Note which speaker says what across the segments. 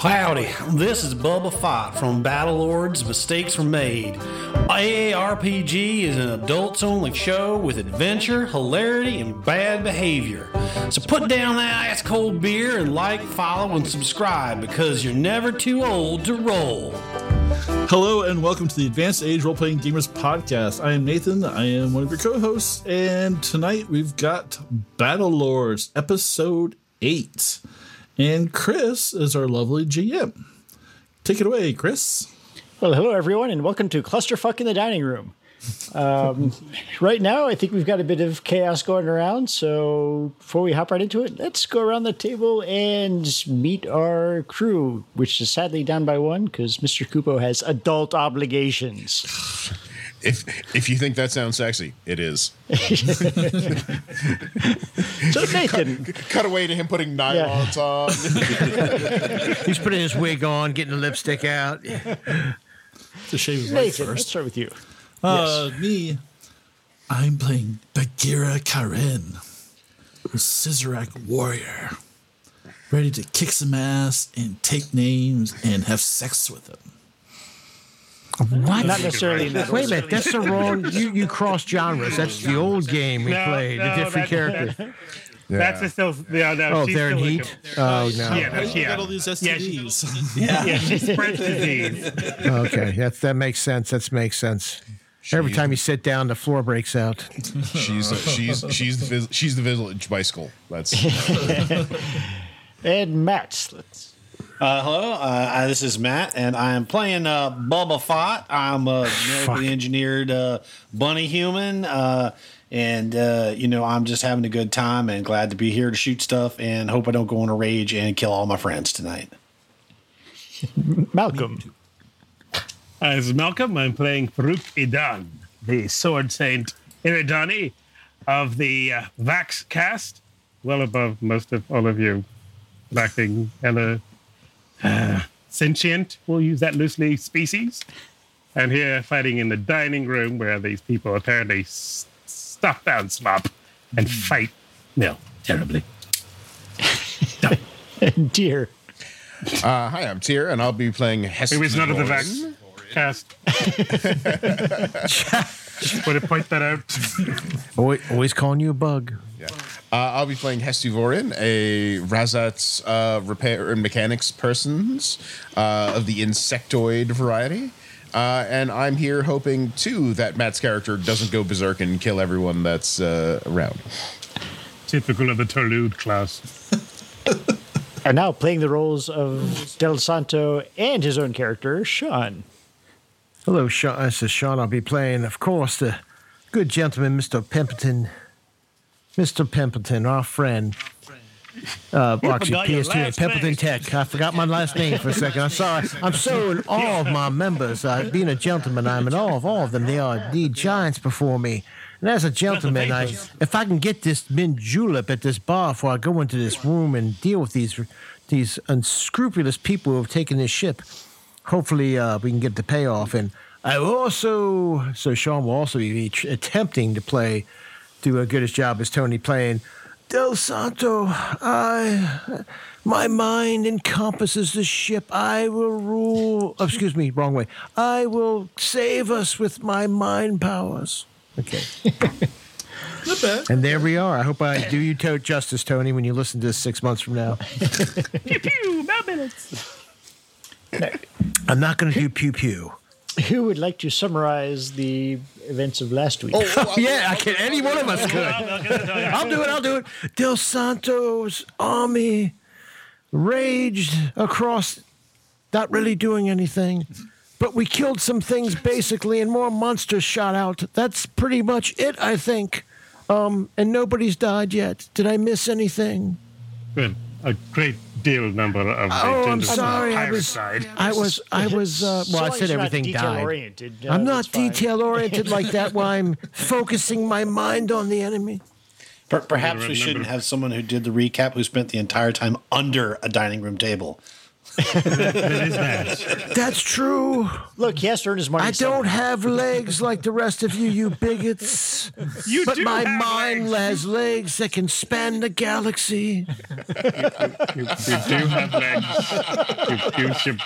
Speaker 1: Howdy, this is Bubba Fight from Battle Lords Mistakes Were Made. AARPG is an adults only show with adventure, hilarity, and bad behavior. So put down that ice cold beer and like, follow, and subscribe because you're never too old to roll.
Speaker 2: Hello and welcome to the Advanced Age Role Playing Gamers Podcast. I am Nathan. I am one of your co-hosts, and tonight we've got Battle Lords Episode Eight, and Chris is our lovely GM. Take it away, Chris.
Speaker 3: Well, hello everyone, and welcome to Clusterfuck in the Dining Room. Um, right now, I think we've got a bit of chaos going around. So before we hop right into it, let's go around the table and meet our crew, which is sadly down by one because Mr. Kupo has adult obligations.
Speaker 4: If if you think that sounds sexy, it is.
Speaker 3: So Nathan,
Speaker 4: Cut away to him putting nylons on.
Speaker 5: He's putting his wig on, getting the lipstick out.
Speaker 2: To shave his legs
Speaker 3: Nathan, let let's
Speaker 2: first.
Speaker 3: start with you.
Speaker 2: Uh, me. I'm playing Bagheera Karen, a Scissorak warrior, ready to kick some ass and take names and have sex with them.
Speaker 5: What?
Speaker 3: Not necessarily in that
Speaker 5: Wait a
Speaker 3: order.
Speaker 5: minute, that's the wrong. You you cross genres. That's the old game we
Speaker 6: No,
Speaker 5: played. The
Speaker 6: no,
Speaker 5: different
Speaker 6: that's-
Speaker 5: characters.
Speaker 6: That's a still. Yeah, no,
Speaker 5: Oh,
Speaker 6: she's
Speaker 5: they're in
Speaker 6: still
Speaker 5: heat.
Speaker 6: into-
Speaker 5: Oh no.
Speaker 6: Yeah, no,
Speaker 2: You got all
Speaker 6: yeah,
Speaker 2: these STDs.
Speaker 6: Yeah, she- yeah, she spreads disease.
Speaker 5: Okay, that that makes sense. That makes sense. Every time you sit down, the floor breaks out.
Speaker 4: she's she's she's the vis- she's the village bicycle. That's uh,
Speaker 3: And Matt, let's,
Speaker 1: Uh, hello, uh, I- this is Matt, and I am playing uh, Bubba Fott. I'm a genetically engineered uh, bunny human, uh, and uh, you know I'm just having a good time and glad to be here to shoot stuff. And hope I don't go on a rage and kill all my friends tonight.
Speaker 3: Malcolm,
Speaker 6: Hi, this is Malcolm. I'm playing Farouk Idan, the sword saint Iridani of the uh, Vax cast, well above most of all of you, lacking and uh, sentient. We'll use that loosely. Species, and here fighting in the dining room where these people apparently s- stuff down slop and fight. No, terribly.
Speaker 3: and Deer.
Speaker 4: uh, hi, I'm Tyr, and I'll be playing Hestia.
Speaker 6: It was not of the Vax cast. Want to point that out?
Speaker 5: Always, always calling you a bug.
Speaker 4: Uh, I'll be playing Hestivorin, a Razat's uh, repair and mechanics persons uh, of the insectoid variety. Uh, and I'm here hoping too that Matt's character doesn't go berserk and kill everyone that's uh, around.
Speaker 6: Typical of the Tolude class.
Speaker 3: Are now playing the roles of Del Santo and his own character, Sean.
Speaker 5: Hello, Sean. This is Sean. I'll be playing, of course, the good gentleman, Mr. Pimpleton. Mr. Pimpleton, our friend. Uh, actually,
Speaker 6: forgot your
Speaker 5: PS2 at
Speaker 6: last
Speaker 5: Pimpleton
Speaker 6: name.
Speaker 5: Tech. I forgot my last name for a second. I'm sorry. I'm so in awe of my members. Uh, being a gentleman, I'm in awe of all of them. They are indeed giants before me. And as a gentleman, I, if I can get this mint julep at this bar before I go into this room and deal with these these unscrupulous people who have taken this ship, hopefully uh, we can get the payoff. And I will also, so Sean will also be tr- attempting to play, do a good as job as Tony playing Del Santo. I, my mind encompasses the ship. I will rule. oh, excuse me, wrong way. I will save us with my mind powers. Okay.
Speaker 2: Not bad.
Speaker 5: And there we are. I hope I do you to justice, Tony, when you listen to this six months from now.
Speaker 6: Pew pew, about minutes.
Speaker 5: I'm not going to do pew pew.
Speaker 3: Who would like to summarize the events of last
Speaker 6: Oh,
Speaker 3: week?
Speaker 5: Yeah, I can. Any one of us could. I'll do it. I'll do it. Del Santo's army raged across, not really doing anything, but we killed some things basically, and more monsters shot out. That's pretty much it, I think. Um, and nobody's died yet. Did I miss anything?
Speaker 6: Well, a great deal number of
Speaker 5: Oh, I'm
Speaker 6: agents on the
Speaker 5: sorry, I
Speaker 6: pirate
Speaker 5: was-
Speaker 6: side.
Speaker 5: I was. I was. Uh, well, I
Speaker 3: Sully's
Speaker 5: said
Speaker 3: not
Speaker 5: everything died.
Speaker 3: detail-oriented, uh,
Speaker 5: I'm
Speaker 3: that's
Speaker 5: not
Speaker 3: fine.
Speaker 5: detail oriented like that. Why I'm focusing my mind on the enemy.
Speaker 1: Per- perhaps we
Speaker 6: remember.
Speaker 1: shouldn't have someone who did the recap who spent the entire time under a dining room table.
Speaker 6: That is bad.
Speaker 5: That's true.
Speaker 3: Look, he has to earn his money.
Speaker 5: I
Speaker 3: somewhere.
Speaker 5: don't have legs like the rest of you, you bigots.
Speaker 6: You
Speaker 5: but
Speaker 6: do
Speaker 5: my
Speaker 6: have
Speaker 5: mind
Speaker 6: legs.
Speaker 5: has legs that can span the galaxy.
Speaker 6: You, you do have legs. You, you should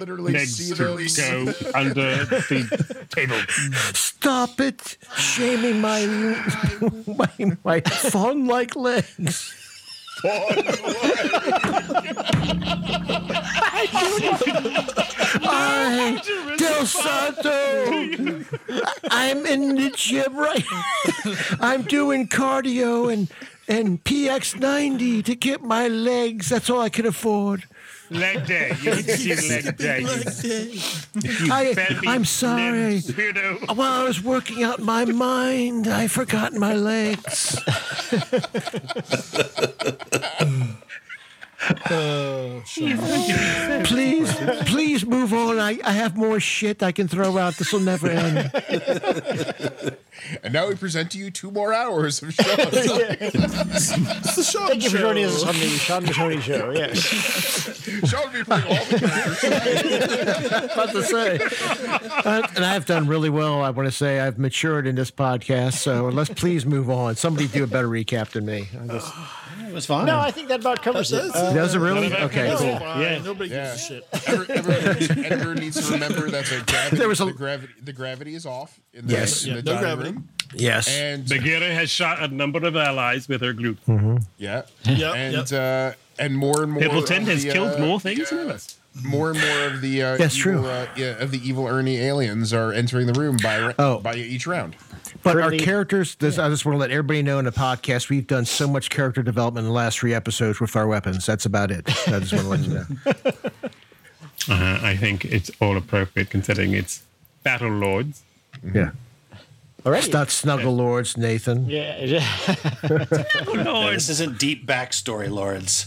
Speaker 4: Literally see
Speaker 6: legs
Speaker 4: those.
Speaker 6: to go under the table.
Speaker 5: Stop it, shaming my my, my fawn like legs. I, Del Santo, I'm in the gym right. I'm doing cardio and and PX90 to get my legs. That's all I can afford.
Speaker 6: Leg day. You need to see leg day. You, you
Speaker 5: I-
Speaker 6: belly
Speaker 5: I'm sorry.
Speaker 6: limb Weirdo.
Speaker 5: While I was working out my mind, I forgot my legs.
Speaker 6: Oh,
Speaker 5: please, please move on. I, I have more shit I can throw out. This will never end.
Speaker 4: And now we present to you two more hours of shows.
Speaker 2: It's the shop
Speaker 3: Thank you for
Speaker 2: show.
Speaker 3: joining us on the Sean Tony Show. Yes.
Speaker 4: Sean will be playing all the
Speaker 5: about to say. Uh, and I've done really well. I want to say I've matured in this podcast. So let's please move on. Somebody do a better recap than me. I just-
Speaker 1: It was fine.
Speaker 3: No, I think that about covers it. Uh,
Speaker 5: Does it really? Okay.
Speaker 2: It's
Speaker 5: Cool.
Speaker 2: fine.
Speaker 6: Yeah.
Speaker 2: Nobody
Speaker 4: Yeah.
Speaker 2: gives a shit.
Speaker 4: Every- Everyone needs, everyone needs to remember that the gravity,
Speaker 5: There was a-
Speaker 4: the gravity, the gravity is off in the,
Speaker 5: Yes.
Speaker 4: in the
Speaker 2: Yeah, no
Speaker 4: dining
Speaker 2: gravity.
Speaker 4: room.
Speaker 5: Yes.
Speaker 4: And
Speaker 6: Bagheera has shot a number of allies with her group.
Speaker 4: yeah,
Speaker 2: Yep,
Speaker 4: and
Speaker 2: yep.
Speaker 4: uh, and more and more.
Speaker 6: Pimpleton
Speaker 4: of
Speaker 6: has
Speaker 4: the,
Speaker 6: killed
Speaker 4: uh,
Speaker 6: more things
Speaker 4: yeah,
Speaker 6: than us.
Speaker 4: More and more of the uh,
Speaker 5: That's
Speaker 4: evil,
Speaker 5: true.
Speaker 4: Uh, yeah, of the evil Ernie aliens are entering the room by ra-
Speaker 5: Oh.
Speaker 4: by each round.
Speaker 5: But our
Speaker 3: Pretty-
Speaker 5: characters, this, I just want to let everybody know in the podcast, we've done so much character development in the last three episodes with our weapons. That's about it. I just want to let you know.
Speaker 6: Uh, I think it's all appropriate considering it's battle lords.
Speaker 5: Yeah.
Speaker 3: all right.
Speaker 5: It's not Snuggle Lords, Nathan.
Speaker 3: Yeah. yeah.
Speaker 1: This isn't deep backstory, Lawrence.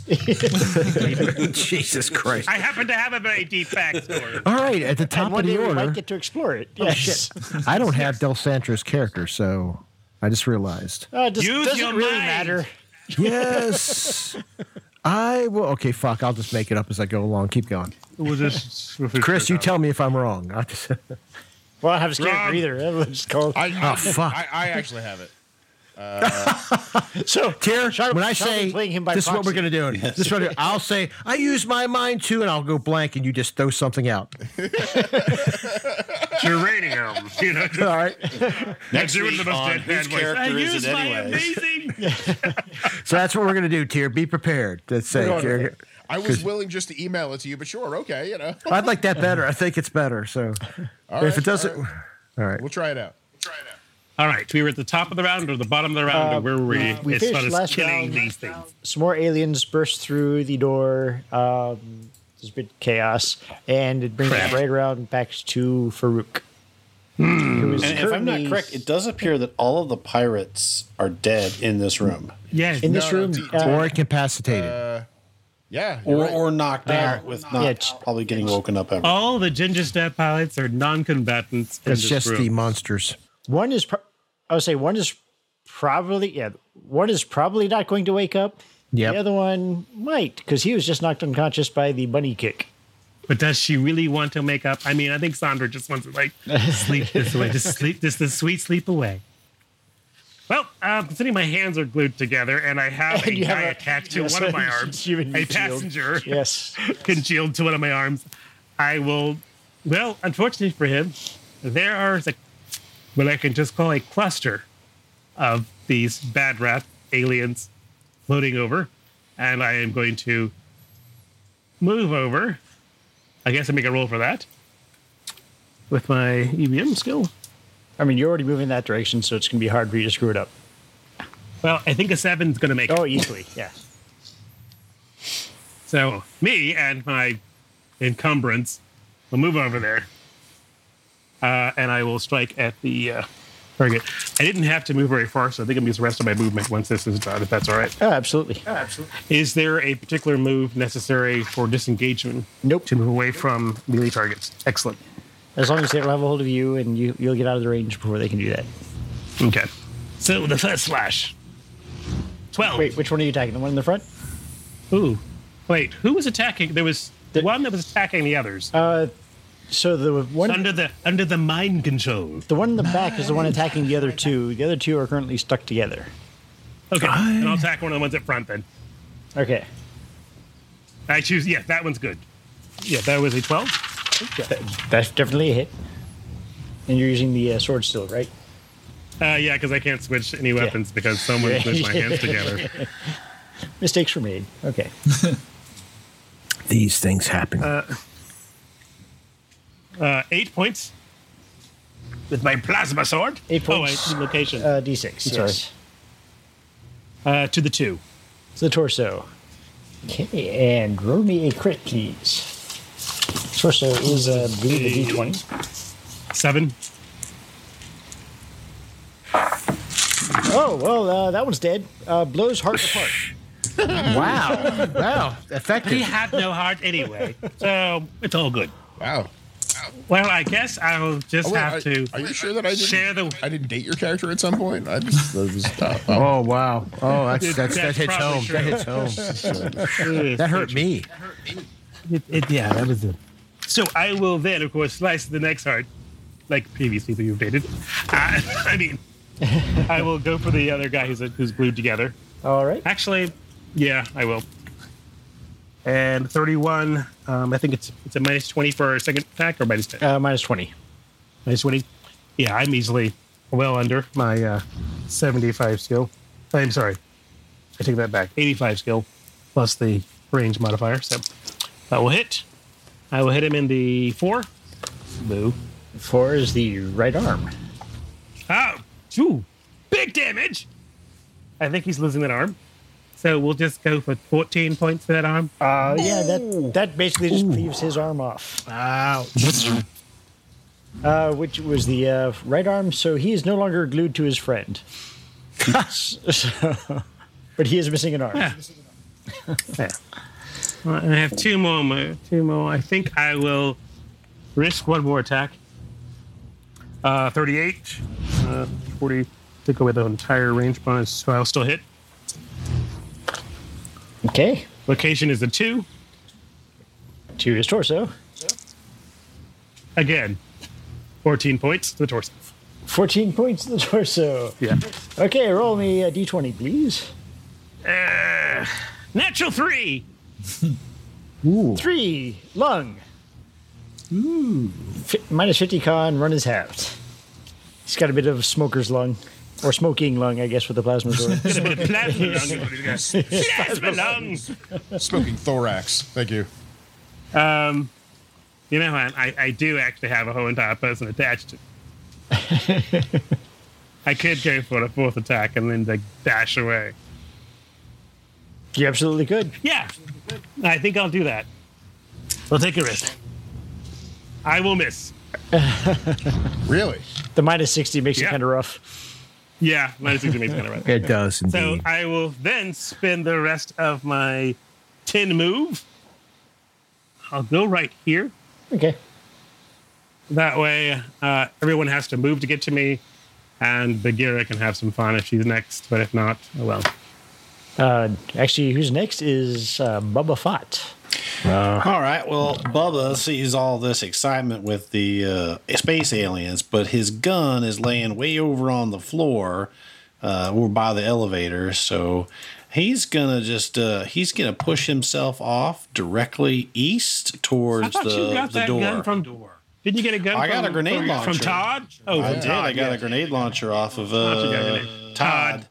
Speaker 5: Jesus Christ.
Speaker 6: I happen to have a very deep backstory.
Speaker 5: All right, at the
Speaker 3: And
Speaker 5: top
Speaker 3: one
Speaker 5: of
Speaker 3: day
Speaker 5: the
Speaker 3: we might
Speaker 5: order, Oh,
Speaker 3: get to explore it. Yes.
Speaker 5: I don't have Del Santro's character, so I just realized.
Speaker 3: Uh, does,
Speaker 6: Use
Speaker 3: doesn't
Speaker 6: your
Speaker 3: really
Speaker 6: mind.
Speaker 3: matter.
Speaker 5: Yes. I will. Okay, fuck. I'll just make it up as I go along. Keep going.
Speaker 6: We'll just,
Speaker 5: Chris, you tell me if I'm wrong. I just,
Speaker 3: Well, I don't have his character
Speaker 6: Rob.
Speaker 3: either. Everyone's called.
Speaker 4: I, I,
Speaker 5: Oh, fuck.
Speaker 4: I, I actually have it.
Speaker 3: So
Speaker 5: Here,
Speaker 3: Sean-
Speaker 5: when I
Speaker 3: Sean
Speaker 5: say
Speaker 3: was playing him by
Speaker 5: this is what we're
Speaker 3: proxy.
Speaker 5: gonna do, this is what I will say I use my mind too, and I'll go blank, and you just throw something out.
Speaker 6: geranium. You know,
Speaker 5: All right.
Speaker 1: Next
Speaker 6: doing
Speaker 1: week
Speaker 6: the most
Speaker 1: on
Speaker 6: deadpan
Speaker 1: whose
Speaker 6: voice. I
Speaker 1: character is
Speaker 6: use
Speaker 1: it
Speaker 6: my
Speaker 1: anyways?
Speaker 6: amazing.
Speaker 5: So that's what we're gonna do, Tier. Be prepared. Let's say.
Speaker 3: We're going
Speaker 5: Tier.
Speaker 3: with
Speaker 4: I was willing just to email it to you, but sure, okay, you know.
Speaker 5: I'd like that better. I think it's better. So
Speaker 4: All
Speaker 5: if
Speaker 4: right,
Speaker 5: it doesn't,
Speaker 4: all right.
Speaker 5: all right.
Speaker 4: we'll try it out. We'll try it out.
Speaker 6: All right, we were at the top of the round or the bottom of the round, or where were we?
Speaker 3: Uh, we
Speaker 6: It's
Speaker 3: finished
Speaker 6: not as
Speaker 3: last
Speaker 6: killing
Speaker 3: round.
Speaker 6: these things.
Speaker 3: some more aliens burst through the door. Um, there's a bit of chaos, and it brings us
Speaker 6: Crap.
Speaker 3: right around back to Farouk. who is
Speaker 1: And if I'm not
Speaker 3: currently
Speaker 1: correct, it does appear that all of the pirates are dead in this room,
Speaker 6: Yes,
Speaker 3: in this
Speaker 4: No, no,
Speaker 3: room,
Speaker 4: D-
Speaker 3: uh,
Speaker 5: or incapacitated.
Speaker 4: Yeah, you're
Speaker 1: or
Speaker 4: right.
Speaker 1: or knocked out with not
Speaker 3: yeah, it's-
Speaker 1: probably getting woken up ever.
Speaker 6: all the ginger snap pilots are non-combatants. in
Speaker 5: it's
Speaker 6: this
Speaker 5: just
Speaker 6: room.
Speaker 5: the monsters.
Speaker 3: one is. Pro- I would say one is probably yeah. One is probably not going to wake up.
Speaker 5: Yep.
Speaker 3: The other one might because he was just knocked unconscious by the bunny kick.
Speaker 6: But does she really want to make up? I mean, I think Sandra just wants to like sleep this away, just sleep this this sweet sleep away. Well, uh, considering my hands are glued together and I have a
Speaker 3: you have
Speaker 6: guy
Speaker 3: a-
Speaker 6: attached to
Speaker 3: yes,
Speaker 6: one of my
Speaker 3: a
Speaker 6: arms,
Speaker 3: human
Speaker 6: a
Speaker 3: shield.
Speaker 6: passenger
Speaker 3: Yes.
Speaker 6: congealed to one of my arms, I will. Well, unfortunately for him, there are a, what I can just call a cluster of these bad rat aliens floating over, and I am going to move over. I guess I make a roll for that with my EVM skill.
Speaker 3: I mean, you're already moving in that direction, so it's going to be hard for you to screw it up.
Speaker 6: Well, I think a seven's going to make it.
Speaker 3: Oh, easily. Yeah.
Speaker 6: So me and my encumbrance will move over there, uh, and I will strike at the uh, target. I didn't have to move very far, so I think I'm going to use the rest of my movement once this is done, if that's all right.
Speaker 3: Oh, absolutely.
Speaker 6: Is there a particular move necessary for disengagement
Speaker 3: Nope.
Speaker 6: to move away from melee targets? Excellent.
Speaker 3: As long as they don't have a hold of you, and you you'll get out of the range before they can do that.
Speaker 6: Okay. So the first slash. Twelve.
Speaker 3: Wait, which one are you attacking? The one in the front?
Speaker 6: Ooh. Wait, who was attacking? There was one that was attacking the others.
Speaker 3: So the Uh, one
Speaker 6: under the under the mind control.
Speaker 3: the one in the back is the one attacking the other two. The other two are currently stuck together.
Speaker 6: Okay, and I'll attack one of the ones at front then.
Speaker 3: Okay.
Speaker 6: I choose. Yeah, that one's good. Yeah, that was a twelve.
Speaker 3: That's definitely a hit. And you're using the uh, sword still, right?
Speaker 6: Uh, yeah, because I can't switch any weapons because someone put my hands together.
Speaker 3: Mistakes were made. Okay.
Speaker 5: These things happen.
Speaker 6: Uh, eight points with my plasma sword.
Speaker 3: Eight points.
Speaker 6: Oh, I, location
Speaker 3: Uh, D6. Yes.
Speaker 6: uh, to the two.
Speaker 3: To the torso. Okay, and roll me a crit, please. Torso is, uh, I believe, a D20.
Speaker 6: Seven.
Speaker 3: Oh, well, uh, that one's dead. Uh, blows heart apart.
Speaker 5: wow. wow.
Speaker 6: He
Speaker 5: Effective.
Speaker 6: had no heart anyway, so it's all good.
Speaker 4: Wow.
Speaker 6: Well, I guess I'll just
Speaker 4: Oh, wait,
Speaker 6: have
Speaker 4: are,
Speaker 6: to.
Speaker 4: are you sure that I didn't
Speaker 6: share the-
Speaker 4: I didn't date your character at some point? I just that was uh, uh,
Speaker 5: Oh wow! Oh, that's, that's, that
Speaker 6: That's
Speaker 5: hits
Speaker 6: probably
Speaker 5: home.
Speaker 6: true.
Speaker 5: That hits home. that hurt me.
Speaker 6: It, it- yeah, that was it. So I will then, of course, slice the next heart, like previously that you've dated. Uh, I mean, I will go for the other guy who's, who's glued together.
Speaker 3: All right.
Speaker 6: Actually, yeah, I will. And 31, um, I think it's it's a minus 20 for a second attack or minus 10.
Speaker 3: Uh, minus 20.
Speaker 6: Minus 20. Yeah, I'm easily well under my uh, 75 skill. I'm sorry. I take that back. 85 skill plus the range modifier. So that will hit. I will hit him in the four. Boo.
Speaker 3: Four is the right arm.
Speaker 6: Oh, phew. big damage. I think he's losing that arm. So we'll just go for 14 points for that arm.
Speaker 3: Uh, yeah, that, that basically just leaves his arm off. Uh, which was the uh, right arm, so he is no longer glued to his friend. So- but he is missing an arm.
Speaker 6: Yeah. Yeah. Well, Uh, and I have two more. mo- Two more. I think I will risk one more attack. Uh, 38, uh, 40. Take away the entire range bonus, so I'll still hit.
Speaker 3: Okay,
Speaker 6: Location is a two.
Speaker 3: to his torso.
Speaker 6: Again, 14 points to the torso.
Speaker 3: 14 points to the torso.
Speaker 6: Yeah.
Speaker 3: Okay, roll me a d20, please.
Speaker 6: Natural three.
Speaker 3: Three, lung. Ooh. minus 50 con, run is halved. He's got a bit of smoker's lung, or smoking lung, I guess, with the plasma sword.
Speaker 6: Plasma lungs. Plasma lungs.
Speaker 4: smoking thorax. Thank you.
Speaker 6: Um, you know, what? I, I do actually have a whole entire person attached to. I could go for a fourth attack and then like dash away.
Speaker 3: you absolutely could.
Speaker 6: Yeah, I think I'll do that. I'll take a risk. I will miss.
Speaker 4: Really?
Speaker 3: The minus 60 makes it
Speaker 6: Yeah.
Speaker 3: kind of rough.
Speaker 6: Yeah, minus six makes kind of rough.
Speaker 5: It does
Speaker 6: So
Speaker 5: indeed.
Speaker 6: I will then spend the rest of my ten move. I'll go right here.
Speaker 3: Okay.
Speaker 6: That way, uh, everyone has to move to get to me, and Bagheera can have some fun if she's next. But if not, oh well.
Speaker 3: Uh, actually, who's next is uh, Bubba Fott.
Speaker 7: All right. Well, Bubba sees all this excitement with the uh, space aliens, but his gun is laying way over on the floor uh, or by the elevator. So he's gonna just uh, he's gonna push himself off directly east towards the, the door.
Speaker 6: from door. Didn't you get a gun?
Speaker 7: I got
Speaker 6: from-
Speaker 7: a grenade
Speaker 6: from,
Speaker 7: launcher.
Speaker 6: from Todd. Oh,
Speaker 7: I
Speaker 6: from
Speaker 7: did.
Speaker 6: Todd.
Speaker 7: I got
Speaker 6: yeah.
Speaker 7: a grenade launcher off of
Speaker 6: Todd, you got a
Speaker 7: uh,
Speaker 6: grenade.
Speaker 7: Todd.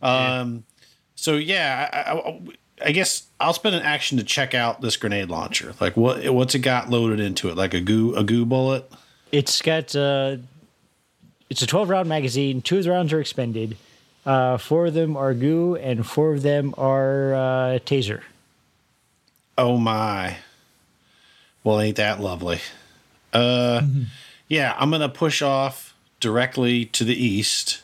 Speaker 7: Um, so yeah, I, I- I, I guess I'll spend an action to check out this grenade launcher. Like what what's it got loaded into it? Like a goo a goo bullet.
Speaker 3: It's got uh, it's a twelve round magazine. Two of the rounds are expended. Uh, four of them are goo, and four of them are uh, taser.
Speaker 7: Oh my. Well, ain't that lovely? Uh,
Speaker 6: Mm-hmm.
Speaker 7: yeah, I'm gonna push off directly to the east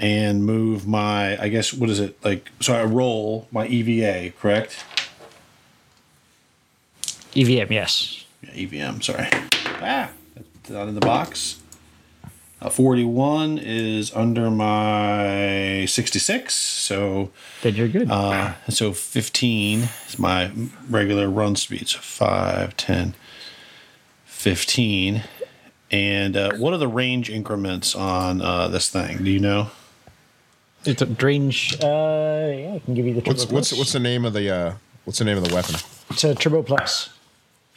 Speaker 7: and move my. I guess what is it like? So I roll my EVA, correct?
Speaker 3: EVM, yes. E
Speaker 7: Yeah, EVM, sorry. Ah, that's not in the box. A 41 is under my 66, so
Speaker 3: Then you're good.
Speaker 7: uh, so 15 is my regular run speed. So 5, 10, 15. And uh, what are the range increments on uh, this thing? Do you know?
Speaker 3: it's a range. Uh, yeah, I can give you the turbo.
Speaker 4: What's what's what's the name of the uh, what's the name of the weapon?
Speaker 3: It's a turbo plus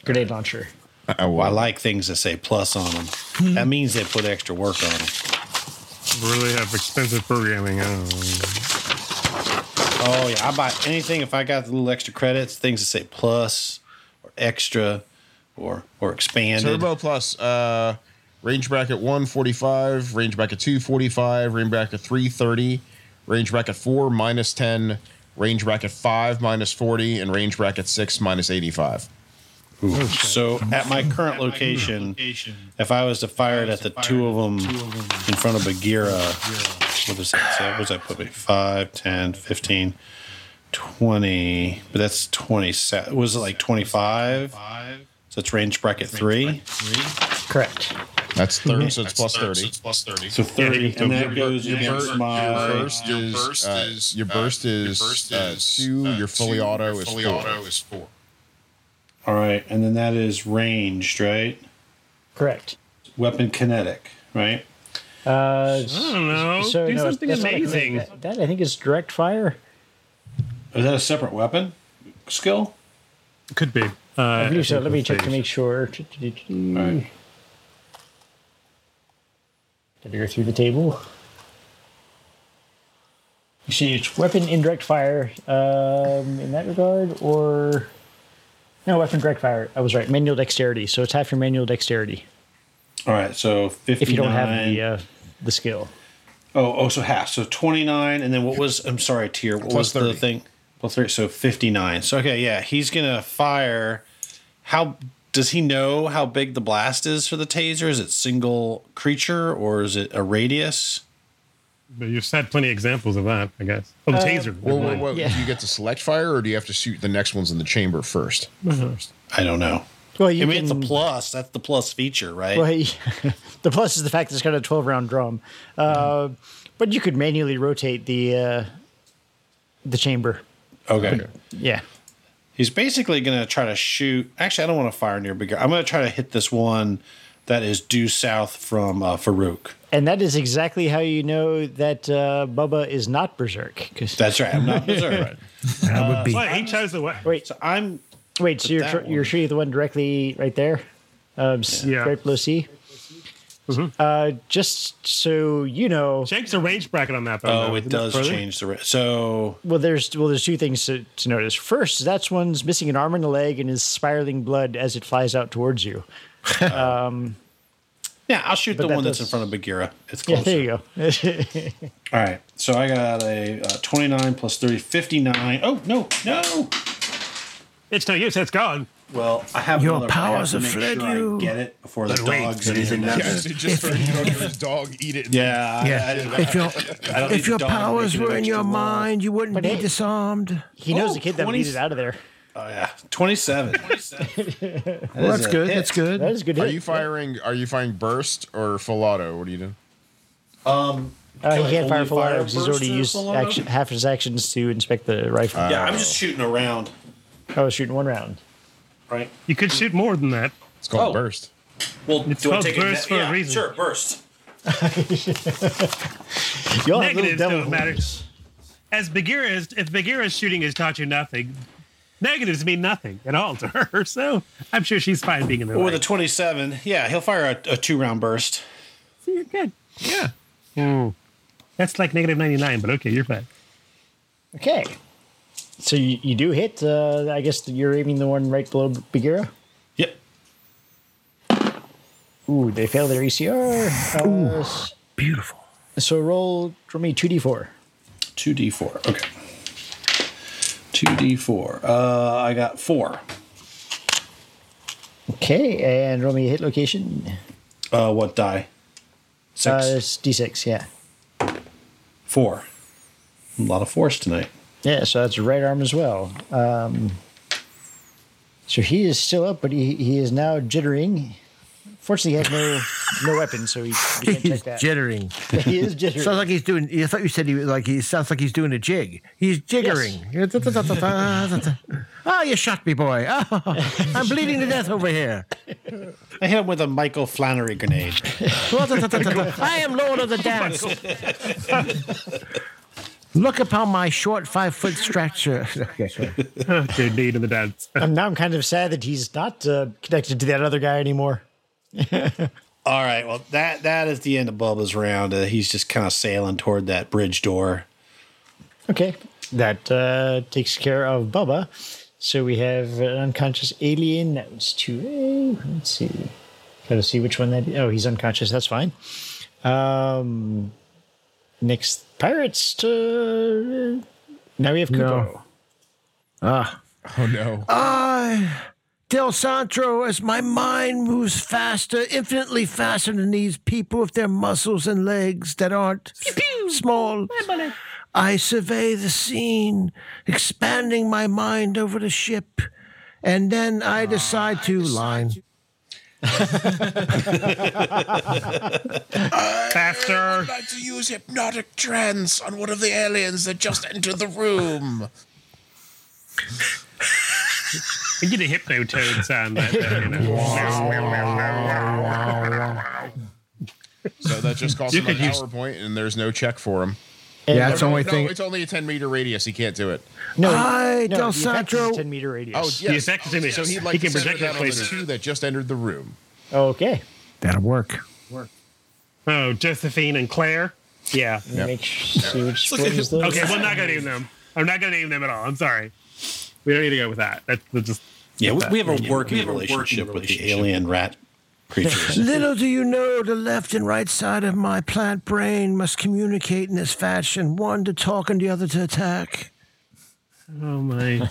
Speaker 3: grenade launcher.
Speaker 4: I,
Speaker 7: I like things that say plus on them. that means they put extra work on them.
Speaker 6: Really have expensive programming. I don't know.
Speaker 7: Oh yeah, I buy anything if I got the little extra credits, things that say plus or extra or or expanded.
Speaker 4: Turbo Plus. Uh, range bracket one forty five, range bracket two forty five, range bracket three thirty, range bracket four minus ten, range bracket five minus forty, and range bracket six minus eighty five.
Speaker 7: So at my current location, if I was to fire it at the two of them in front of Bagheera, what does that say? What does that put me? 5, 10, 15, 20. But that's 20. se- Was it like 25? So it's range bracket 3.
Speaker 3: Correct.
Speaker 4: That's thirty, so it's plus thirty.
Speaker 8: plus 30.
Speaker 7: So 30. And that
Speaker 8: Your
Speaker 7: goes against
Speaker 8: bur-
Speaker 4: Your
Speaker 7: my.
Speaker 4: burst
Speaker 8: Your
Speaker 4: is,
Speaker 8: burst
Speaker 4: uh,
Speaker 8: is,
Speaker 4: your
Speaker 8: uh,
Speaker 4: burst
Speaker 8: your
Speaker 4: is,
Speaker 8: burst
Speaker 4: uh,
Speaker 8: is,
Speaker 4: two, your fully auto is
Speaker 8: fully
Speaker 4: four.
Speaker 8: auto is four.
Speaker 7: All right. And then that is ranged, right?
Speaker 3: Correct.
Speaker 7: Weapon kinetic, right?
Speaker 3: Uh,
Speaker 6: I don't know.
Speaker 3: so
Speaker 6: Oh, Do
Speaker 3: no,
Speaker 6: something
Speaker 3: that's not a grenade.
Speaker 6: amazing.
Speaker 3: That, that I think is direct fire.
Speaker 7: Is that a separate weapon skill?
Speaker 6: Could be. Uh,
Speaker 3: I believe so. Let me check to
Speaker 6: Did
Speaker 3: make sure.
Speaker 7: right.
Speaker 3: Did I go through the table? You see, it's weapon indirect fire um, in that regard, or no weapon direct fire. I was right. Manual dexterity. So it's half your manual dexterity
Speaker 7: All right. So 59.
Speaker 3: if you don't have the uh, the skill.
Speaker 7: Oh, oh, so half. So 29, and then what was, I'm sorry, tier, what was
Speaker 4: Plus
Speaker 7: the
Speaker 4: 30.
Speaker 7: thing? Plus 30, so 59. So, okay, yeah, he's going to fire. How, does he know how big the blast is for the taser? Is it single creature or is it a radius?
Speaker 6: But you've had plenty of examples of that, I guess. Oh, the
Speaker 3: Uh,
Speaker 6: taser.
Speaker 4: Well,
Speaker 6: never
Speaker 4: well,
Speaker 6: mind.
Speaker 4: well,
Speaker 3: Yeah.
Speaker 4: do you get to select fire, or do you have to shoot the next ones in the chamber first?
Speaker 7: I don't know.
Speaker 3: Well,
Speaker 7: I
Speaker 3: you
Speaker 7: mean, it's a
Speaker 3: can.
Speaker 7: plus. That's the plus feature, right?
Speaker 3: well, hey, the plus is the fact that it's got a twelve round drum, uh, but you could manually rotate the uh, the chamber.
Speaker 7: Okay.
Speaker 3: Yeah.
Speaker 7: He's basically going to try to shoot. Actually, I don't want to fire near bigger. I'm going to try to hit this one that is due south from uh, Farouk.
Speaker 3: And that is exactly how you know that uh, Bubba is not berserk. 'cause-
Speaker 7: That's right. I'm not berserk.
Speaker 5: That would be.
Speaker 6: Well, he chose the way.
Speaker 3: wait,
Speaker 7: So I'm
Speaker 3: wait. So you're
Speaker 7: that
Speaker 3: tr-
Speaker 7: one-
Speaker 3: you're shooting the one directly right there, um, s-
Speaker 6: Yeah.
Speaker 3: right below C.
Speaker 7: Mm-hmm.
Speaker 3: Uh, just so you know,
Speaker 6: Change the range bracket on that. though,
Speaker 7: Oh,
Speaker 6: though,
Speaker 7: it
Speaker 6: isn't
Speaker 7: does
Speaker 6: further?
Speaker 7: change the ra- so
Speaker 3: well, there's well, there's two things to, to notice. First, that's one's missing an arm and a leg and is spiraling blood as it flies out towards you.
Speaker 7: yeah. I'll shoot the
Speaker 3: that
Speaker 7: one that's in
Speaker 3: does-
Speaker 7: front of Bagheera. It's
Speaker 3: Yeah,
Speaker 7: closer.
Speaker 3: there you go.
Speaker 7: All right, so I got a uh, 29 plus 30, 59. Oh no, no.
Speaker 6: It's no use. It's gone.
Speaker 7: Well, I have
Speaker 5: Your
Speaker 7: another- I
Speaker 5: powers
Speaker 7: to
Speaker 5: have
Speaker 7: make
Speaker 5: fled
Speaker 7: sure I
Speaker 5: you.
Speaker 7: Get it before the
Speaker 8: But wait,
Speaker 7: dogs
Speaker 8: there is
Speaker 7: anything
Speaker 8: another-
Speaker 7: else.
Speaker 4: just for you know, his dog eat it.
Speaker 7: Yeah, yeah. I, I,
Speaker 5: Yeah.
Speaker 7: didn't-
Speaker 5: If your
Speaker 7: I don't need
Speaker 5: if
Speaker 7: the
Speaker 5: your
Speaker 7: dog to
Speaker 5: powers
Speaker 7: make it an
Speaker 5: were in
Speaker 7: extra
Speaker 5: your
Speaker 7: roll.
Speaker 5: mind, you wouldn't be
Speaker 3: hey-
Speaker 5: disarmed.
Speaker 3: He knows
Speaker 7: Oh,
Speaker 3: the kid that
Speaker 7: 20
Speaker 3: needs it out of there.
Speaker 7: Oh yeah, 27. That
Speaker 5: Well,
Speaker 7: is
Speaker 5: that's
Speaker 7: a
Speaker 5: good.
Speaker 7: hit.
Speaker 5: That's good.
Speaker 3: That is a good.
Speaker 4: Are
Speaker 3: hit.
Speaker 4: you firing? Are you firing burst or full auto? What are you doing?
Speaker 3: Uh,
Speaker 7: Like,
Speaker 3: he can't fire
Speaker 7: only
Speaker 3: full
Speaker 7: fire
Speaker 3: auto because he's
Speaker 7: burst
Speaker 3: already
Speaker 7: or
Speaker 3: used
Speaker 7: full auto?
Speaker 3: action, half his actions to inspect the rifle.
Speaker 7: Yeah, I'm just shooting around,
Speaker 3: I was shooting one round.
Speaker 7: right?
Speaker 6: You could shoot more than that.
Speaker 4: It's called
Speaker 7: Oh.
Speaker 4: burst.
Speaker 7: Well,
Speaker 6: It's
Speaker 7: do I
Speaker 6: called
Speaker 7: take
Speaker 6: burst
Speaker 7: a,
Speaker 6: for a
Speaker 7: yeah,
Speaker 6: reason.
Speaker 7: Sure, burst.
Speaker 3: Y'all have Oh, little
Speaker 6: Negatives
Speaker 3: devil
Speaker 6: don't matter. As Bagheera is, if Bagheera's shooting has taught you nothing, negatives mean nothing at all to her. So I'm sure she's fine being in the
Speaker 7: Or
Speaker 6: right.
Speaker 7: the 27. Yeah, he'll fire a, a two round burst.
Speaker 6: So you're good. Yeah. That's like negative 99, but okay, you're fine.
Speaker 3: Okay. So you, you do hit. Uh, I guess that you're aiming the one right below Bagheera.
Speaker 7: Yep.
Speaker 3: Ooh, they fail their E ECR. Uh, s-
Speaker 5: Beautiful.
Speaker 3: So roll for me 2d4.
Speaker 7: Two D four. Okay. Two D four. Uh, I got four.
Speaker 3: Okay, and roll me a hit location.
Speaker 7: Uh, what die?
Speaker 3: Uh,
Speaker 7: Six.
Speaker 3: it's d6, yeah.
Speaker 7: four. A lot of fours tonight.
Speaker 3: Yeah, so that's right arm as well. Um, so he is still up, but he, he is now jittering. Fortunately, he has no no weapon, so he, we can't
Speaker 5: He's
Speaker 3: check that.
Speaker 5: jittering.
Speaker 3: he is jittering.
Speaker 5: Sounds like he's doing. I thought you said he was like he sounds like he's doing a jig. He's jiggering. oh, you shot me, boy! Oh, I'm bleeding to death over here.
Speaker 1: I hit him with a Michael Flannery grenade.
Speaker 5: I am Lord of the Dance. Look upon my short five foot stature. Okay, sorry.
Speaker 6: Good need of the dance.
Speaker 3: And now I'm kind of sad that he's not uh, connected to that other guy anymore.
Speaker 1: All right. Well, that that is the end of Bubba's round. Uh, he's just kind of sailing toward that bridge door.
Speaker 3: Okay, that uh, takes care of Bubba. So we have an unconscious alien. That was two A. Let's see. Gotta see which one that. Oh, he's unconscious. That's fine. Um, next pirates to. eh, Now we have Kubo.
Speaker 5: No.
Speaker 4: Oh no.
Speaker 5: Uh, Del Santro, as my mind moves faster, infinitely faster than these people with their muscles and legs that aren't small, I survey the scene, expanding my mind over the ship, and then Ah, I decide to line.
Speaker 6: Faster.
Speaker 4: like to use hypnotic trance on one of the aliens that just entered the room.
Speaker 6: You get a hypnotoad sound like that, you know.
Speaker 4: So that just costs him an
Speaker 6: use-
Speaker 4: hour point, and there's no check for him. Oh,
Speaker 3: And
Speaker 5: Yeah, it's
Speaker 4: No,
Speaker 5: only
Speaker 4: no,
Speaker 5: thing.
Speaker 4: it's only a 10 meter radius. He can't do it.
Speaker 3: no,
Speaker 5: Hi,
Speaker 3: no,
Speaker 5: Ah, Del
Speaker 3: the effect is a
Speaker 5: Santro.
Speaker 3: ten meter
Speaker 4: Oh,
Speaker 3: radius.
Speaker 4: yes.
Speaker 6: effect is in it.
Speaker 4: So he'd like
Speaker 6: He
Speaker 4: to
Speaker 6: can
Speaker 4: center
Speaker 6: project
Speaker 4: that
Speaker 6: it
Speaker 4: on
Speaker 6: places.
Speaker 4: the two that just entered the room.
Speaker 3: Okay.
Speaker 5: That'll work.
Speaker 6: Oh, Josephine and Claire. Yeah.
Speaker 4: Yep.
Speaker 3: Make sure, see which ones those.
Speaker 6: Okay, well, I'm not gonna name them. I'm not gonna name them at all. I'm sorry. We don't need to go with that. That's that's just
Speaker 1: Yeah, we, we have a working relationship with the alien rat creatures.
Speaker 5: Little do you know, the left and right side of my plant brain must communicate in this fashion one to talk and the other to attack.
Speaker 6: oh my.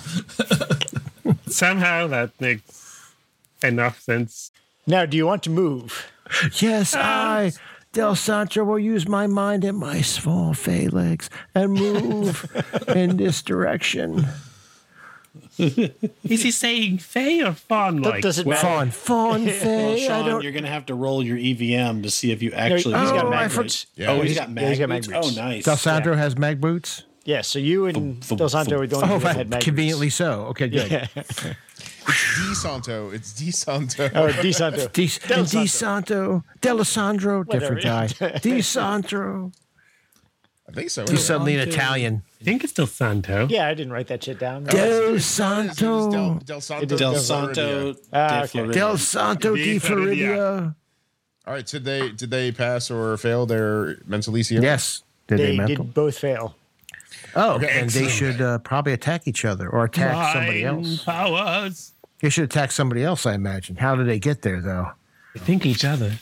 Speaker 6: Somehow that makes enough sense.
Speaker 3: Now, do you want to move?
Speaker 5: Yes, I, Del Sancho, will use my mind and my small phalanx and move in this direction.
Speaker 6: Is he saying Fey or Fawn like?
Speaker 3: Does it matter?
Speaker 5: Fawn, fawn,
Speaker 1: Well,
Speaker 5: fay. I
Speaker 1: Sean,
Speaker 5: don't.
Speaker 1: you're going to have to roll your EVM to see if you actually.
Speaker 3: No, he's got
Speaker 5: Oh, I
Speaker 3: mag
Speaker 5: for-
Speaker 3: boots.
Speaker 1: oh, he's got
Speaker 3: yeah,
Speaker 1: mag,
Speaker 3: he's got
Speaker 1: boots?
Speaker 3: mag boots.
Speaker 1: Oh, nice.
Speaker 5: Del Sandro has mag boots.
Speaker 3: Yeah, so you and
Speaker 1: Thump,
Speaker 3: Del
Speaker 1: thump,
Speaker 3: Santo are the only
Speaker 5: Oh,
Speaker 3: people that had mag
Speaker 5: conveniently so. Okay, good.
Speaker 3: boots.
Speaker 4: DeSanto. It's DeSanto.
Speaker 3: Oh, Del Santo.
Speaker 5: De, and De Santo, Delisandro, different guy.
Speaker 3: Whatever.
Speaker 5: De Santo.
Speaker 4: I think so.
Speaker 5: He's suddenly an Italian.
Speaker 6: I think it's still Santo.
Speaker 3: Yeah, I didn't write that shit down.
Speaker 5: Del
Speaker 4: It was Del,
Speaker 5: Santo.
Speaker 4: Del Santo.
Speaker 1: Del
Speaker 4: de
Speaker 1: Santo.
Speaker 4: Floridia.
Speaker 3: Ah,
Speaker 1: de
Speaker 3: okay.
Speaker 1: Florida.
Speaker 5: Del Santo
Speaker 6: De
Speaker 5: de Floridia.
Speaker 4: All right. Did they did they pass or fail their mental ECM?
Speaker 5: Yes. Did
Speaker 3: They
Speaker 5: they, mental?
Speaker 3: did both fail.
Speaker 5: Oh,
Speaker 4: Okay,
Speaker 5: and they
Speaker 4: excellent.
Speaker 5: should uh, probably attack each other or attack somebody else.
Speaker 6: Divine Powers.
Speaker 5: They should attack somebody else, I imagine. How do they get there, though? Uh,
Speaker 6: I think each other.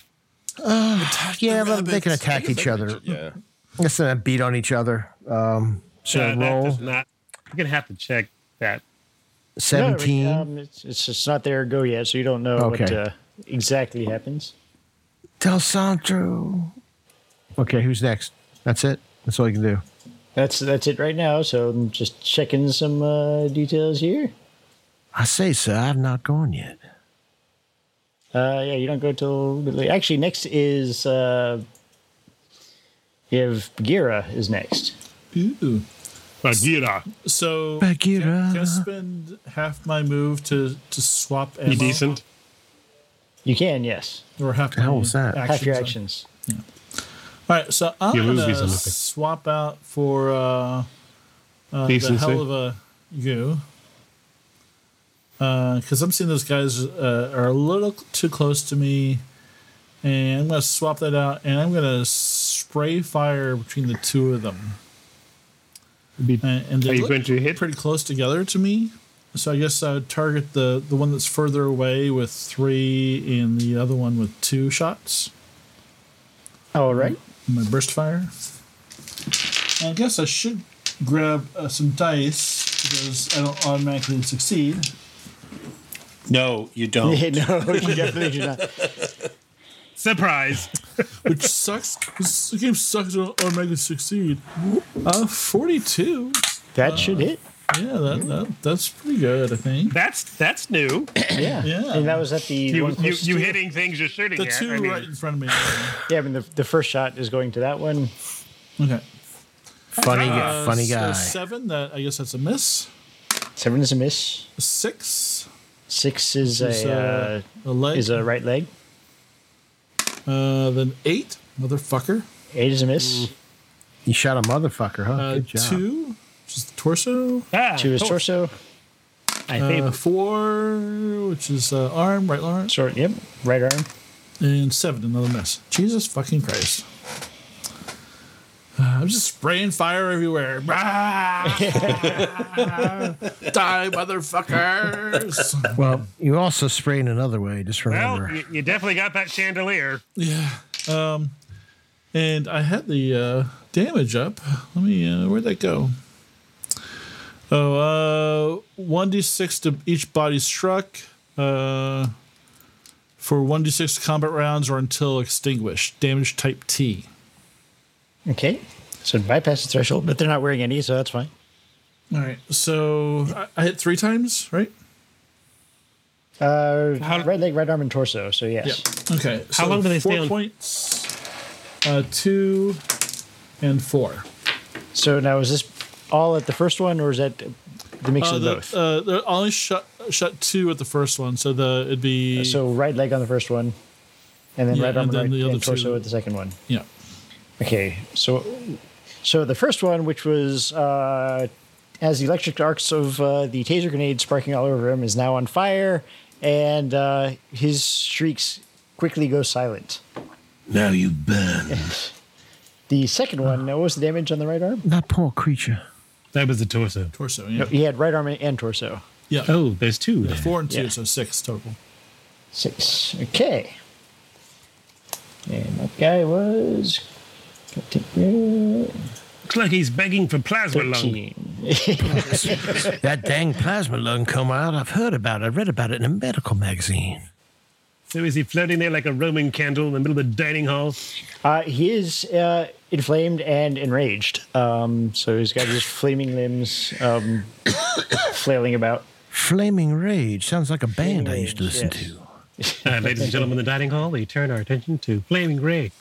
Speaker 5: Yeah, but they can attack each other.
Speaker 4: Yeah.
Speaker 5: Let's not beat on each other. Um, should
Speaker 6: Uh,
Speaker 5: I
Speaker 6: that
Speaker 5: roll
Speaker 6: does not. You're gonna have to check that.
Speaker 3: No, it-
Speaker 5: 17?
Speaker 3: um, it's, it's just not there go yet, so you don't know what
Speaker 5: Okay.
Speaker 3: uh, exactly happens.
Speaker 5: Del Santro. Okay, who's next? That's it. That's all you can do.
Speaker 3: That's that's it right now. So I'm just checking some uh, details here.
Speaker 5: I say, sir, I've not gone yet.
Speaker 3: Uh, yeah, you don't go till actually next is uh, you have Gira is next.
Speaker 2: Ooh.
Speaker 6: Bagheera.
Speaker 2: So
Speaker 5: Bagheera.
Speaker 2: Can, can I spend half my move to to swap ammo?
Speaker 6: You decent?
Speaker 3: You can yes,
Speaker 2: Or half
Speaker 5: hell
Speaker 2: my
Speaker 5: was that?
Speaker 3: half your
Speaker 2: sorry.
Speaker 3: actions.
Speaker 2: All right, so I'm
Speaker 6: You lose
Speaker 2: gonna
Speaker 6: these Olympics.
Speaker 2: swap out for uh, uh, the
Speaker 6: Decency.
Speaker 2: hell of a you, because I'm seeing those guys uh, are a little too close to me, and I'm gonna swap that out, and I'm gonna spray fire between the two of them.
Speaker 6: Be-
Speaker 2: And, and
Speaker 6: Are
Speaker 2: they
Speaker 6: you
Speaker 2: look
Speaker 6: going to hit?
Speaker 2: pretty close together to me, so I guess I would target the the one that's further away with three, and the other one with two shots.
Speaker 3: All Oh, right.
Speaker 2: my burst fire. I guess I should grab uh, some dice because I don't automatically succeed.
Speaker 1: No, you don't.
Speaker 3: Yeah, no, you definitely do not.
Speaker 6: Surprise.
Speaker 2: Which sucks. 'cause This game sucks. I don't automatically succeed. Uh, forty-two.
Speaker 3: That should hit.
Speaker 2: Yeah, that, that that's pretty good, I think.
Speaker 6: That's that's new.
Speaker 3: Yeah.
Speaker 2: Yeah.
Speaker 3: And that was at the
Speaker 6: You
Speaker 3: one
Speaker 6: you,
Speaker 3: closest
Speaker 6: you
Speaker 3: to
Speaker 6: hitting things you're shooting
Speaker 2: The
Speaker 6: at.
Speaker 2: two
Speaker 6: I mean,
Speaker 2: right in front of me.
Speaker 3: Yeah, I mean the, the first shot is going to that one.
Speaker 2: Okay.
Speaker 5: Funny, guy.
Speaker 2: Uh,
Speaker 5: funny
Speaker 2: so
Speaker 5: guy.
Speaker 2: seven. That I guess that's a miss.
Speaker 3: Seven is a miss.
Speaker 2: Six
Speaker 3: Six is
Speaker 2: is
Speaker 3: a
Speaker 2: a,
Speaker 3: uh,
Speaker 2: a leg.
Speaker 3: is a right leg.
Speaker 2: uh, then eight, motherfucker.
Speaker 3: Eight is a miss.
Speaker 2: Mm.
Speaker 5: you shot a motherfucker, huh?
Speaker 2: Uh,
Speaker 5: Good job.
Speaker 2: two, which is the torso.
Speaker 6: ah,
Speaker 3: Two is
Speaker 6: cool.
Speaker 3: torso.
Speaker 6: I think
Speaker 2: Uh, four, which is uh, arm, right arm,
Speaker 3: Sort yep. Right arm.
Speaker 2: and seven, another miss. Jesus fucking Christ! Uh, I'm just spraying fire everywhere. Ah! Die, motherfuckers!
Speaker 5: Well, you also sprayed another way. Just remember.
Speaker 6: well, you, you definitely got that chandelier.
Speaker 2: yeah. Um, and I had the uh, damage up. Let me. Uh, where'd that go? Oh, uh, 1d6 to each body struck uh, for 1d6 combat rounds or until extinguished. Damage type T.
Speaker 3: Okay. So it bypassed the threshold, but they're not wearing any, so that's fine.
Speaker 2: All right. So I, I hit three times, right?
Speaker 3: Uh,
Speaker 6: How-
Speaker 3: right leg, right arm, and torso. So yes.
Speaker 2: Okay.
Speaker 6: How long do they
Speaker 2: four
Speaker 6: stay on-
Speaker 2: points, uh, two, and four.
Speaker 3: So now is this all at the first one, or is that the mix
Speaker 2: Uh,
Speaker 3: of
Speaker 2: the,
Speaker 3: both?
Speaker 2: uh, the- I only shot shot two at the first one, so the it'd be
Speaker 3: Uh, so right leg on the first one, and then
Speaker 2: Yeah,
Speaker 3: right
Speaker 2: and
Speaker 3: arm and,
Speaker 2: then
Speaker 3: right
Speaker 2: the other
Speaker 3: and torso
Speaker 2: two.
Speaker 3: at the second one.
Speaker 2: yeah.
Speaker 3: Okay, so so the first one, which was uh, has the electric arcs of uh, the taser grenade sparking all over him, is now on fire, and uh, his shrieks quickly go silent.
Speaker 9: Now you burn.
Speaker 3: The second one, now, what was the damage on the right arm?
Speaker 5: that poor creature.
Speaker 6: That was the torso.
Speaker 2: Torso, yeah,
Speaker 3: He had right arm and torso.
Speaker 2: yeah.
Speaker 6: Oh, there's two. there.
Speaker 2: Four and two,
Speaker 3: Yeah.
Speaker 2: so six total.
Speaker 3: Six. Okay. And that guy was.
Speaker 6: Looks like he's begging for plasma lung.
Speaker 3: 13.
Speaker 5: That dang plasma lung come out. I've heard about it. I read about it in a medical magazine.
Speaker 6: So is he floating there like a Roman candle in the middle of the dining hall?
Speaker 3: Uh, he is uh, inflamed and enraged. Um, so he's got his flaming limbs um, flailing about.
Speaker 5: Flaming Rage sounds like a band I
Speaker 3: Flaming
Speaker 5: used to
Speaker 3: Rage,
Speaker 5: listen
Speaker 3: yes.
Speaker 5: to.
Speaker 6: Uh, ladies and gentlemen, in the dining hall, we turn our attention to Flaming Ray.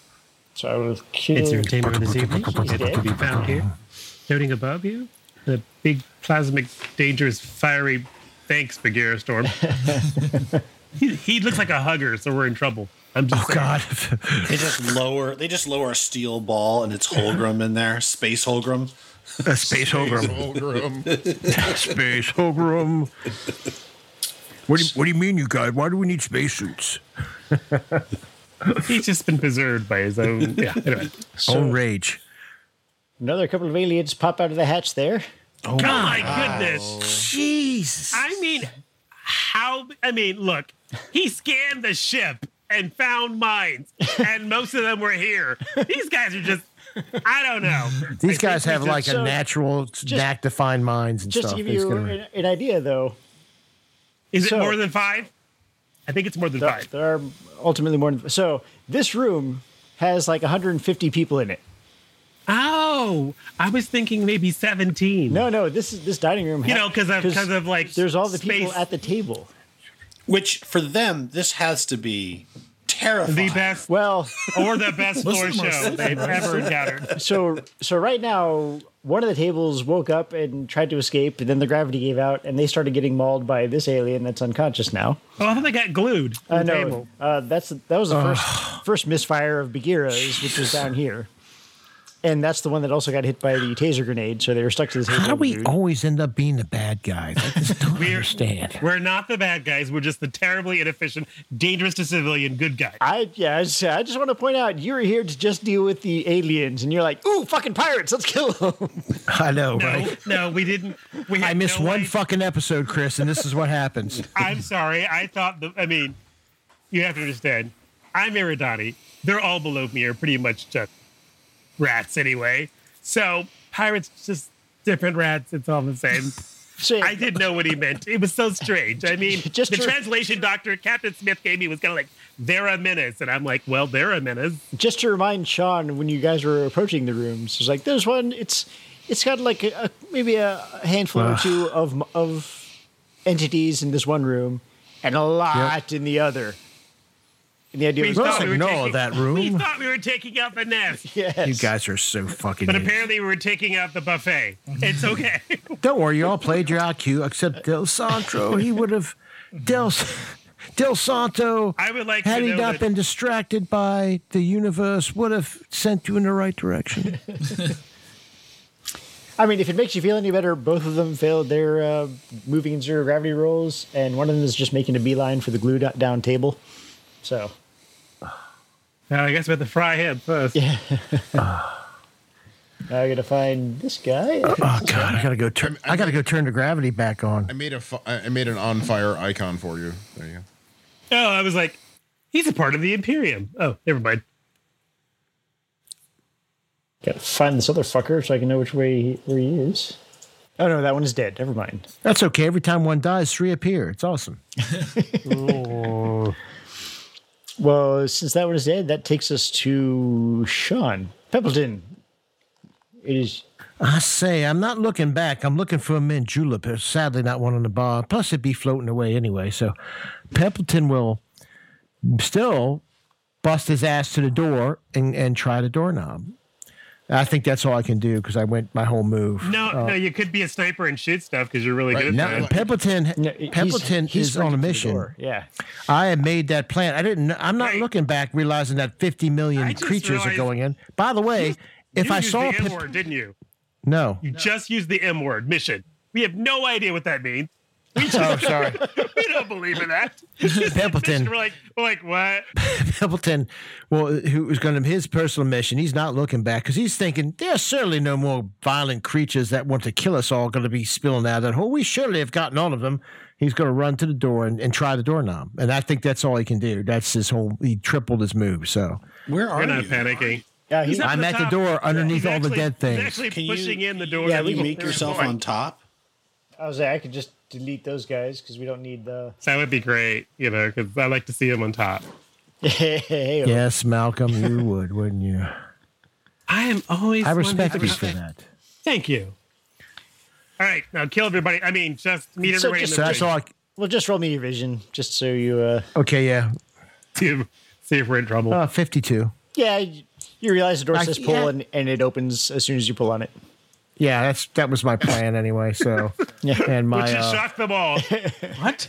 Speaker 3: So I will
Speaker 6: It's your
Speaker 3: kill.
Speaker 6: entertainment for this evening. It can be found here, floating above you. The big plasmic, dangerous, fiery, thanks, Bagheera Storm. he, he looks like a hugger, so we're in trouble. I'm just
Speaker 5: Oh God!
Speaker 1: They just lower. They just lower a steel ball, and it's Holgram in there, Space Holgram.
Speaker 5: a space hologram.
Speaker 4: Holgram.
Speaker 5: Space hologram. What do, you, what do you mean, you guys? Why do we need spacesuits?
Speaker 6: He's just been preserved by his own. Yeah. Anyway.
Speaker 5: Oh, rage.
Speaker 3: Another couple of aliens pop out of the hatch there.
Speaker 6: Oh my, goodness.
Speaker 5: Jesus.
Speaker 6: I mean, how? I mean, look, he scanned the ship and found mines, and most of them were here. These guys are just. I don't know.
Speaker 5: These guys have like a
Speaker 3: so-
Speaker 5: natural knack to find mines and
Speaker 3: Just
Speaker 5: stuff.
Speaker 3: to give
Speaker 5: It's
Speaker 3: you
Speaker 5: gonna-
Speaker 3: an, an idea, though,
Speaker 6: Is it
Speaker 3: So-
Speaker 6: more than five? I think it's more than
Speaker 3: there,
Speaker 6: five.
Speaker 3: there are ultimately more. than- So this room has like 150 people in it.
Speaker 6: Oh, I was thinking maybe seventeen.
Speaker 3: No, no, this is this dining room.
Speaker 6: You know, 'cause of- 'cause of, like,
Speaker 3: there's all the people
Speaker 6: space.
Speaker 3: at the table.
Speaker 1: Which for them, this has to be terrifying.
Speaker 6: the best
Speaker 3: Well,
Speaker 6: or the best floor show they've ever encountered.
Speaker 3: so so right now, one of the tables woke up and tried to escape, and then the gravity gave out, and they started getting mauled by this alien that's unconscious now.
Speaker 6: Oh, I thought they got glued. to
Speaker 3: I
Speaker 6: the
Speaker 3: know.
Speaker 6: table.
Speaker 3: Uh, that's that was the first first misfire of Bagheera's, which was down here, and that's the one that also got hit by the taser grenade. So they were stuck to this.
Speaker 5: How do we always end up being the bad guys? I just don't understand.
Speaker 6: We're not the bad guys. We're just the terribly inefficient, dangerous to civilian good guys.
Speaker 3: I yeah, I just, I just want to point out you're here to just deal with the aliens, and you're like, ooh, fucking pirates, let's kill them.
Speaker 5: I know, right?
Speaker 6: No, no, we didn't. We
Speaker 5: I
Speaker 6: had
Speaker 5: missed
Speaker 6: no
Speaker 5: one
Speaker 6: idea.
Speaker 5: fucking episode, Chris, and this is what happens.
Speaker 6: I'm sorry. I thought the. I mean, you have to understand. I'm Iridani. They're all below me are pretty much just rats anyway. So pirates just different rats. It's all the same.
Speaker 3: So,
Speaker 6: I didn't know what he meant. It was so strange. I mean,
Speaker 3: Just
Speaker 6: the
Speaker 3: to-
Speaker 6: translation doctor Captain Smith gave me was kind of like they're a menace, and I'm like, well, they're a menace.
Speaker 3: just to remind Sean, when you guys were approaching the rooms, it was like, there's one. It's it's got like a, a- maybe a handful or two of of entities in this one room, and a lot in the other. And the idea
Speaker 6: We
Speaker 3: was
Speaker 6: thought
Speaker 5: Let's
Speaker 6: we were
Speaker 5: ignore
Speaker 6: taking-
Speaker 5: that
Speaker 6: We
Speaker 5: room.
Speaker 6: thought we were taking up a nest,
Speaker 5: You
Speaker 3: yes.
Speaker 5: guys are so fucking.
Speaker 6: but
Speaker 5: idiots.
Speaker 6: apparently we were taking out the buffet. It's okay.
Speaker 5: Don't worry, y'all played your IQ, except Del Santo. He would have Del Del Santo.
Speaker 6: I would like
Speaker 5: had
Speaker 6: to
Speaker 5: he
Speaker 6: know
Speaker 5: not
Speaker 6: that-
Speaker 5: been distracted by the universe, would have sent you in the right direction.
Speaker 3: I mean, if it makes you feel any better, both of them failed their uh, moving and zero gravity rolls, and one of them is just making a beeline for the glued down table. So
Speaker 6: Now I guess we have to fry him first.
Speaker 3: now I got to find this guy.
Speaker 5: Oh God, I gotta go turn. I gotta go turn the gravity back on.
Speaker 4: I made a fi- I made an on fire icon for you. There you go.
Speaker 6: Oh, I was like, he's a part of the Imperium. Oh, never mind.
Speaker 3: Got to find this other fucker so I can know which way he, where he is. Oh no, that one is dead. Never mind.
Speaker 5: That's okay. Every time one dies, three appear. It's awesome.
Speaker 3: Well, since that one is dead, that takes us to Sean Peppleton. It is
Speaker 5: I say, I'm not looking back. I'm looking for a mint julep. There's sadly not one on the bar. Plus, it'd be floating away anyway. So, Peppleton will still bust his ass to the door and, and try the doorknob. I think that's all I can do because I went my whole move.
Speaker 6: No, no, you could be a sniper and shoot stuff because you're really
Speaker 4: Right,
Speaker 6: good.
Speaker 5: Now,
Speaker 6: at
Speaker 4: no.
Speaker 6: that.
Speaker 5: Peppleton,
Speaker 3: no, he's-
Speaker 5: Peppleton
Speaker 3: he's
Speaker 5: is on a
Speaker 3: breaking through the
Speaker 5: mission.
Speaker 3: door. Yeah,
Speaker 5: I had made that plan. I didn't. I'm not
Speaker 6: Right.
Speaker 5: looking back, realizing that 50
Speaker 6: I
Speaker 5: million
Speaker 6: just
Speaker 5: creatures are
Speaker 6: realized-
Speaker 5: going in. By the way, if
Speaker 6: you
Speaker 5: I
Speaker 6: used
Speaker 5: saw
Speaker 6: the M
Speaker 5: Pep-
Speaker 6: word, didn't you?
Speaker 5: no,
Speaker 6: You just used the M word mission. We have no idea what that means.
Speaker 5: oh sorry,
Speaker 6: We don't believe in that.
Speaker 5: Peppleton.
Speaker 6: We're like, we're like what?
Speaker 5: Templeton, well, who was going to his personal mission? He's not looking back because he's thinking there's certainly no more violent creatures that want to kill us all going to be spilling out of that hole. We surely have gotten all of them. He's going to run to the door and, and try the doorknob, and I think that's all he can do. That's his whole. He tripled his move, so
Speaker 1: Where are
Speaker 6: We're not
Speaker 1: you?
Speaker 6: panicking.
Speaker 3: yeah. He,
Speaker 6: He's up
Speaker 5: I'm
Speaker 6: to
Speaker 5: at the
Speaker 6: top.
Speaker 5: door underneath
Speaker 6: He's
Speaker 5: all the
Speaker 6: actually-
Speaker 5: dead things.
Speaker 6: He's actually
Speaker 1: Can you-
Speaker 6: pushing in the door.
Speaker 1: Yeah,
Speaker 6: that
Speaker 1: you
Speaker 6: you-
Speaker 1: make yourself on top.
Speaker 3: I was like, I could just delete those guys because we don't need the.
Speaker 6: That would be great, you know, because I like to see him on top.
Speaker 3: yeah.
Speaker 5: yes, Malcolm, you would, wouldn't you?
Speaker 6: I am always.
Speaker 5: I
Speaker 6: one
Speaker 5: respect
Speaker 6: who-
Speaker 5: you for that.
Speaker 6: Thank you. All right, now kill everybody. I mean, just meet
Speaker 3: So
Speaker 6: everybody
Speaker 3: just-
Speaker 5: So
Speaker 6: in the
Speaker 5: that's
Speaker 6: ring.
Speaker 5: all. I,
Speaker 3: Well, just roll me your vision, just so you. uh
Speaker 5: okay, yeah,
Speaker 6: See if, see if we're in trouble.
Speaker 5: uh, fifty-two.
Speaker 3: Yeah, you realize the door
Speaker 5: I-
Speaker 3: says pull,
Speaker 5: yeah.
Speaker 3: and, and it opens as soon as you pull on it.
Speaker 5: Yeah, that's that was my plan anyway. So, and my
Speaker 6: Which is
Speaker 5: uh,
Speaker 6: shock them all. what?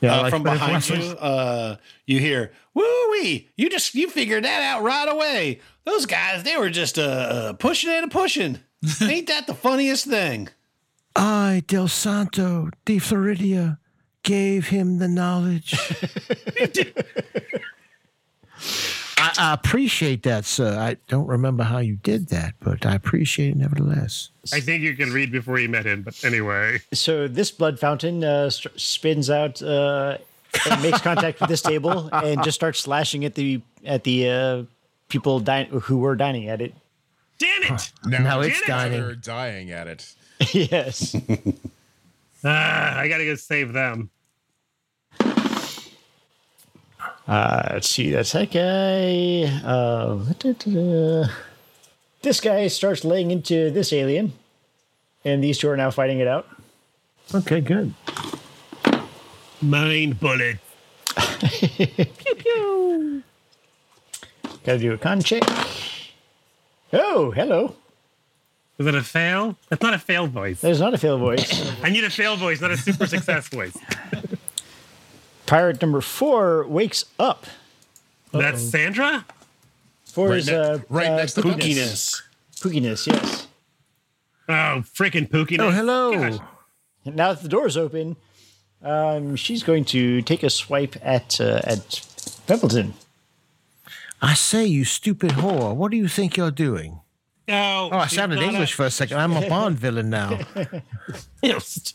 Speaker 5: yeah,
Speaker 1: Uh,
Speaker 5: like-
Speaker 1: from behind you, uh, you hear "woo wee." You just you figured that out right away. Those guys, they were just uh, pushing and pushing. Ain't that the funniest thing?
Speaker 5: I, Del Santo de Floridia, gave him the knowledge. I, I appreciate that, sir. I don't remember how you did that, but I appreciate it nevertheless.
Speaker 6: I think you can read before you met him, but anyway.
Speaker 3: So this blood fountain uh, st- spins out uh, and makes contact with this table, and just starts slashing at the at the uh, people din- who were dining at it.
Speaker 6: Damn it!
Speaker 4: Now,
Speaker 5: Now it's
Speaker 4: they're
Speaker 5: dining.
Speaker 4: dying at it.
Speaker 3: yes.
Speaker 6: Ah, I gotta go save them.
Speaker 3: Uh, let's see. That's that guy. Uh, da-da-da. this guy starts laying into this alien, and these two are now fighting it out.
Speaker 5: Okay, good.
Speaker 6: Mind bullet.
Speaker 3: Got to do a con check. Oh, hello.
Speaker 6: Is it a fail? That's not a fail voice.
Speaker 3: That is not a fail voice.
Speaker 6: I need a fail voice, not a super success voice.
Speaker 3: Pirate number four wakes up.
Speaker 6: That's Sandra?
Speaker 3: Four
Speaker 4: Right,
Speaker 3: is
Speaker 4: ne-
Speaker 3: uh,
Speaker 4: right
Speaker 3: uh,
Speaker 4: next to Pookiness.
Speaker 1: Spookiness.
Speaker 3: Pookiness, yes.
Speaker 6: Oh, freaking Pookie.
Speaker 5: Oh, hello.
Speaker 6: Gosh.
Speaker 3: Now that the door is open, um, she's going to take a swipe at uh, at Pimpleton.
Speaker 5: I say, you stupid whore, what do you think you're doing?
Speaker 6: No.
Speaker 5: Oh, I
Speaker 6: she's
Speaker 5: sounded
Speaker 6: not
Speaker 5: English
Speaker 6: A,
Speaker 5: for a second. I'm a Bond villain now.
Speaker 6: yes.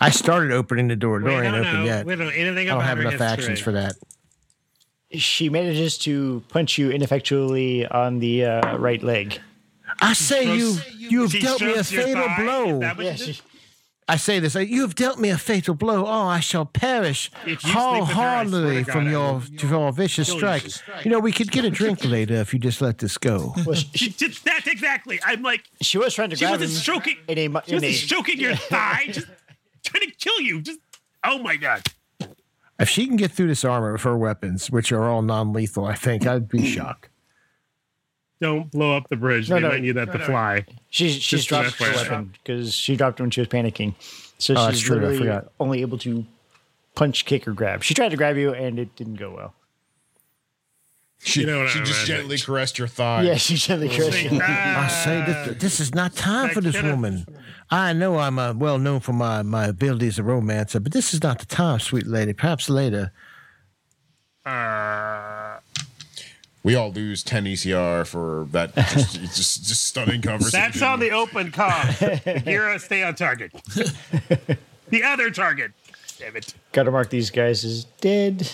Speaker 5: I started opening the door. The
Speaker 6: We
Speaker 5: door
Speaker 6: don't
Speaker 5: ain't
Speaker 6: know.
Speaker 5: open yet.
Speaker 6: We don't know anything
Speaker 5: I don't
Speaker 6: about
Speaker 5: have
Speaker 6: her
Speaker 5: enough actions
Speaker 6: history.
Speaker 5: for that.
Speaker 3: She manages to punch you ineffectually on the uh, right leg.
Speaker 5: I say, you,
Speaker 6: strokes-
Speaker 5: you've
Speaker 6: She
Speaker 5: dealt me a
Speaker 6: strokes your
Speaker 5: fatal
Speaker 6: thigh? Is
Speaker 5: blow.
Speaker 6: that what
Speaker 3: Yeah,
Speaker 6: she
Speaker 3: she,
Speaker 6: did?
Speaker 5: I say this, uh, you have dealt me a fatal blow. Oh, I shall perish
Speaker 6: If you sleep with her, I swear
Speaker 5: wholeheartedly
Speaker 6: to God,
Speaker 5: from
Speaker 6: I
Speaker 5: your, your vicious strikes. You know, we could get a drink later if you just let this go.
Speaker 3: Well, she,
Speaker 6: Just that exactly. I'm like,
Speaker 3: she was trying to
Speaker 6: she
Speaker 3: grab
Speaker 6: wasn't
Speaker 3: him.
Speaker 6: stroking.
Speaker 3: in a mu-
Speaker 6: she wasn't
Speaker 3: in a-
Speaker 6: stroking your thigh. Just trying to kill you. Just oh my god.
Speaker 5: If she can get through this armor with her weapons, which are all non lethal, I think I'd be shocked.
Speaker 6: Don't blow up the bridge.
Speaker 3: No,
Speaker 6: they
Speaker 3: no.
Speaker 6: might need that to fly.
Speaker 3: She's she's
Speaker 6: Just
Speaker 3: dropped
Speaker 6: to
Speaker 3: her
Speaker 6: FYI.
Speaker 3: weapon because she dropped it when she was panicking. So
Speaker 5: Oh, that's
Speaker 3: she's
Speaker 5: true, I
Speaker 3: literally
Speaker 5: forgot.
Speaker 3: only able to punch, kick, or grab. She tried to grab you and it didn't go well.
Speaker 4: She,
Speaker 6: You know what
Speaker 4: she
Speaker 6: I
Speaker 4: just
Speaker 6: meant.
Speaker 4: gently caressed your thigh.
Speaker 3: Yeah, she gently crushed you.
Speaker 5: I say
Speaker 6: Uh,
Speaker 5: this, this is not time for this
Speaker 6: Like, you know-
Speaker 5: woman. I know I'm uh, well known for my, my abilities as a romancer, but this is not the time, sweet lady. Perhaps later.
Speaker 4: We all lose 10 ECR for that just, just, just stunning conversation.
Speaker 6: That's on the open com. Hero, stay on target. the other target. Damn it.
Speaker 3: Got to mark these guys as dead.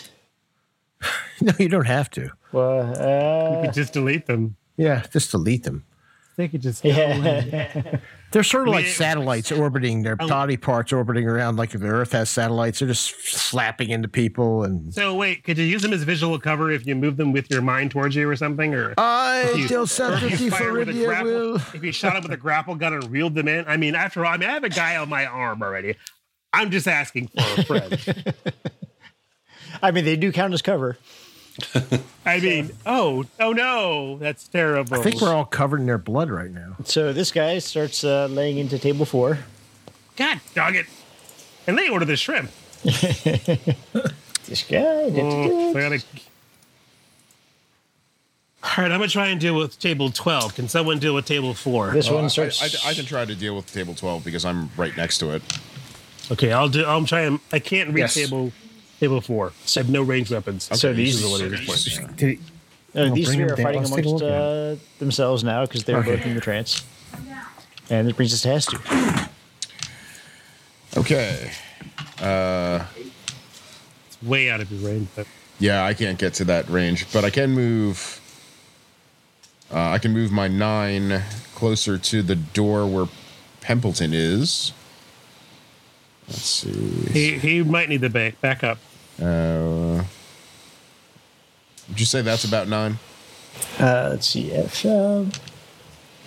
Speaker 5: No, you don't have to.
Speaker 3: Well, uh,
Speaker 6: You just delete them.
Speaker 5: Yeah, just delete them.
Speaker 6: They could just
Speaker 3: yeah.
Speaker 5: They're sort of like
Speaker 6: Yeah.
Speaker 5: satellites orbiting, their body parts orbiting around like if the Earth has satellites. They're just slapping into people and.
Speaker 6: So wait, could you use them as visual cover if you move them with your mind towards you or something? Or
Speaker 5: I
Speaker 6: you-
Speaker 5: del
Speaker 6: or
Speaker 5: Santo
Speaker 6: if
Speaker 5: di
Speaker 6: you fire with a
Speaker 5: Floridia
Speaker 6: grapple,
Speaker 5: will.
Speaker 6: if you shot him with a grapple gun and reeled them in. I mean, after all, I mean, I have a guy on my arm already. I'm just asking for a friend.
Speaker 3: I mean, they do count as cover.
Speaker 6: I mean, oh, oh no, that's terrible.
Speaker 5: I think we're all covered in their blood right now.
Speaker 3: So this guy starts uh, laying into table four.
Speaker 6: God dog it. And they order the shrimp. Oh,
Speaker 3: This guy.
Speaker 6: I gotta- All right, I'm gonna try and deal with table twelve. Can someone deal with table four?
Speaker 3: This
Speaker 4: I,
Speaker 3: one
Speaker 4: I,
Speaker 3: starts.
Speaker 4: I- I can try to deal with table 12 because I'm right next to it.
Speaker 6: Okay, I'll do. I'm trying. I can't
Speaker 2: Yes.
Speaker 6: reach table table four. I have no ranged weapons.
Speaker 3: so these,
Speaker 6: This is what it is.
Speaker 3: uh, these
Speaker 5: bring
Speaker 3: three
Speaker 5: them
Speaker 3: are
Speaker 5: down.
Speaker 3: fighting
Speaker 5: Let's take a
Speaker 3: amongst
Speaker 5: look at
Speaker 3: uh, themselves now because they're
Speaker 5: Okay.
Speaker 3: both in the trance. And this brings us to Hastu.
Speaker 4: Okay.
Speaker 6: It's way out of your range. But
Speaker 4: Yeah, I can't get to that range, but I can move. Uh, I can move my nine closer to the door where Pempleton is. Let's see.
Speaker 6: he he might need the back back up.
Speaker 4: Uh, would you say that's about nine?
Speaker 3: Uh, let's see. F. Um,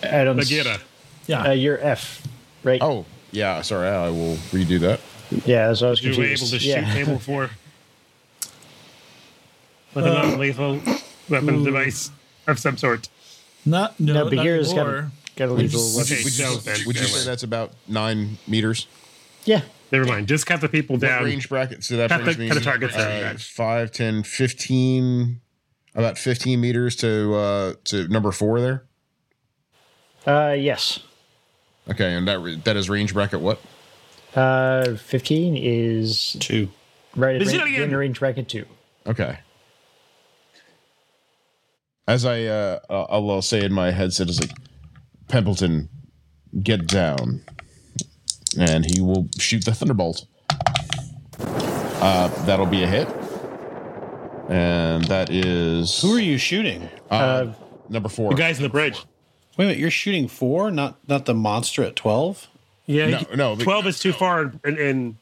Speaker 3: I don't.
Speaker 6: Bagheera.
Speaker 3: Uh, you're F, right?
Speaker 4: Oh, yeah. Sorry, I will redo that.
Speaker 3: yeah. So I was
Speaker 6: You
Speaker 3: confused.
Speaker 6: were able to shoot
Speaker 3: yeah.
Speaker 6: table four with a non-lethal weapon device of some sort.
Speaker 2: Not no,
Speaker 3: Now
Speaker 2: not
Speaker 3: Bagheera's got
Speaker 2: anymore.
Speaker 3: a got a lethal.
Speaker 2: just-
Speaker 3: weapon.
Speaker 6: Okay,
Speaker 4: Would you,
Speaker 6: so then-
Speaker 4: would you say that's about nine meters?
Speaker 3: Yeah.
Speaker 6: Never mind. Just cut the people
Speaker 4: What
Speaker 6: down.
Speaker 4: range bracket? So that
Speaker 6: Cut the-
Speaker 4: brings me
Speaker 6: cut the targets down,
Speaker 4: uh,
Speaker 6: guys.
Speaker 4: 5, 10, 15, about 15 meters to uh, to number four there.
Speaker 3: Uh, yes.
Speaker 4: Okay, and that re- that is range bracket what?
Speaker 3: Uh, fifteen is
Speaker 7: Two.
Speaker 3: right at
Speaker 6: Is it
Speaker 3: range,
Speaker 6: again?
Speaker 3: in the range bracket two.
Speaker 4: Okay. As I uh, uh, I'll, I'll say in my headset is like, Pempleton, get down, and he will shoot the thunderbolt. Uh, that'll be a hit, and that is
Speaker 7: Who are you shooting?
Speaker 4: number four.
Speaker 6: The guys in the bridge.
Speaker 7: Wait a minute, you're shooting four, not not the monster at twelve.
Speaker 6: Yeah.
Speaker 4: No,
Speaker 6: you can-
Speaker 4: no, but-
Speaker 6: Twelve is too far, and, and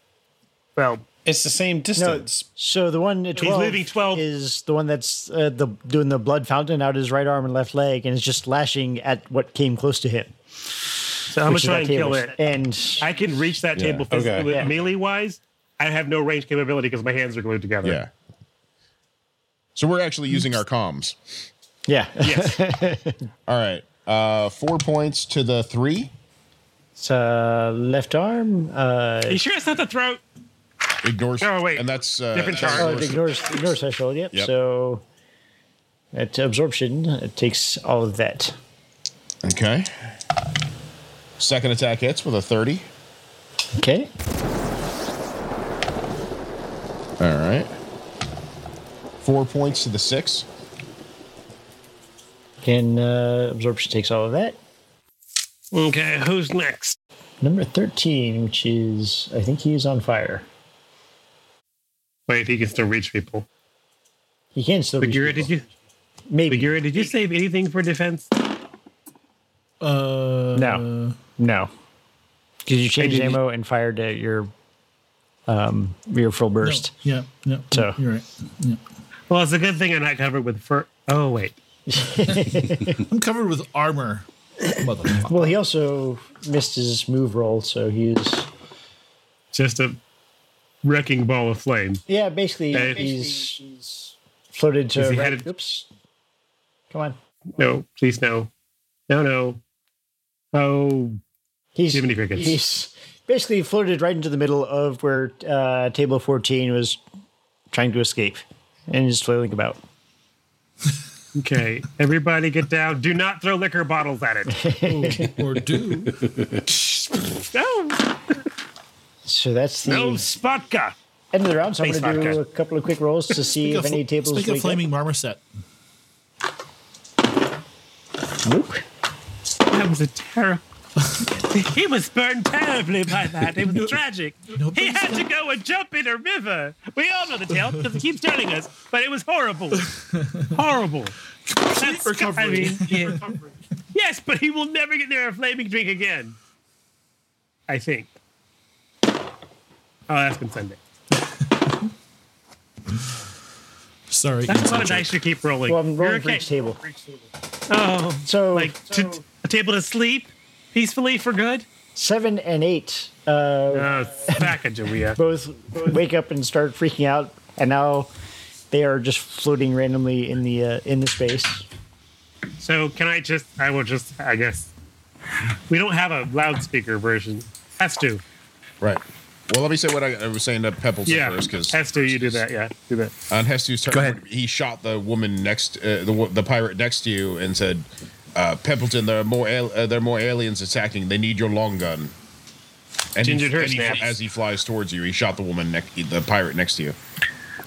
Speaker 6: well,
Speaker 7: It's the same distance.
Speaker 3: So the one at
Speaker 6: He's
Speaker 3: twelve,
Speaker 6: leaving 12.
Speaker 3: is the one that's uh, the doing the blood fountain out his right arm and left leg, and is just lashing at what came close to him.
Speaker 6: so I'm gonna
Speaker 3: which is
Speaker 6: try
Speaker 3: that
Speaker 6: and
Speaker 3: table.
Speaker 6: kill it.
Speaker 3: And
Speaker 6: I can reach that
Speaker 4: Yeah.
Speaker 6: table physically
Speaker 7: Okay.
Speaker 6: with
Speaker 3: Yeah.
Speaker 6: melee wise. I have no range capability because my hands are glued together.
Speaker 4: yeah. So we're actually using our comms.
Speaker 3: yeah,
Speaker 6: Yes.
Speaker 4: All right, uh, four points to the three.
Speaker 3: it's uh, left arm. Uh,
Speaker 6: you sure it's not the throat?
Speaker 4: Ignores.
Speaker 6: Oh, wait.
Speaker 4: and that's uh,
Speaker 6: Different
Speaker 4: that's
Speaker 3: oh,
Speaker 6: charge.
Speaker 3: it ignores ignores threshold. Yep.
Speaker 4: Yep.
Speaker 3: So at absorption, it takes all of that.
Speaker 4: Okay. Second attack hits with a 30.
Speaker 3: Okay.
Speaker 4: All right. Four points to the six.
Speaker 3: And uh, absorption takes all of that.
Speaker 6: Okay, who's next?
Speaker 3: Number thirteen, which is I think he is on fire.
Speaker 6: Wait, he can still reach people.
Speaker 3: He can still reach
Speaker 6: Bagheera,
Speaker 3: people.
Speaker 6: did you
Speaker 3: maybe
Speaker 6: Bagheera, did you save anything for defense?
Speaker 2: Uh,
Speaker 3: no no. Because you changed
Speaker 6: didn't-
Speaker 3: ammo and fired at your um your full burst.
Speaker 2: Yeah, yeah.
Speaker 3: So-
Speaker 2: You're right. Yeah.
Speaker 6: Well, it's a good thing I'm not covered with fur. Oh wait,
Speaker 2: I'm covered with armor. Motherfucker.
Speaker 3: Well, he also missed his move roll, so he's
Speaker 6: just a wrecking ball of flame.
Speaker 3: yeah. Basically,
Speaker 6: Uh,
Speaker 3: he's floated to.
Speaker 6: Is he
Speaker 3: right-
Speaker 6: headed-
Speaker 3: oops. Come on.
Speaker 6: No, please no, no, no. Oh,
Speaker 3: He's
Speaker 6: Jiminy Crickets.
Speaker 3: he's basically floated right into the middle of where uh, table fourteen was trying to escape and is flailing about.
Speaker 6: okay. Everybody, get down. Do not throw liquor bottles at it.
Speaker 2: Oh, or do.
Speaker 6: No,
Speaker 3: So that's the
Speaker 6: no, spodka.
Speaker 3: end of the round. So I'm
Speaker 6: Space
Speaker 3: going to do
Speaker 6: vodka.
Speaker 3: a couple of quick rolls to see
Speaker 2: Speak
Speaker 3: if
Speaker 2: of-
Speaker 3: any tables
Speaker 2: Speak
Speaker 3: wake
Speaker 2: of
Speaker 3: up.
Speaker 2: flaming marmoset.
Speaker 3: Nope.
Speaker 6: That was a terrible. he was burned terribly by that. It was tragic. he had to go and jump in a river. We all know the tale because it keeps telling us, but it was horrible. horrible. That's,
Speaker 2: recovery.
Speaker 6: I mean, yeah. Yes, but he will never get near a flaming drink again. I think. I'll ask him Sunday.
Speaker 2: Sorry.
Speaker 6: That's
Speaker 2: inside
Speaker 6: what I
Speaker 2: joke.
Speaker 6: should keep rolling.
Speaker 3: Well, I'm
Speaker 6: You're
Speaker 3: rolling for
Speaker 6: okay.
Speaker 3: each table.
Speaker 6: Oh,
Speaker 3: So
Speaker 6: like to, a table to sleep peacefully for good.
Speaker 3: seven and eight uh,
Speaker 6: Uh, back at Julia.
Speaker 3: both wake up and start freaking out, and now they are just floating randomly in the uh, in the space.
Speaker 6: So can I just? I will just. I guess we don't have a loudspeaker version. Has to.
Speaker 4: Right. Well, let me say what I, I was saying to Pebbles
Speaker 6: Yeah.
Speaker 4: first, because
Speaker 6: Has to. You do that. Yeah. Do that.
Speaker 4: on Hestu's turn,
Speaker 5: Go ahead.
Speaker 4: he shot the woman next, uh, the wo- the pirate next to you, and said, uh, "Pimpleton, there are more al- uh, there are more aliens attacking. They need your long gun." And he-
Speaker 6: Ginger her
Speaker 4: and he-
Speaker 6: snaps.
Speaker 4: as he flies towards you, he shot the woman, next, the pirate next to you.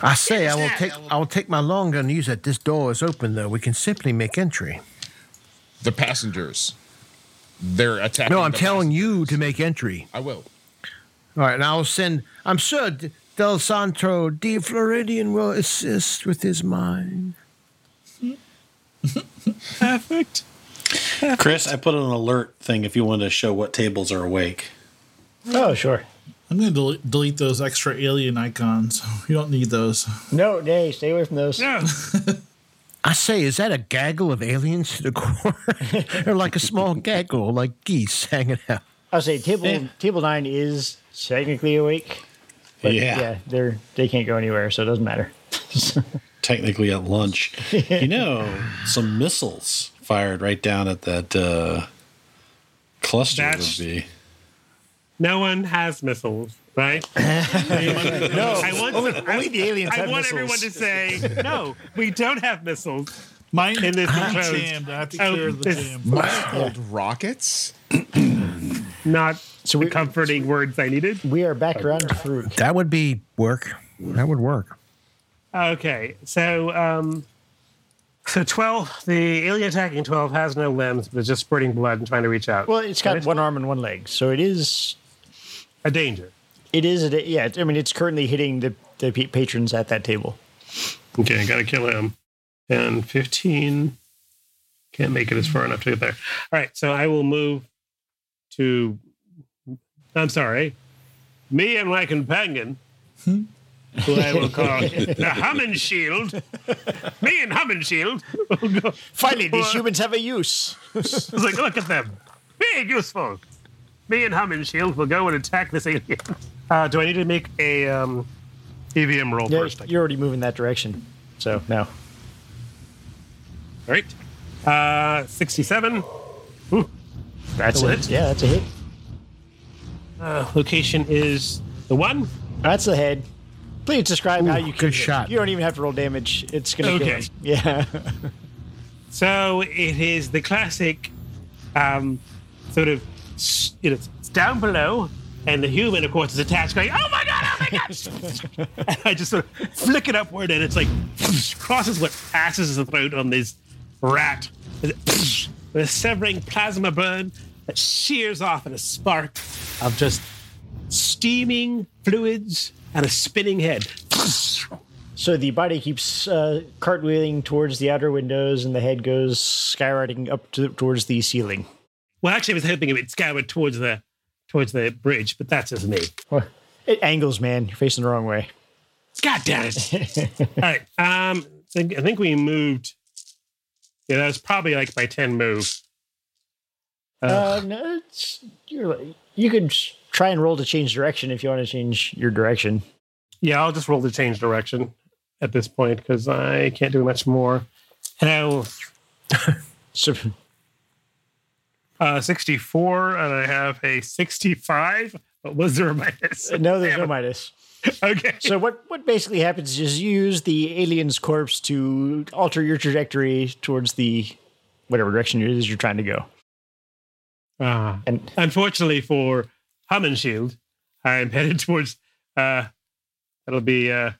Speaker 5: I say I will take I will take my long gun and use it. This door is open though. We can simply make entry.
Speaker 4: The passengers, they're attacking.
Speaker 5: No, I'm
Speaker 4: the
Speaker 5: telling
Speaker 4: pass-
Speaker 5: you to make entry.
Speaker 4: I will.
Speaker 5: All right, and I'll send. I'm sure D- Del Santo de Floridian will assist with his mind.
Speaker 6: Perfect.
Speaker 7: Chris, I put an alert thing if you wanted to show what tables are awake.
Speaker 3: Oh, sure.
Speaker 2: I'm going to del- delete those extra alien icons. You don't need those.
Speaker 3: No, nay, stay away from those.
Speaker 6: No.
Speaker 5: I say, is that a gaggle of aliens to the core, or like a small gaggle, like geese hanging out?
Speaker 3: I'll say table
Speaker 7: Yeah.
Speaker 3: table nine is technically awake. But yeah.
Speaker 7: Yeah.
Speaker 3: they're they can't go anywhere, so it doesn't matter.
Speaker 7: Technically at lunch. you know, some missiles fired right down at that uh, cluster
Speaker 6: That's-
Speaker 7: would be.
Speaker 6: No one has missiles, right? no. I want. I,
Speaker 3: the aliens
Speaker 6: I want everyone to say no. We don't have missiles.
Speaker 2: Mine
Speaker 6: In this
Speaker 2: I'm
Speaker 6: enclosed-
Speaker 2: jammed. I have to
Speaker 6: Oh,
Speaker 2: clear the
Speaker 6: this-
Speaker 2: jam.
Speaker 4: Called rockets.
Speaker 6: Not
Speaker 3: So
Speaker 6: the
Speaker 3: we-
Speaker 6: comforting words I needed.
Speaker 3: We are back around to Farouk.
Speaker 5: That would be work. That would work.
Speaker 6: Okay, so um, so twelve. The alien attacking twelve has no limbs, but is just spurting blood and trying to reach out.
Speaker 3: Well, it's got
Speaker 6: Right.
Speaker 3: one arm and one leg, so it is
Speaker 6: a danger.
Speaker 3: it is a, yeah. I mean, it's currently hitting the the pa- patrons at that table.
Speaker 6: Okay, I gotta kill him. And 15. Can't make it as far enough to get there. All right, so I will move to. I'm sorry. Me and my companion, who I will call the Hummenshield. Me and Hummenshield. will go-
Speaker 3: Finally,
Speaker 6: these
Speaker 3: these
Speaker 6: Well-
Speaker 3: humans have a use.
Speaker 6: I was like, look at them. Big, useful. Me and Hummenshield will go and attack this alien. Uh, do I need to make a um, EVM roll
Speaker 3: Yeah,
Speaker 6: first? I
Speaker 3: you're already moving that direction, so no.
Speaker 6: All right. Uh, 67.
Speaker 3: That's
Speaker 6: Still
Speaker 3: a,
Speaker 6: hit?
Speaker 3: yeah, that's a hit.
Speaker 6: Uh, location is the one.
Speaker 3: That's a head. Please describe how you
Speaker 5: good
Speaker 3: kill it.
Speaker 5: shot.
Speaker 3: You don't even have to roll damage. It's gonna
Speaker 6: Okay.
Speaker 3: kill him. Yeah.
Speaker 6: So it is the classic um, sort of, s- you know, it's down below, and the human, of course, is attached, going, oh my God, oh my God. and I just sort of flick it upward, and it's like, crosses what passes the throat on this rat. And it With a severing plasma burn that shears off in a spark of just steaming fluids and a spinning head.
Speaker 3: So the body keeps uh, cartwheeling towards the outer windows, and the head goes skywriting up to, towards the ceiling.
Speaker 6: Well, actually, I was hoping it would scour towards the towards the bridge, but that's just me.
Speaker 3: Well, It angles, man. You're facing the wrong way.
Speaker 6: God damn it! All right. Um, I think, I think we moved. Yeah, that was probably like my ten move.
Speaker 3: Uh, no, it's, you're, you could try and roll to change direction if you want to change your direction.
Speaker 6: Yeah, I'll just roll to change direction at this point because I can't do much more. And I will
Speaker 3: So,
Speaker 6: uh, 64, and I have a 65. But was there a minus?
Speaker 3: no, there's
Speaker 6: Damn
Speaker 3: no
Speaker 6: it.
Speaker 3: Midas.
Speaker 6: Okay.
Speaker 3: So what, what basically happens is you use the alien's corpse to alter your trajectory towards the whatever direction it is you're trying to go.
Speaker 6: Ah.
Speaker 3: And
Speaker 6: unfortunately for Hammenshield, I am headed towards uh that'll be uh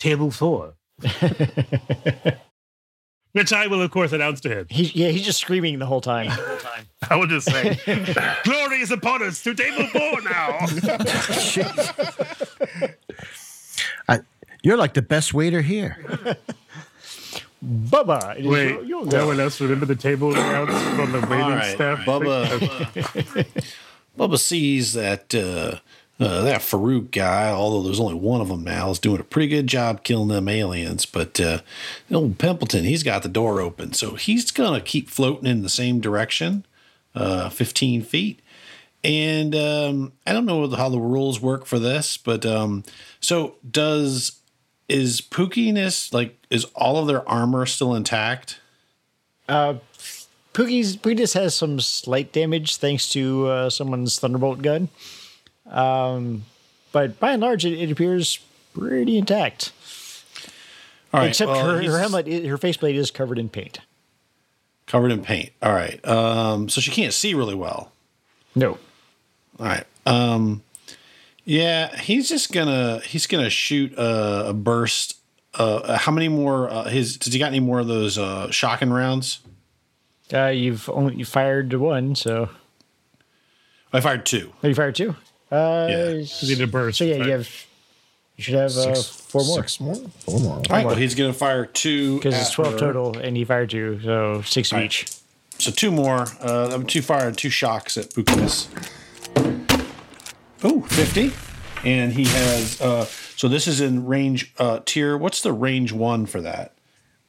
Speaker 6: table four. Which I will of course announce to him.
Speaker 3: he, yeah, he's just screaming the whole time.
Speaker 6: I will just say Glory is upon us to table four now.
Speaker 5: You're like the best waiter here.
Speaker 3: Bubba, it is your-
Speaker 6: Wait,
Speaker 3: your
Speaker 6: no
Speaker 3: go.
Speaker 6: one else remember the table announce from the waiting
Speaker 7: All right,
Speaker 6: staff?
Speaker 7: Bubba. Bubba sees that uh, uh, that Farouk guy, although there's only one of them now, is doing a pretty good job killing them aliens. But uh, old Pimpleton, he's got the door open, so he's gonna keep floating in the same direction, uh, 15 feet. And um, I don't know how the rules work for this, but um, so does is Pookiness like is all of their armor still intact?
Speaker 3: Pookie's Pookie just has some slight damage thanks to uh, someone's thunderbolt gun, um, but by and large, it, it appears pretty intact.
Speaker 7: All right,
Speaker 3: Except
Speaker 7: well,
Speaker 3: her, her
Speaker 7: he's-
Speaker 3: helmet, i- her faceplate is covered in paint.
Speaker 7: covered in paint. All right. Um, so she can't see really well.
Speaker 3: No,
Speaker 7: All right. Um, yeah, he's just gonna he's gonna shoot a, a burst. Uh, how many more? Uh, his did he got any more of those uh, shocking rounds?
Speaker 3: uh, you've only you fired one, so
Speaker 7: I fired two.
Speaker 3: oh, you fired two. Uh,
Speaker 7: Yeah.
Speaker 6: Need a burst.
Speaker 3: So yeah,
Speaker 6: right?
Speaker 3: you have you should have uh, four more
Speaker 4: Six more? Four more.
Speaker 7: All right, but he's gonna fire two
Speaker 3: because it's
Speaker 7: at
Speaker 3: twelve
Speaker 7: her.
Speaker 3: total, and he fired two, so six of
Speaker 7: Uh-huh. Right.
Speaker 3: each.
Speaker 7: So two more. Uh, I'm two fire and two shocks at Bukinis. Oh, 50. And he has. Uh, so this is in range uh, tier. What's the range one for that?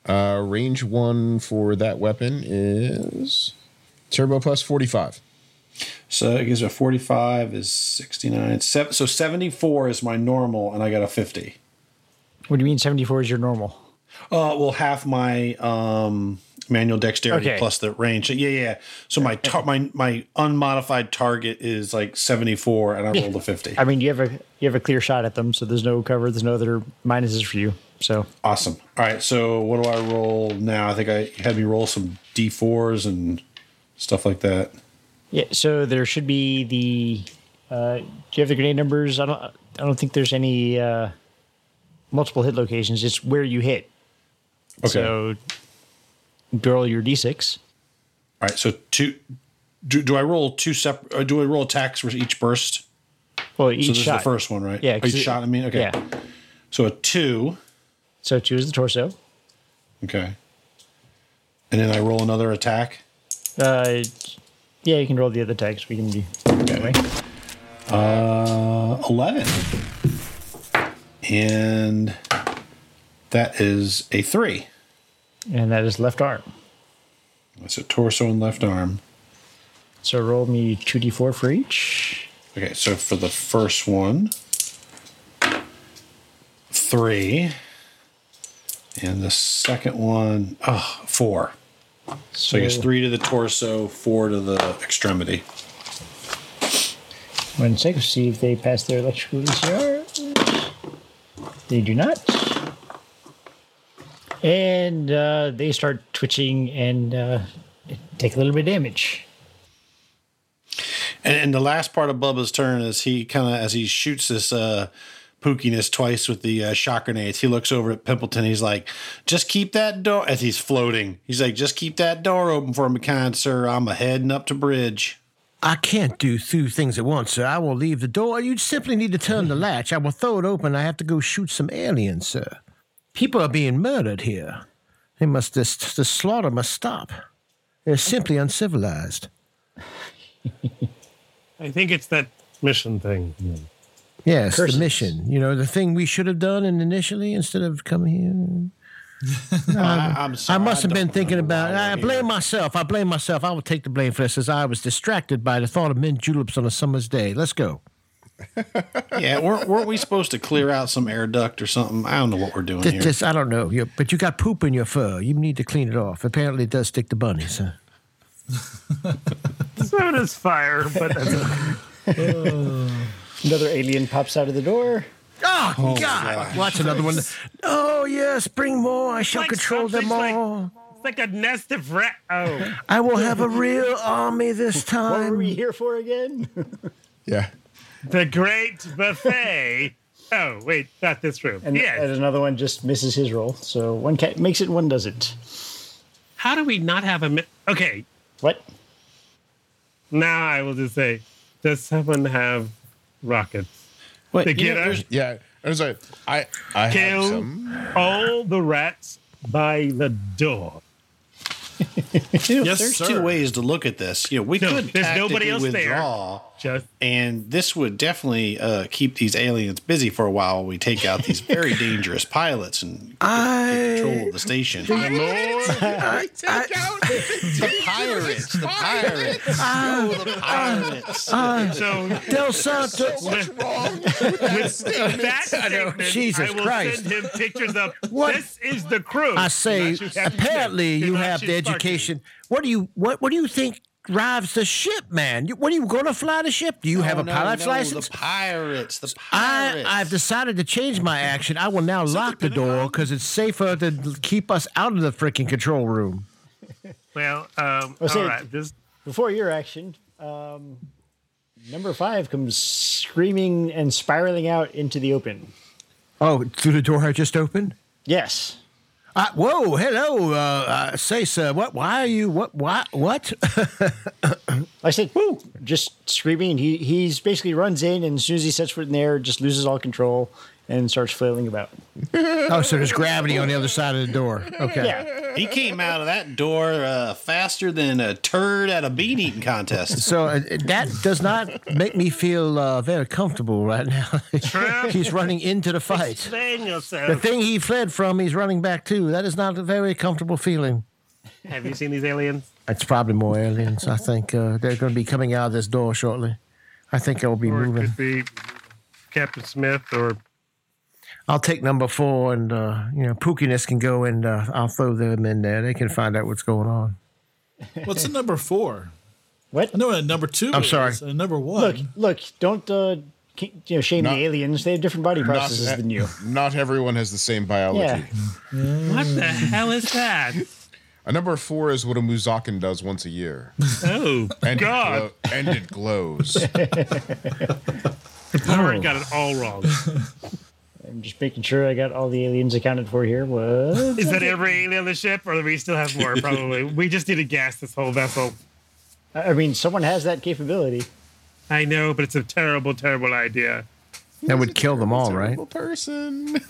Speaker 4: Uh, range one for that weapon is turbo plus 45.
Speaker 7: So it gives me a 45 is 69. Sev- So 74 is my normal, and I got a 50.
Speaker 3: What do you mean seventy four is your normal?
Speaker 7: Uh, well, half my um, manual dexterity
Speaker 3: Okay.
Speaker 7: plus the range. Yeah, yeah. So my tar- my my unmodified target is like 74, and I rolled a 50.
Speaker 3: I mean, you have a you have a clear shot at them, so there's no cover, there's no other minuses for you. So
Speaker 7: Awesome. All right. So what do I roll now? I think I had me roll some d4s and stuff like that.
Speaker 3: yeah, so there should be the. Uh, do you have the grenade numbers? I don't. I don't think there's any uh, multiple hit locations. It's where you hit.
Speaker 7: Okay.
Speaker 3: So roll your d6.
Speaker 7: All right. So two. Do, do I roll two separate? uh, Do I roll attacks for each burst?
Speaker 3: Well, each
Speaker 7: So this
Speaker 3: shot.
Speaker 7: is the first one, right?
Speaker 3: Yeah.
Speaker 7: Oh,
Speaker 3: 'cause
Speaker 7: Each
Speaker 3: it-
Speaker 7: shot. I mean, okay.
Speaker 3: Yeah.
Speaker 7: So a two.
Speaker 3: So two is the torso.
Speaker 7: Okay. And then I roll another attack.
Speaker 3: Uh, yeah, you can roll the other tags. We can do that way.
Speaker 7: Uh, 11. And that is a three.
Speaker 3: And that is left arm.
Speaker 7: That's a torso and left arm.
Speaker 3: So roll me two d4 for each.
Speaker 7: Okay, so for the first one, three. And the second one, oh, four. So I guess three to the torso, four to the extremity.
Speaker 3: One second, see if they pass their electrical ECR. They do not. And uh, they start twitching and uh, take a little bit of damage.
Speaker 7: And, and the last part of Bubba's turn is he kind of as he shoots this uh, pookiness twice with the uh, shock grenades. He looks over at Pimpleton. He's like, "Just keep that door." As he's floating, he's like, "Just keep that door open for me, kind sir. I'm a heading up to bridge."
Speaker 5: I can't do two things at once, sir. I will leave the door. You simply need to turn the latch. I will throw it open. I have to go shoot some aliens, sir. People are being murdered here. They must this the slaughter must stop. They're simply uncivilized.
Speaker 6: I think it's that mission thing.
Speaker 5: Yes,
Speaker 3: Curses.
Speaker 5: the mission. You know, the thing we should have done and initially instead of coming here. No, I,
Speaker 10: I'm
Speaker 5: Um, I
Speaker 10: sorry,
Speaker 5: must have
Speaker 10: don't
Speaker 5: been thinking
Speaker 10: remember
Speaker 5: about. uh,
Speaker 10: why we're
Speaker 5: I
Speaker 10: here.
Speaker 5: blame myself. I blame myself. I will take the blame for this, as I was distracted by the thought of mint juleps on a summer's day. Let's go.
Speaker 7: Yeah, weren't, weren't we supposed to clear out some air duct or something? I don't know what we're doing
Speaker 5: Just,
Speaker 7: here.
Speaker 5: just- I don't know, you but you got poop in your fur. You need to clean it off. Apparently, it does stick to bunnies. Huh?
Speaker 6: So does fire, but that's
Speaker 3: Another alien pops out of the door.
Speaker 5: Oh, God! Watch another one. Oh yes, bring more. I shall
Speaker 6: Like
Speaker 5: control them
Speaker 6: something's like-
Speaker 5: all.
Speaker 6: it's like a nest of rat. Oh,
Speaker 5: I will have a real army this
Speaker 3: What were
Speaker 5: time.
Speaker 3: we here for again?
Speaker 4: Yeah.
Speaker 6: the great buffet. Oh, wait, not this room.
Speaker 3: And,
Speaker 6: yes.
Speaker 3: and another one just misses his roll. So one cat makes it, one doesn't.
Speaker 6: How do we not have a. Mi- okay,
Speaker 3: What?
Speaker 6: now I will just say, does someone have rockets?
Speaker 7: Wait,
Speaker 6: The
Speaker 7: you know,
Speaker 6: kiddo
Speaker 7: there's-
Speaker 4: Yeah. I was like, I, I have
Speaker 6: Kill.
Speaker 4: some.
Speaker 6: all the rats by the door.
Speaker 2: Yes,
Speaker 7: there's
Speaker 2: sir.
Speaker 7: two ways to look at this. You know, we
Speaker 6: No,
Speaker 7: could
Speaker 6: there's nobody
Speaker 7: tactically
Speaker 6: else there.
Speaker 7: withdraw,
Speaker 6: Just
Speaker 7: and this would definitely uh, keep these aliens busy for a while. while We take out these very dangerous pilots and
Speaker 5: I-
Speaker 7: get control of the station. the pirates, the pirates, Oh, the pirates.
Speaker 6: Uh, so
Speaker 5: Del Santo.
Speaker 4: What's wrong with that statement?
Speaker 6: that statement,
Speaker 5: Jesus
Speaker 6: I will
Speaker 5: Christ.
Speaker 6: send him pictures of
Speaker 5: What?
Speaker 6: this is the crew.
Speaker 5: I say,
Speaker 6: Not you have-
Speaker 5: apparently
Speaker 6: Do
Speaker 5: you
Speaker 6: not
Speaker 5: have the
Speaker 6: shoot Sparky.
Speaker 5: education. What do you what What do you think drives the ship, man? You- What are you going to fly the ship? Do you have
Speaker 7: Oh,
Speaker 5: a
Speaker 7: no,
Speaker 5: pilot's
Speaker 7: no,
Speaker 5: license?
Speaker 7: The pirates, the
Speaker 5: I,
Speaker 7: pirates.
Speaker 5: I've decided to change my action. I will now lock the door because it's safer to keep us out of the freaking control room.
Speaker 6: Well, um,
Speaker 7: Oh,
Speaker 3: say-
Speaker 6: all right. This,
Speaker 3: Before your action, um, number five comes screaming and spiraling out into the open.
Speaker 5: Oh, through the door I just opened.
Speaker 3: Yes.
Speaker 5: Uh, whoa, hello, uh, uh, say, sir, what? Why are you? What? Why? What?
Speaker 3: I said, Woo! just screaming. He he's basically runs in, and as soon as he sets foot in there, just loses all control and starts flailing about.
Speaker 5: oh, so there's gravity on the other side of the door. Okay.
Speaker 3: Yeah,
Speaker 7: he came out of that door uh, faster than a turd at a bean eating contest.
Speaker 5: So uh, that does not make me feel uh, very comfortable right now. he's running into the fight.
Speaker 6: explain
Speaker 5: The
Speaker 6: yourself.
Speaker 5: thing he fled from, he's running back to. That is not a very comfortable feeling.
Speaker 6: have you seen these aliens?
Speaker 5: It's probably more aliens. I think uh, they're going to be coming out of this door shortly. I think they'll be
Speaker 6: Or it
Speaker 5: moving.
Speaker 6: could be Captain Smith or
Speaker 5: I'll take number four, and uh, you know, Pookiness can go, and uh, I'll throw them in there. They can find out what's going on.
Speaker 2: What's in number four?
Speaker 3: What?
Speaker 2: I know what a number two.
Speaker 5: I'm
Speaker 2: is,
Speaker 5: sorry.
Speaker 2: and a number one.
Speaker 3: Look, look, don't uh, ki- you know shame
Speaker 4: Not-
Speaker 3: the aliens. They have different body processes
Speaker 4: Not- e-
Speaker 3: than you.
Speaker 4: Not everyone has the same biology.
Speaker 3: Yeah.
Speaker 6: what the hell is that?
Speaker 4: A number four is what a Muzakin does once a year.
Speaker 6: Oh
Speaker 4: And, it,
Speaker 6: God!
Speaker 4: glow- and it glows.
Speaker 6: Lauren got it all wrong.
Speaker 3: I'm just making sure I got all the aliens accounted for here. What?
Speaker 6: Is that every alien on the ship, or do we still have more? Probably. we just need to gas this whole vessel.
Speaker 3: I I mean, someone has that capability.
Speaker 6: I know, but it's a terrible, terrible idea.
Speaker 5: That would kill them all, right?
Speaker 4: Terrible person.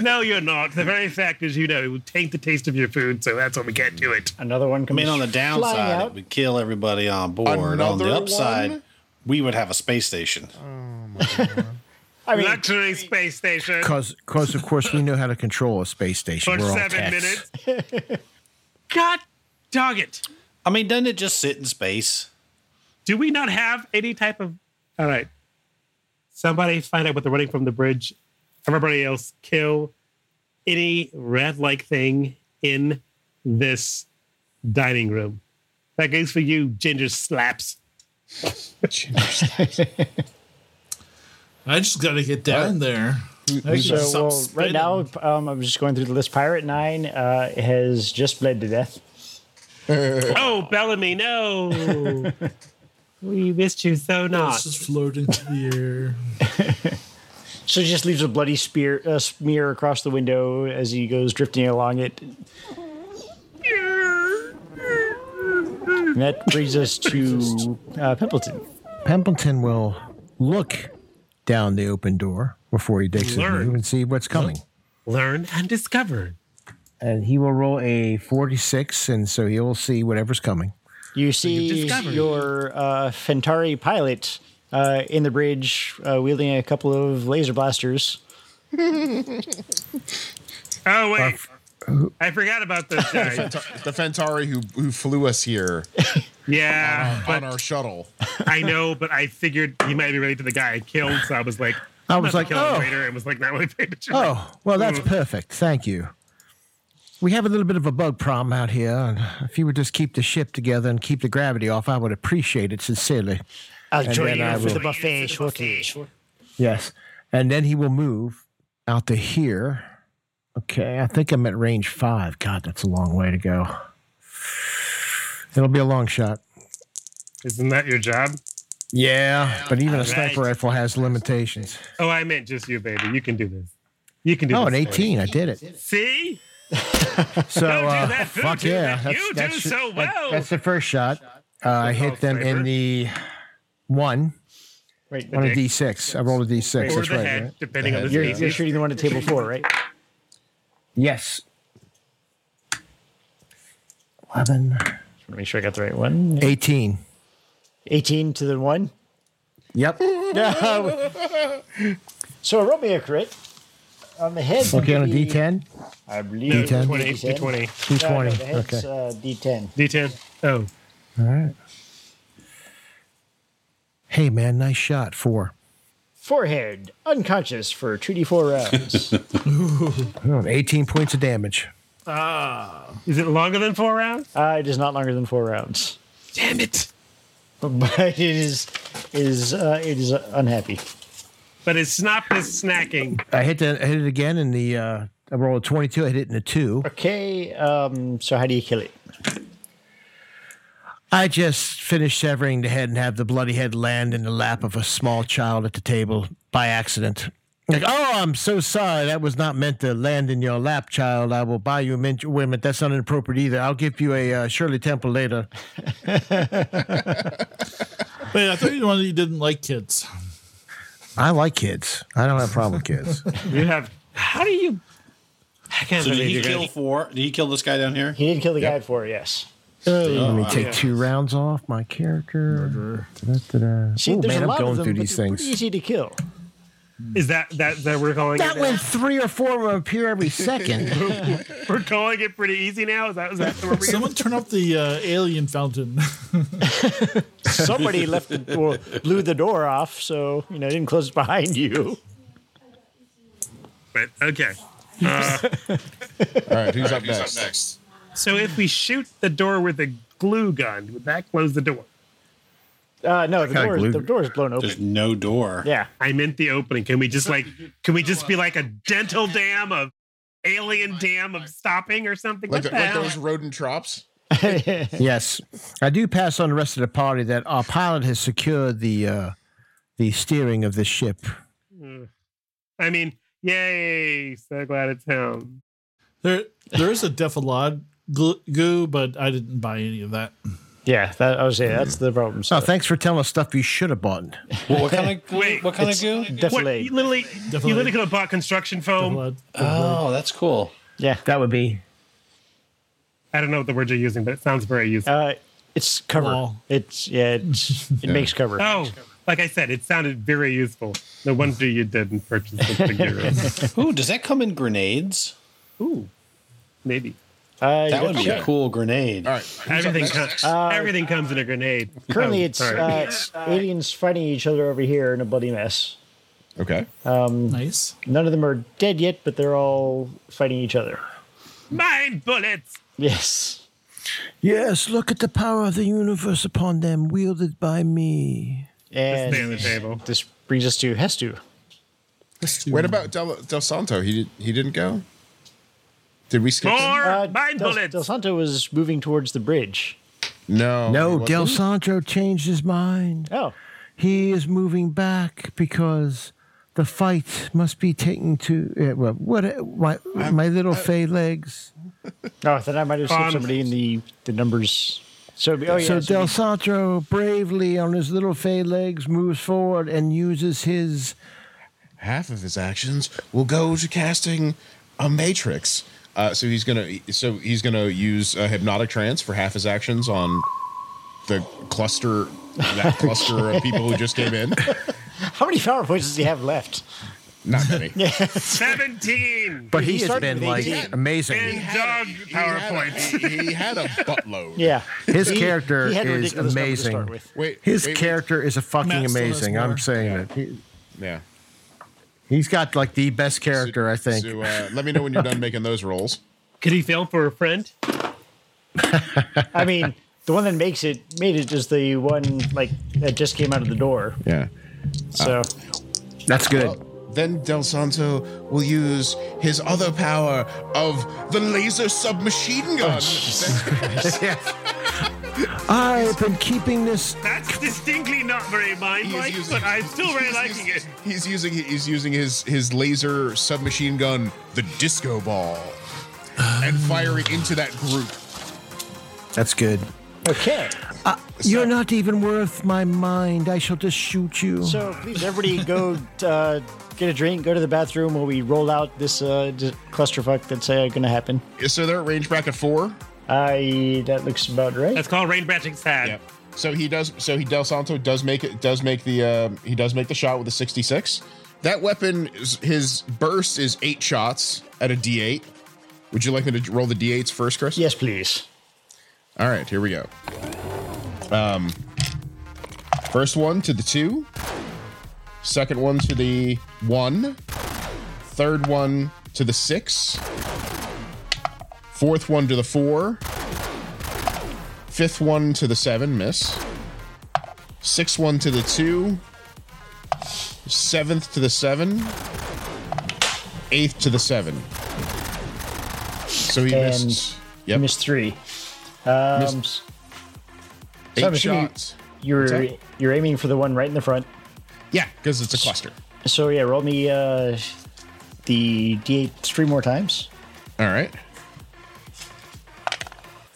Speaker 6: No, you're not. The very fact is, you know, it will taint the taste of your food, so that's why we can't do it.
Speaker 3: Another one
Speaker 7: I
Speaker 3: comes.
Speaker 7: mean, on the
Speaker 3: flying
Speaker 7: downside,
Speaker 3: out.
Speaker 7: it would kill everybody on board. on
Speaker 4: Another
Speaker 7: the upside,
Speaker 4: one?
Speaker 7: we would have a space station.
Speaker 3: I mean,
Speaker 6: Luxury space station
Speaker 5: Because, of course, we know how to control a space station.
Speaker 6: for
Speaker 5: We're all
Speaker 6: seven
Speaker 5: techs.
Speaker 6: minutes. God dog it!
Speaker 7: I mean, doesn't it just sit in space?
Speaker 6: Do we not have any type of? All right, somebody find out what they're running from the bridge. Everybody else, kill any rat-like thing in this dining room. That goes for you, Ginger Slaps.
Speaker 2: I just got to get down there. I
Speaker 3: so
Speaker 2: can stop
Speaker 3: well, right
Speaker 2: spinning.
Speaker 3: now, um, I'm just going through the list. Pirate Nine uh, has just bled to death.
Speaker 6: Oh, Bellamy, no! we missed you so
Speaker 2: it's
Speaker 6: not.
Speaker 2: just floating to the air.
Speaker 3: So he just leaves a bloody spear uh, smear across the window as he goes drifting along it. And that brings us to uh, Pimpleton.
Speaker 5: Pimpleton will look down the open door before he takes the
Speaker 6: Learn.
Speaker 5: move and see what's coming.
Speaker 6: Learn and discover.
Speaker 5: And he will roll a 46, and so he'll see whatever's coming.
Speaker 3: You see
Speaker 10: discovered.
Speaker 3: your uh, Fentari pilot uh, in the bridge uh, wielding a couple of laser blasters.
Speaker 6: Oh wait, I forgot about those guys.
Speaker 4: The Fentari who who flew us here
Speaker 6: Yeah,
Speaker 4: on
Speaker 6: but
Speaker 4: our shuttle.
Speaker 6: I know, but I figured he might be related to the guy I killed, so I was like,
Speaker 5: I was
Speaker 6: "I'm
Speaker 5: like,
Speaker 6: gonna kill him Mm.
Speaker 5: oh.
Speaker 6: later," and was like, not really paying attention.
Speaker 5: Oh, well, that's perfect. Thank you. We have a little bit of a bug problem out here, and if you would just keep the ship together and keep the gravity off, I would appreciate it sincerely.
Speaker 3: I'll
Speaker 5: And
Speaker 3: join
Speaker 5: then
Speaker 3: you
Speaker 5: I
Speaker 3: for
Speaker 5: will-
Speaker 3: the buffet shortly.
Speaker 5: Yes. And then he will move out to here. Okay, I think I'm at range five. God, that's a long way to go. It'll be a long shot. Oh.
Speaker 6: Isn't that your job?
Speaker 5: Yeah, but even a
Speaker 6: Alright.
Speaker 5: sniper rifle has limitations.
Speaker 6: Oh, I meant just you, baby. You can do this. You can do
Speaker 5: Oh, an
Speaker 6: this. baby.
Speaker 5: 18. I did it.
Speaker 6: See?
Speaker 5: So,
Speaker 6: Don't do
Speaker 5: uh,
Speaker 6: that. Who
Speaker 5: fuck
Speaker 6: do
Speaker 5: yeah.
Speaker 6: that?
Speaker 5: That's,
Speaker 6: You
Speaker 5: that's,
Speaker 6: do so
Speaker 5: that-
Speaker 6: well.
Speaker 5: that's the first shot. Uh, I hit them
Speaker 6: Sniper.
Speaker 5: in the one.
Speaker 3: Wait,
Speaker 5: On a
Speaker 6: dick.
Speaker 5: D6. I rolled a D6.
Speaker 6: Or
Speaker 5: That's
Speaker 6: the
Speaker 5: right.
Speaker 6: head,
Speaker 5: right?
Speaker 6: depending on the
Speaker 3: you're,
Speaker 6: species.
Speaker 3: you're shooting the one at table four, right?
Speaker 5: Yes. 11.
Speaker 3: Let me make sure I got the right one.
Speaker 5: 18.
Speaker 3: 18 to the one.
Speaker 5: Yep.
Speaker 3: No. so roll me a crit on the head.
Speaker 5: Okay, on a
Speaker 3: would be-
Speaker 5: D10.
Speaker 3: I believe
Speaker 6: No,
Speaker 3: it's
Speaker 5: D10.
Speaker 6: 20, D20.
Speaker 3: No, no, the
Speaker 5: D20.
Speaker 3: head's,
Speaker 5: Okay.
Speaker 3: uh, D10.
Speaker 6: D10. Oh,
Speaker 5: All right. Hey, man, nice shot. Four.
Speaker 3: Forehead unconscious for 2d4 rounds.
Speaker 5: Oh, 18 points of damage.
Speaker 6: is it longer than four rounds?
Speaker 3: uh, it is not longer than four rounds,
Speaker 6: Damn it.
Speaker 3: but it is is uh, it is unhappy.
Speaker 6: But his snop is snacking.
Speaker 5: I hit, the, I hit it again in the. Uh, I rolled a 22. I hit it in a two.
Speaker 3: Okay, um, so how do you kill it?
Speaker 5: I just finished severing the head and have the bloody head land in the lap of a small child at the table by accident. Like, oh, I'm so sorry. That was not meant to land in your lap, child. I will buy you a mint. Wait a minute, that's not inappropriate either. I'll give you a uh, Shirley Temple later.
Speaker 2: Wait, I thought you wanted you didn't like kids.
Speaker 5: I like kids. I don't have a problem with kids.
Speaker 6: You have. How do you. I can't
Speaker 7: So did
Speaker 6: believe
Speaker 7: he
Speaker 6: you're gonna-
Speaker 7: kill four? Did he kill this guy down here?
Speaker 3: He did kill the guy at four. Yes.
Speaker 5: Let me take two rounds off my character. Da-da-da.
Speaker 3: See,
Speaker 5: Ooh,
Speaker 3: there's a
Speaker 5: man, I'm
Speaker 3: lot
Speaker 5: going
Speaker 3: of them,
Speaker 5: through
Speaker 3: but
Speaker 5: these
Speaker 3: they're pretty
Speaker 5: things.
Speaker 3: easy to kill.
Speaker 6: Is that that that we're calling
Speaker 5: That
Speaker 6: it? now?
Speaker 5: went three or four will appear every second.
Speaker 6: We're calling it pretty easy now. Is that, is that where we're
Speaker 2: Someone turn off the uh, alien fountain.
Speaker 3: Somebody left the, or blew the door off, so you know didn't close it behind you.
Speaker 6: But okay.
Speaker 4: All right, who's up next? next?
Speaker 6: So if we shoot the door with a glue gun, would that close the door?
Speaker 3: Uh, no, the
Speaker 5: kinda
Speaker 3: door,
Speaker 5: glued
Speaker 3: the
Speaker 5: it.
Speaker 3: door is blown open.
Speaker 7: There's no door.
Speaker 3: yeah.
Speaker 6: I meant the opening. Can we just like? Can we just be like a dental dam of alien dam of stopping or something?
Speaker 4: Like,
Speaker 6: What
Speaker 4: the,
Speaker 6: the
Speaker 4: like
Speaker 6: hell?
Speaker 4: those rodent drops.
Speaker 5: Yes, I do pass on the rest of the party that our pilot has secured the uh, the steering of the ship.
Speaker 6: I mean, yay! So glad it's him.
Speaker 2: there, there is a Defalod gl- goo, but I didn't buy any of that.
Speaker 3: Yeah, that, I was saying that's the problem.
Speaker 5: Oh,
Speaker 3: So
Speaker 5: thanks for telling us stuff you should have bought.
Speaker 7: What, what kind of
Speaker 6: Wait,
Speaker 7: what kind of goo?
Speaker 6: What,
Speaker 3: definitely,
Speaker 6: you literally, you literally could have bought construction foam.
Speaker 2: Defalod.
Speaker 7: Oh, that's cool.
Speaker 3: yeah,
Speaker 5: That would be
Speaker 6: I don't know what the words you're using, but it sounds very useful.
Speaker 3: uh, it's cover.
Speaker 2: Wall.
Speaker 3: It's yeah, it's, it makes cover.
Speaker 6: oh, like I said, it sounded very useful. No wonder you didn't purchase the figure.
Speaker 7: Ooh, does that come in grenades?
Speaker 6: Ooh, maybe.
Speaker 3: Uh,
Speaker 7: That would be a
Speaker 4: Okay.
Speaker 7: cool grenade.
Speaker 4: All right,
Speaker 6: Everything comes. everything comes in a grenade.
Speaker 3: currently
Speaker 6: Oh,
Speaker 3: it's
Speaker 6: sorry.
Speaker 3: uh, it's aliens fighting each other over here in a bloody mess.
Speaker 4: okay.
Speaker 2: Nice.
Speaker 3: None of them are dead yet, but they're all fighting each other.
Speaker 6: mine bullets.
Speaker 3: Yes.
Speaker 5: yes. Look at the power of the universe upon them, wielded by me.
Speaker 3: And
Speaker 6: Stay on the table.
Speaker 3: this brings us to Hestu.
Speaker 2: Let's do
Speaker 4: What about Del, Del Santo? He did, he didn't go. Did we skip?
Speaker 6: More
Speaker 4: him?
Speaker 6: mine
Speaker 3: Uh, Del,
Speaker 6: bullets.
Speaker 3: Del Santo was moving towards the bridge.
Speaker 4: No.
Speaker 5: No,
Speaker 4: he
Speaker 5: Del
Speaker 4: wasn't.
Speaker 5: Santo changed his mind.
Speaker 3: Oh,
Speaker 5: He is moving back because the fight must be taken to uh, well, what my my little fey legs.
Speaker 3: oh, then I might have
Speaker 6: Um,
Speaker 3: slipped somebody in the the numbers. So it'd be- oh yeah.
Speaker 5: So
Speaker 3: so
Speaker 5: Del
Speaker 3: it'd
Speaker 5: Santro bravely on his little fey legs moves forward and uses his
Speaker 4: Half of his actions will go to casting a matrix. Uh, so he's gonna. So he's gonna use a hypnotic trance for half his actions on the cluster, that cluster of people who just came in.
Speaker 3: How many power points does he have left?
Speaker 4: Not many.
Speaker 6: 17
Speaker 5: But
Speaker 3: He
Speaker 5: he has
Speaker 3: started
Speaker 5: been
Speaker 3: with
Speaker 5: like
Speaker 3: 18.
Speaker 5: amazing.
Speaker 6: and dog PowerPoints.
Speaker 4: He had a, he had a buttload.
Speaker 3: Yeah,
Speaker 5: His
Speaker 3: He-
Speaker 5: character
Speaker 3: he had a
Speaker 5: is
Speaker 3: ridiculous number to
Speaker 5: amazing.
Speaker 3: start with.
Speaker 4: Wait,
Speaker 5: His
Speaker 4: wait, wait.
Speaker 5: character is a fucking
Speaker 10: Matt still has
Speaker 5: amazing. I'm
Speaker 10: more.
Speaker 5: saying it. He,
Speaker 4: Yeah.
Speaker 5: he's got like the best character, I think.
Speaker 4: So, uh, let me know when you're done making those rolls.
Speaker 6: Could he fail for a friend?
Speaker 3: I mean, the one that makes it made it is the one like that just came out of the door.
Speaker 4: Yeah.
Speaker 3: So
Speaker 5: Ah. That's good.
Speaker 4: Then Del Santo will use his other power of the laser submachine
Speaker 5: Oh,
Speaker 4: gun.
Speaker 5: Yes. I've been keeping this.
Speaker 6: That's distinctly not very mind like, but I'm still very
Speaker 4: he's
Speaker 6: liking it.
Speaker 4: using- He's using he's using his his laser submachine gun, the disco ball, and firing into that group.
Speaker 5: That's good.
Speaker 3: okay,
Speaker 5: You're not even worth my mind. I shall just shoot you.
Speaker 3: so please everybody go uh, get a drink, go to the bathroom while we roll out this uh, d- clusterfuck that's uh, going to happen.
Speaker 4: So they're at range bracket four.
Speaker 3: I that looks about right.
Speaker 6: That's called rain branching sad.
Speaker 4: Yep. So he does. So he Del Santo does make it. Does make the. Um, he does make the shot with a sixty-six. That weapon, is, his burst is eight shots at a D eight. Would you like me to roll the D eights first, Chris?
Speaker 3: yes, please.
Speaker 4: All right, here we go. Um, first one to the two, second one to the one, third one to the six, fourth one to the four, fifth one to the seven, miss, sixth one to the two, seventh to the seven, eighth to the seven. So he
Speaker 3: And
Speaker 4: missed.
Speaker 3: You
Speaker 4: Yep,
Speaker 3: missed three. Um,
Speaker 4: Missed.
Speaker 3: so I'm
Speaker 4: eight
Speaker 3: assuming
Speaker 4: shots.
Speaker 3: You're
Speaker 4: that?
Speaker 3: you're aiming for the one right in the front.
Speaker 4: Yeah, because it's a cluster.
Speaker 3: So yeah, roll me uh, the d8 three more times.
Speaker 4: All right.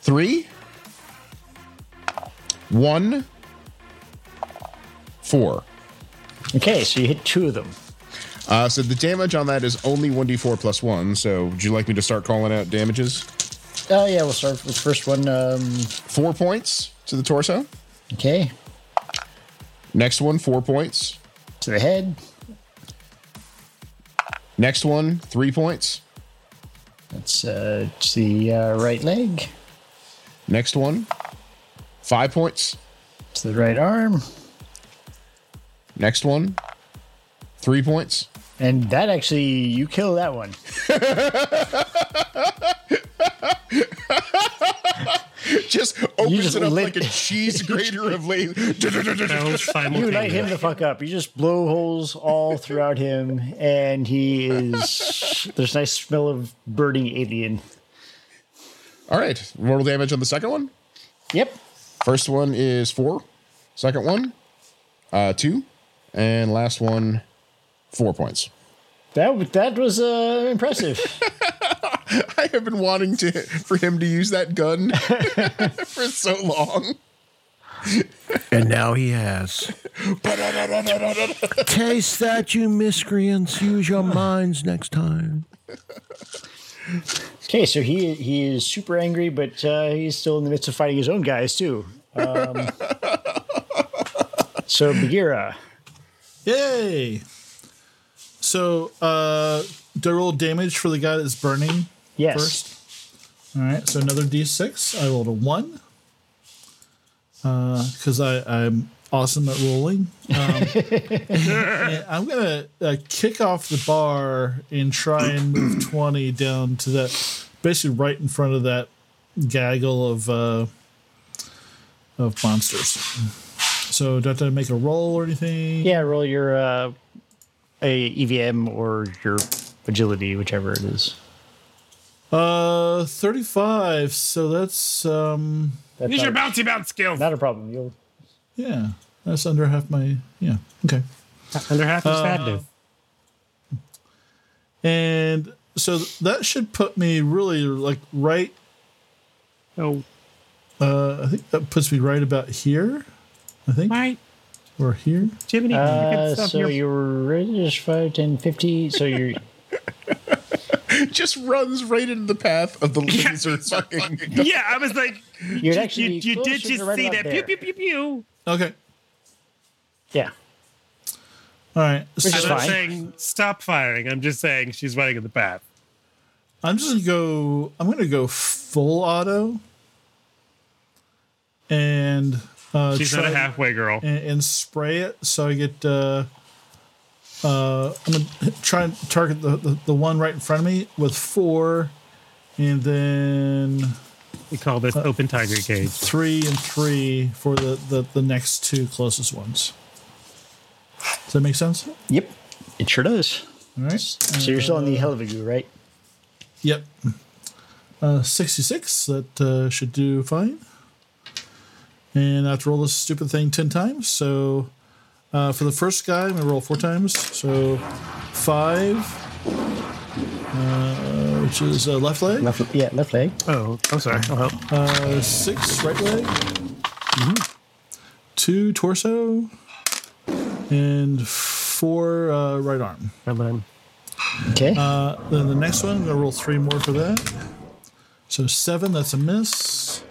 Speaker 4: Three. One. Four.
Speaker 3: Okay, so you hit two of them.
Speaker 4: Uh, so the damage on that is only 1d4 plus one. So would you like me to start calling out damages?
Speaker 3: Oh yeah, we'll start with the first one. Um,
Speaker 4: Four points to the torso.
Speaker 3: okay,
Speaker 4: Next one, four points.
Speaker 3: to the head.
Speaker 4: Next one, three points.
Speaker 3: That's uh, to the uh, right leg,
Speaker 4: Next one, five points.
Speaker 3: to the right arm,
Speaker 4: Next one, three points.
Speaker 3: and that actually you kill that one.
Speaker 4: Just opens
Speaker 3: just
Speaker 4: it up
Speaker 3: lit-
Speaker 4: like a cheese grater of laser.
Speaker 6: Both
Speaker 3: You light him
Speaker 6: simultaneously.
Speaker 3: the fuck up. You just blow holes all throughout him, and he is. There's nice smell of burning alien.
Speaker 4: All right, mortal damage on the second one.
Speaker 3: Yep.
Speaker 4: First one is four, second one, uh, two, and last one, four points.
Speaker 3: That, that was uh, impressive.
Speaker 4: I have been wanting to for him to use that gun for so long.
Speaker 5: And now he has. Taste that, you miscreants. Use your minds next time.
Speaker 3: Okay, so he he is super angry, but uh, he's still in the midst of fighting his own guys too. Um, so Bagheera,
Speaker 2: Yay! So, uh, do I roll damage for the guy that's burning
Speaker 3: yes,
Speaker 2: first? All right, so another d6. I rolled a one because I I'm awesome at rolling. Um, and I'm gonna uh, kick off the bar and try and move twenty down to that, basically right in front of that gaggle of uh, of monsters. So do I have to make a roll or anything?
Speaker 3: yeah, roll your uh, a EVM or your agility, whichever it is.
Speaker 2: Uh, 35. So that's, um,
Speaker 3: That's
Speaker 6: Use your
Speaker 3: not,
Speaker 6: bouncy bounce skill.
Speaker 3: not a problem. You'll
Speaker 2: yeah, that's under half my, yeah, okay.
Speaker 6: Under half the sadness.
Speaker 2: And so that should put me really like right, Uh,
Speaker 6: Oh,
Speaker 2: I think that puts me right about here, I think,
Speaker 6: right,
Speaker 2: or here.
Speaker 6: Jiminy.
Speaker 3: uh, so you're just 5, 10, 50, So you're
Speaker 4: just runs right into the path of the laser fucking.
Speaker 6: yeah, I was like, you,
Speaker 3: actually
Speaker 6: you,
Speaker 3: be
Speaker 6: you
Speaker 3: closer
Speaker 6: did
Speaker 3: to
Speaker 6: just
Speaker 3: right
Speaker 6: see
Speaker 3: about
Speaker 6: that.
Speaker 3: there.
Speaker 6: Pew, pew, pew, pew.
Speaker 2: Okay.
Speaker 3: Yeah.
Speaker 2: All right.
Speaker 3: Which is
Speaker 6: I'm
Speaker 2: So
Speaker 6: not
Speaker 3: fine.
Speaker 6: saying stop firing. I'm just saying she's running in the path.
Speaker 2: I'm just gonna go. I'm gonna go full auto. And uh,
Speaker 6: She's
Speaker 2: try
Speaker 6: not a halfway girl.
Speaker 2: and, and spray it so I get. Uh, uh, I'm gonna hit- try and target the, the, the one right in front of me with four, and then
Speaker 6: We call this open tiger cage.
Speaker 2: three and three for the, the, the next two closest ones. Does that make sense? All
Speaker 3: Yep. It sure does.
Speaker 2: right.
Speaker 3: So you're still on the Helvigu, right?
Speaker 2: Yep. Uh, 66. That uh, should do fine. And I have to roll this stupid thing 10 times. So uh, for the first guy, I'm going to roll four times. So five, uh, which is uh, left leg,
Speaker 3: Left, yeah, left leg.
Speaker 6: Oh, I'm sorry. I'll help.
Speaker 2: uh, six, right leg, Mm-hmm. two, torso, and four, uh, right arm.
Speaker 3: Okay.
Speaker 6: Uh,
Speaker 2: Uh, Then the next one, I'm gonna roll three more for that. So seven, that's a miss.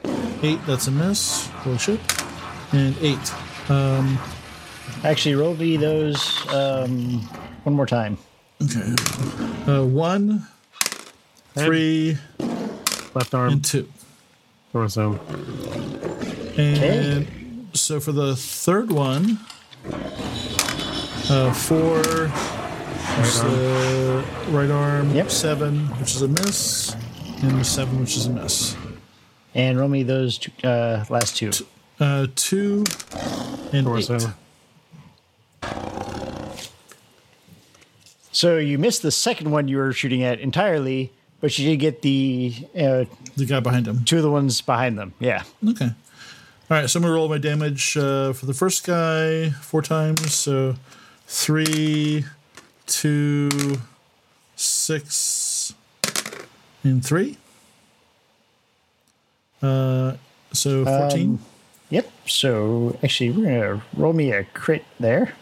Speaker 2: Eight, that's a miss. Holy shit. And eight.
Speaker 3: Actually, roll me those um, one more time.
Speaker 2: Uh, one, three,
Speaker 6: Left arm.
Speaker 2: and two.
Speaker 6: Torso.
Speaker 2: And so for the third one, uh, four, right arm, right arm
Speaker 3: Yep.
Speaker 2: seven, which is a miss, and seven, which is a miss.
Speaker 3: And roll me those two, uh, last two.
Speaker 2: Uh, two, and
Speaker 6: Torso.
Speaker 2: eight.
Speaker 3: So you missed the second one you were shooting at entirely, but you did get the uh,
Speaker 2: The guy behind him.
Speaker 3: two of the ones behind them. Yeah.
Speaker 2: Okay. All right, so I'm gonna roll my damage uh, for the first guy four times. So three, two, six, and three. Uh, so fourteen.
Speaker 3: Yep. So actually, we're gonna roll me a crit there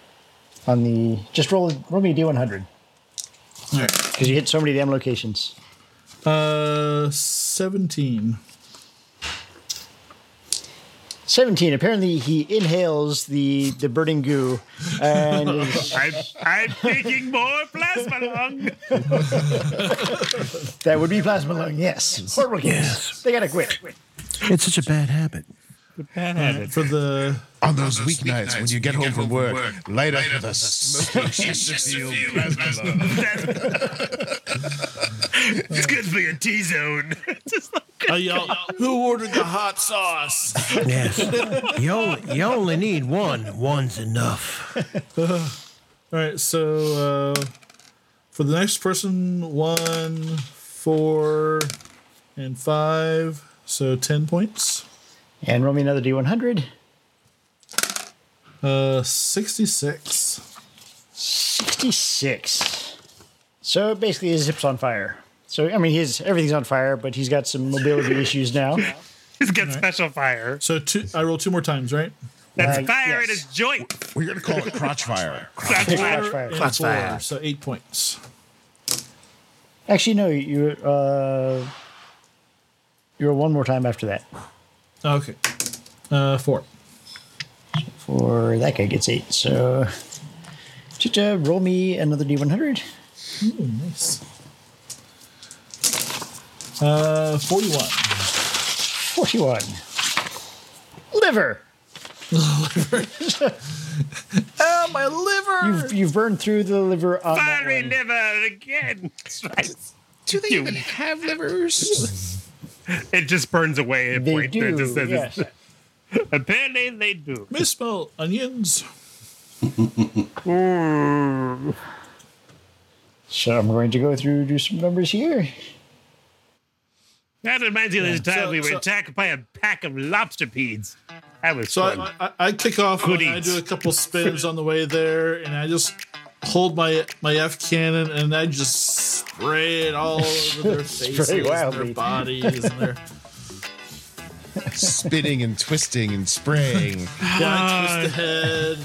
Speaker 3: on the just roll roll me a d100
Speaker 2: All right.
Speaker 3: because you hit so many damn locations.
Speaker 2: Uh, seventeen.
Speaker 3: 17. Apparently, he inhales the, the burning goo and is-
Speaker 6: I'm, I'm taking more plasma lung.
Speaker 3: That would be plasma lung, yes. Horrible games. They gotta quit.
Speaker 5: It's such a bad habit.
Speaker 2: For the
Speaker 4: On those weeknights when you get home from work, light up with a smoking Chesterfield plasma lung.
Speaker 6: It's good for your T zone.
Speaker 2: Uh, who ordered the hot sauce?
Speaker 5: Yes. you, only, you only need one. One's enough.
Speaker 2: All right, so uh, for the next person, one, four, and five, so ten points.
Speaker 3: And roll me another D100.
Speaker 2: Uh, sixty-six.
Speaker 3: 66. So basically, his hip's on fire. So, I mean, his everything's on fire, but he's got some mobility issues now.
Speaker 6: He's got special fire.
Speaker 2: So two, I roll two more times, right?
Speaker 6: That's
Speaker 3: Uh,
Speaker 6: fire in
Speaker 3: yes.
Speaker 6: his joint.
Speaker 4: We're gonna call it crotch fire.
Speaker 6: That's
Speaker 3: Crotch
Speaker 6: fire.
Speaker 3: fire.
Speaker 2: And four, so eight points.
Speaker 3: Actually, no, you, uh, you're one more time after that.
Speaker 2: Okay, uh, four.
Speaker 3: For that guy gets eight. So, just uh, roll me another D100.
Speaker 2: Nice. Uh, forty-one.
Speaker 3: 41. Liver.
Speaker 2: Ah, my liver.
Speaker 3: You've, you've burned through the liver on that
Speaker 6: Fiery
Speaker 3: one.
Speaker 6: liver again. That's right.
Speaker 4: Do they even have livers?
Speaker 6: It just burns away at a
Speaker 3: They
Speaker 6: point. It
Speaker 3: do,
Speaker 6: just- it
Speaker 3: yes.
Speaker 6: just- apparently, they do.
Speaker 2: May smell onions.
Speaker 3: So I'm going to go through do some numbers here.
Speaker 6: That reminds me of the time
Speaker 2: So-
Speaker 6: we were
Speaker 2: so-
Speaker 6: attacked by a pack of lobsterpedes. That was
Speaker 2: So
Speaker 6: fun.
Speaker 2: I, I, I kick off and I
Speaker 6: Goodies.
Speaker 2: do a couple spins on the way there, and I just hold my my F cannon and I just spray it all over their faces, and
Speaker 3: wildly.
Speaker 2: their bodies, and their
Speaker 4: Spinning and twisting and spraying.
Speaker 2: yeah, I twist the head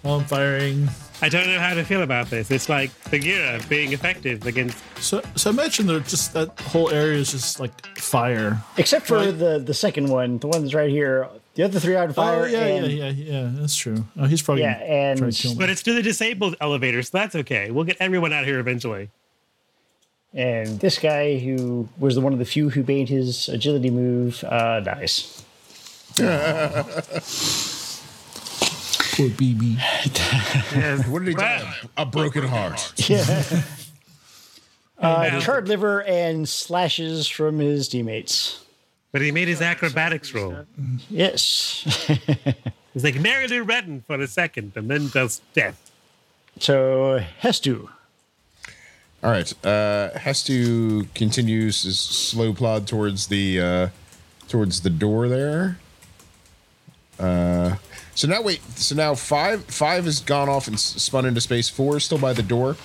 Speaker 2: while I'm firing.
Speaker 6: I don't know how to feel about this. It's like Bagheera being effective against.
Speaker 2: So, so imagine they're just that whole area is just like fire.
Speaker 3: Except for the the second one, the one that's right here. The other three are on fire.
Speaker 2: Oh yeah,
Speaker 3: and,
Speaker 2: yeah, yeah, yeah. That's true. Oh, he's probably
Speaker 3: Yeah,
Speaker 2: gonna try to
Speaker 3: and-
Speaker 2: kill me.
Speaker 6: But it's to the disabled elevator, so that's okay. We'll get everyone out here eventually.
Speaker 3: And this guy, who was the one of the few who made his agility move, uh, dies.
Speaker 2: Poor BB.
Speaker 4: What did he
Speaker 6: Right.
Speaker 4: die? of? A broken heart.
Speaker 6: Now-
Speaker 3: Uh, charred liver and slashes from his teammates.
Speaker 6: but he made his acrobatics roll.
Speaker 3: Yes.
Speaker 6: He's like narrowly reddened for a second and then does death.
Speaker 3: so Hestu.
Speaker 4: All right. Uh, Hestu continues his slow plod towards the uh, towards the door there. Uh, so now wait. So now five five has gone off and s- spun into space. Four is still by the door.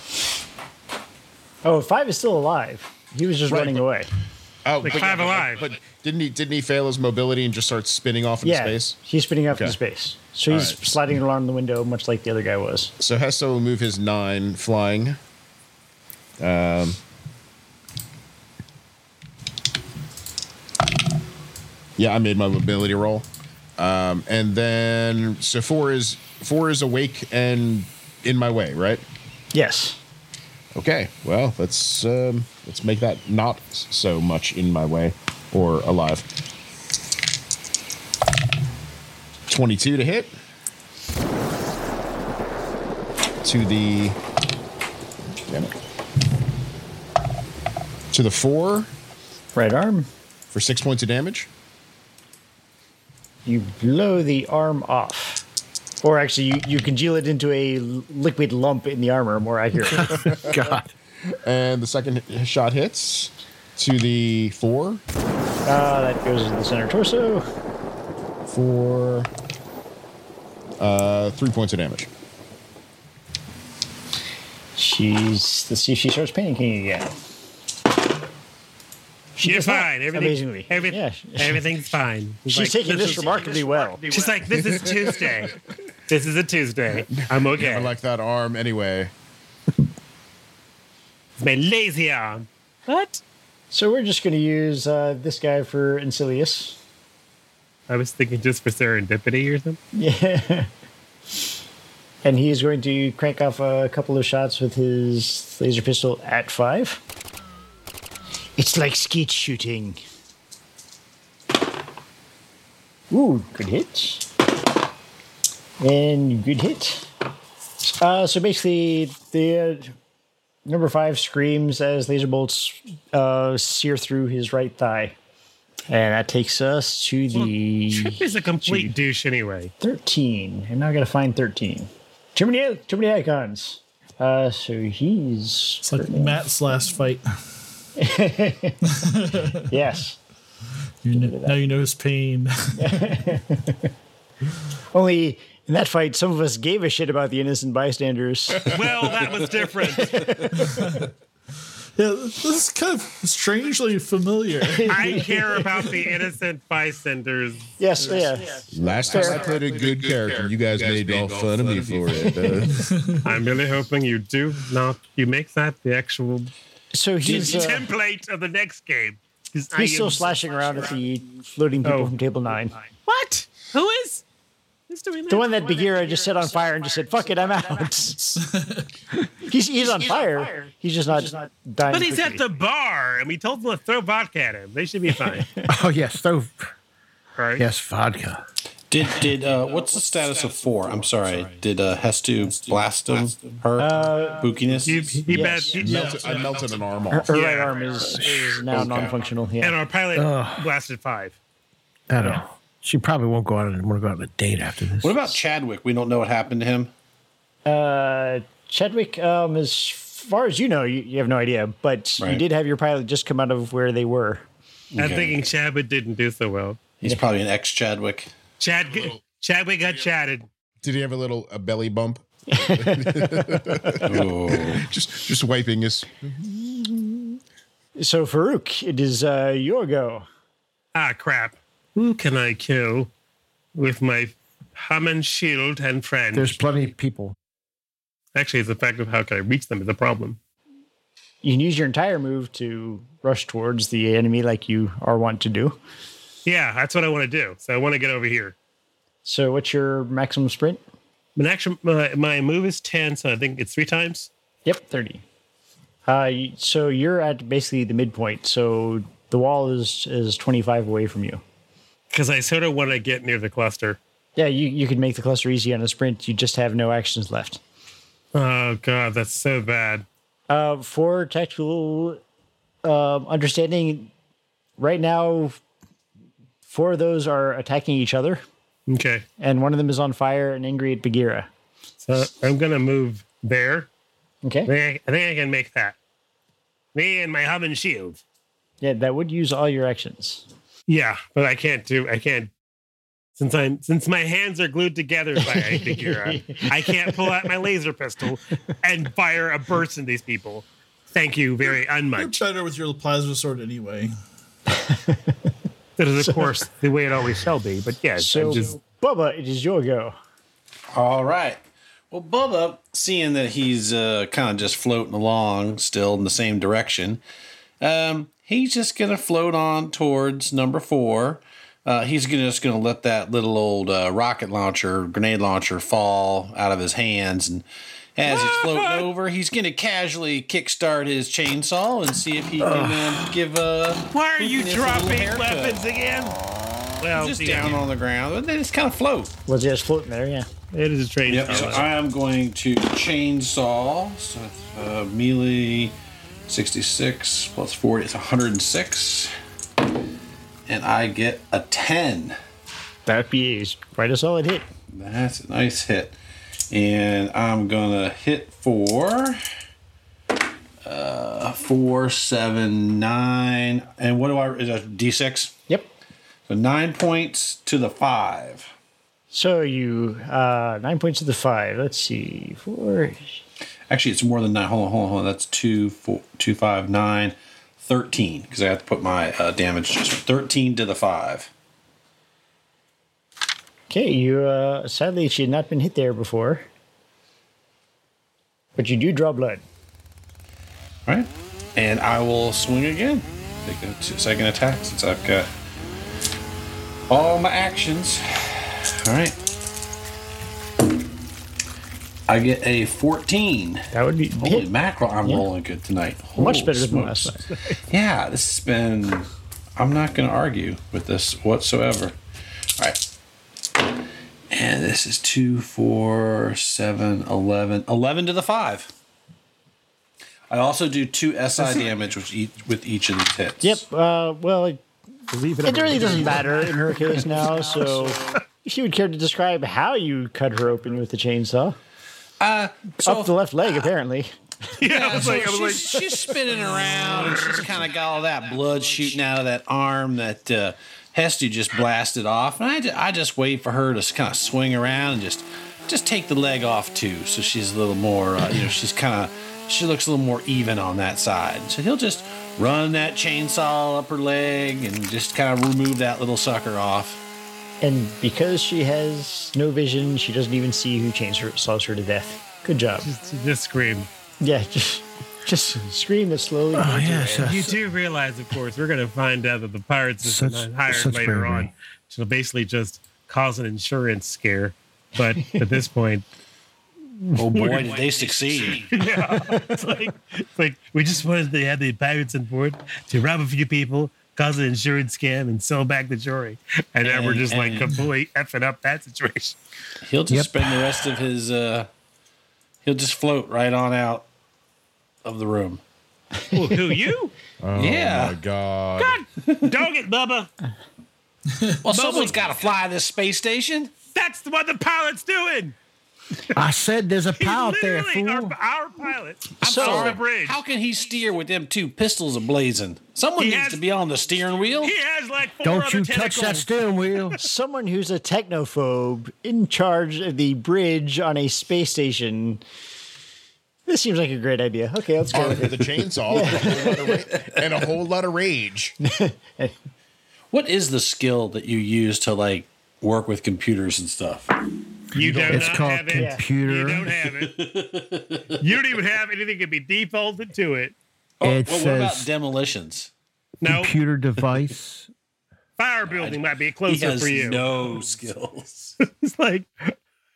Speaker 3: Oh, five is still alive. He was just
Speaker 4: Right,
Speaker 3: running
Speaker 4: but-
Speaker 3: away.
Speaker 4: Oh,
Speaker 6: Like five alive.
Speaker 4: But didn't he didn't he fail his mobility and just start spinning off into
Speaker 3: yeah,
Speaker 4: space?
Speaker 3: he's spinning up
Speaker 4: Okay.
Speaker 3: into space. So he's
Speaker 4: Alright.
Speaker 3: sliding along the window, much like the other guy was.
Speaker 4: So Hesto will move his nine flying. Um, yeah, I made my mobility roll, um, and then so four is four is awake and in my way, right?
Speaker 3: Yes.
Speaker 4: Okay, well let's um, let's make that not so much in my way or alive. Twenty-two to hit to the damn it. to the four
Speaker 3: Right arm.
Speaker 4: for six points of damage.
Speaker 3: You blow the arm off. Or actually, you, you congeal it into a l- liquid lump in the armor, more Uh, accurately.
Speaker 5: God.
Speaker 4: And the second h- shot hits to the four
Speaker 3: uh, that goes into the center torso.
Speaker 4: for uh, three points of damage.
Speaker 3: She's let's see if she starts panicking again. She
Speaker 6: You're
Speaker 3: does not,
Speaker 6: fine. Everything,
Speaker 3: amazingly.
Speaker 6: every-
Speaker 3: Yeah.
Speaker 6: everything's fine.
Speaker 3: She's taking this remarkably well.
Speaker 6: She's like, this is Tuesday. this is a Tuesday. I'm okay.
Speaker 4: I like that arm anyway.
Speaker 6: It's my lazy arm. What?
Speaker 3: So we're just going to use uh, this guy for Incilius.
Speaker 6: I was thinking just for serendipity or something.
Speaker 3: Yeah. and he's going to crank off a couple of shots with his laser pistol at five. It's like skeet shooting. Ooh, good hit. And good hit. Uh, so basically, the uh, number five screams as laser bolts uh, sear through his right thigh. And that takes us to the.
Speaker 6: Trip is a complete douche anyway.
Speaker 3: 13. And now I gotta find 13. Too many, too many icons. Uh, so he's.
Speaker 2: It's like Matt's last fight.
Speaker 3: Yes.
Speaker 2: You know, now you know his pain.
Speaker 3: Only in that fight, some of us gave a shit about the innocent bystanders.
Speaker 6: Well, that was different.
Speaker 2: yeah, this is kind of strangely familiar.
Speaker 6: I care about the innocent bystanders.
Speaker 3: yes, yeah.
Speaker 4: Last
Speaker 3: Fair.
Speaker 4: time I played a good character, you guys made all fun of me for it. uh,
Speaker 6: I'm really hoping you do not. You make that the actual
Speaker 3: So he's. Uh,
Speaker 6: template of the next game. 'Cause I
Speaker 3: He's still
Speaker 6: am-
Speaker 3: slashing around at the floating people
Speaker 6: Oh.
Speaker 3: from table nine.
Speaker 6: What? Who is? Who's doing
Speaker 3: The one that Bagheera just set on fire and just said, "Fuck it, I'm out." he's he's on fire. He's just not dying.
Speaker 6: But he's at
Speaker 3: quickly.
Speaker 6: the bar, and we told them to throw vodka at him. They should be fine,
Speaker 5: Oh, yes. So,
Speaker 6: right?
Speaker 5: yes, vodka.
Speaker 7: Did did uh, what's the status of four? I'm sorry. Did uh, Hestu blast him? Uh, Her bookiness.
Speaker 6: He, he
Speaker 3: Yes.
Speaker 6: bet- he-
Speaker 4: melted, I melted an arm
Speaker 3: her,
Speaker 4: off.
Speaker 3: her
Speaker 6: Yeah.
Speaker 3: right arm is, is now non-functional.
Speaker 6: and
Speaker 3: Yeah.
Speaker 6: our pilot blasted five.
Speaker 5: At all. She probably won't go out and want to go out on a date after this.
Speaker 7: What about Chadwick? We don't know what happened to him.
Speaker 3: Uh, Chadwick, um, as far as you know, you, you have no idea, but you
Speaker 7: Right.
Speaker 3: did have your pilot just come out of where they were.
Speaker 6: I'm thinking Chadwick didn't do so well.
Speaker 7: He's probably an ex Chadwick.
Speaker 6: Chad, Chadwick got chatted.
Speaker 4: Did he have a little a belly bump?
Speaker 7: Oh.
Speaker 4: Just just wiping his.
Speaker 3: So Farouk, it is uh, your go.
Speaker 6: Ah, crap. Who can I kill with my Hammond shield and friend?
Speaker 5: There's plenty of people.
Speaker 6: Actually, it's the fact of how can I reach them is the problem.
Speaker 3: You can use your entire move to rush towards the enemy like you are wont to do.
Speaker 6: Yeah, that's what I want to do. So I want to get over here.
Speaker 3: So what's your maximum sprint?
Speaker 6: My, action, my, my move is 10, so I think it's three times.
Speaker 3: Yep, 30. Uh, y- so you're at basically the midpoint. So the wall is, is 25 away from you.
Speaker 6: Because I sort of want to get near the cluster.
Speaker 3: Yeah, you, you could make the cluster easy on a sprint. You just have no actions left.
Speaker 6: Oh, God, that's so bad.
Speaker 3: Uh, for tactical um, understanding, right now, four of those are attacking each other,
Speaker 6: Okay.
Speaker 3: and one of them is on fire and angry at Bagheera.
Speaker 6: So uh, I'm going to move there. I
Speaker 3: Okay.
Speaker 6: think I think I can make that. Me and my hub and shield.
Speaker 3: Yeah, that would use all your actions.
Speaker 6: Yeah, but I can't do. I can't since I'm since my hands are glued together by I figure I can't pull out my laser pistol and fire a burst in these people. Thank you very
Speaker 2: You're
Speaker 6: unmuch.
Speaker 2: better with your plasma sword anyway.
Speaker 6: That is of course the way it always shall be. But yes,
Speaker 3: So,
Speaker 6: I'm just
Speaker 3: Bubba, it is your go.
Speaker 7: All right. Well, Bubba, seeing that he's uh, kind of just floating along still in the same direction, um, he's just going to float on towards number four. Uh, he's gonna, just going to let that little old uh, rocket launcher, grenade launcher fall out of his hands. And as he's floating over, he's going to casually kickstart his chainsaw and see if he can uh, give a.
Speaker 6: why are you
Speaker 7: Goodness, a little
Speaker 6: dropping
Speaker 7: haircut.
Speaker 6: weapons again? Well,
Speaker 7: Just
Speaker 6: yeah,
Speaker 7: down on the ground, but they just kind of float.
Speaker 3: Was it just floating there? Yeah.
Speaker 6: it is a train.
Speaker 7: Yep. So I am going to chainsaw. So uh, melee, sixty-six plus forty. It's one hundred and six, and I get a ten.
Speaker 3: That'd be quite a solid hit.
Speaker 7: That's a nice hit, and I'm gonna hit for uh, four, seven, nine, and what do I? Is a d6?
Speaker 3: Yep.
Speaker 7: So nine points to the five.
Speaker 3: So you uh, nine points to the five. Let's see, four.
Speaker 7: Actually, it's more than nine. Hold on, hold on, hold on. That's two, four, two, five, nine, 13. Because I have to put my uh, damage just 13 to the five.
Speaker 3: Okay, you uh, sadly she had not been hit there before, but you do draw blood.
Speaker 7: All right. And I will swing again. Take a two second attack since I've got all my actions. All right. I get a 14.
Speaker 3: That would be
Speaker 7: Holy
Speaker 3: hit.
Speaker 7: mackerel, I'm rolling good tonight.
Speaker 3: much
Speaker 7: Holy
Speaker 3: better than
Speaker 7: smokes.
Speaker 3: last night.
Speaker 7: Yeah, this has been. I'm not going to argue with this whatsoever. All right. And this is 2, 4, 7, 11. 11 to the 5. I also do 2 SI damage with each, with each of these hits.
Speaker 3: Yep. Uh, well, it,
Speaker 2: Believe
Speaker 3: it really doesn't matter in her case now. So, if you would care to describe how you cut her open with the chainsaw,
Speaker 7: So,
Speaker 3: up the left leg apparently.
Speaker 7: yeah, so she's, she's spinning around and she's kind of got all that blood shooting out of that arm that uh, Hesty just blasted off. And I, ju- I just wait for her to kind of swing around and just just take the leg off too. So she's a little more, uh, you know, she's kind of, she looks a little more even on that side. So he'll just run that chainsaw up her leg and just kind of remove that little sucker off.
Speaker 3: And because she has no vision, she doesn't even see who chainsaws her to death. Good job.
Speaker 6: Just scream.
Speaker 3: Yeah, just, just scream it slowly.
Speaker 5: Oh, yes.
Speaker 6: You
Speaker 5: yes.
Speaker 6: do realize, of course, we're going to find out that the pirates is
Speaker 5: Such-
Speaker 6: not hired
Speaker 5: such
Speaker 6: later
Speaker 5: bravery.
Speaker 6: on to basically just cause an insurance scare. But at this point,
Speaker 7: Oh boy, did they succeed.
Speaker 6: it's like, it's like we just wanted to have the pirates on board to rob a few people, cause an insurance scam, and sell back the jury. And, now we're
Speaker 7: And-
Speaker 6: just like
Speaker 7: and-
Speaker 6: completely effing up that situation.
Speaker 7: He'll just spend the rest of his. Uh, he'll just float right on out of the room.
Speaker 6: Well, who you?
Speaker 7: yeah.
Speaker 4: oh God.
Speaker 6: Dog it, Bubba.
Speaker 7: Well, someone's got to fly this space station.
Speaker 6: That's what the pilot's doing.
Speaker 5: I said there's a
Speaker 6: He's
Speaker 5: pile out there,
Speaker 6: literally
Speaker 5: fool.
Speaker 6: our, our pilot.
Speaker 7: I'm
Speaker 6: So-
Speaker 7: sorry.
Speaker 6: On the bridge.
Speaker 7: How can he steer with them two pistols ablazing? Someone
Speaker 6: He
Speaker 7: needs
Speaker 6: has-
Speaker 7: to be on the steering wheel.
Speaker 6: He has like four
Speaker 5: Don't
Speaker 6: other
Speaker 5: you touch that
Speaker 6: tentacles.
Speaker 5: steering wheel.
Speaker 3: Someone who's a technophobe in charge of the bridge on a space station. This seems like a great idea. Okay, let's go.
Speaker 4: Armed with a chainsaw and a whole lot of rage.
Speaker 7: What is the skill that you use to like work with computers and stuff?
Speaker 6: You do
Speaker 5: It's
Speaker 6: not
Speaker 5: called
Speaker 6: have it. You
Speaker 5: computer.
Speaker 6: don't have it. you don't even have anything that can be defaulted to it.
Speaker 5: It
Speaker 7: Oh, Well, what about
Speaker 5: says
Speaker 7: demolitions?
Speaker 6: No
Speaker 5: computer device.
Speaker 6: fire building might be
Speaker 7: He
Speaker 6: closer
Speaker 7: has
Speaker 6: for you.
Speaker 7: no skills.
Speaker 6: it's like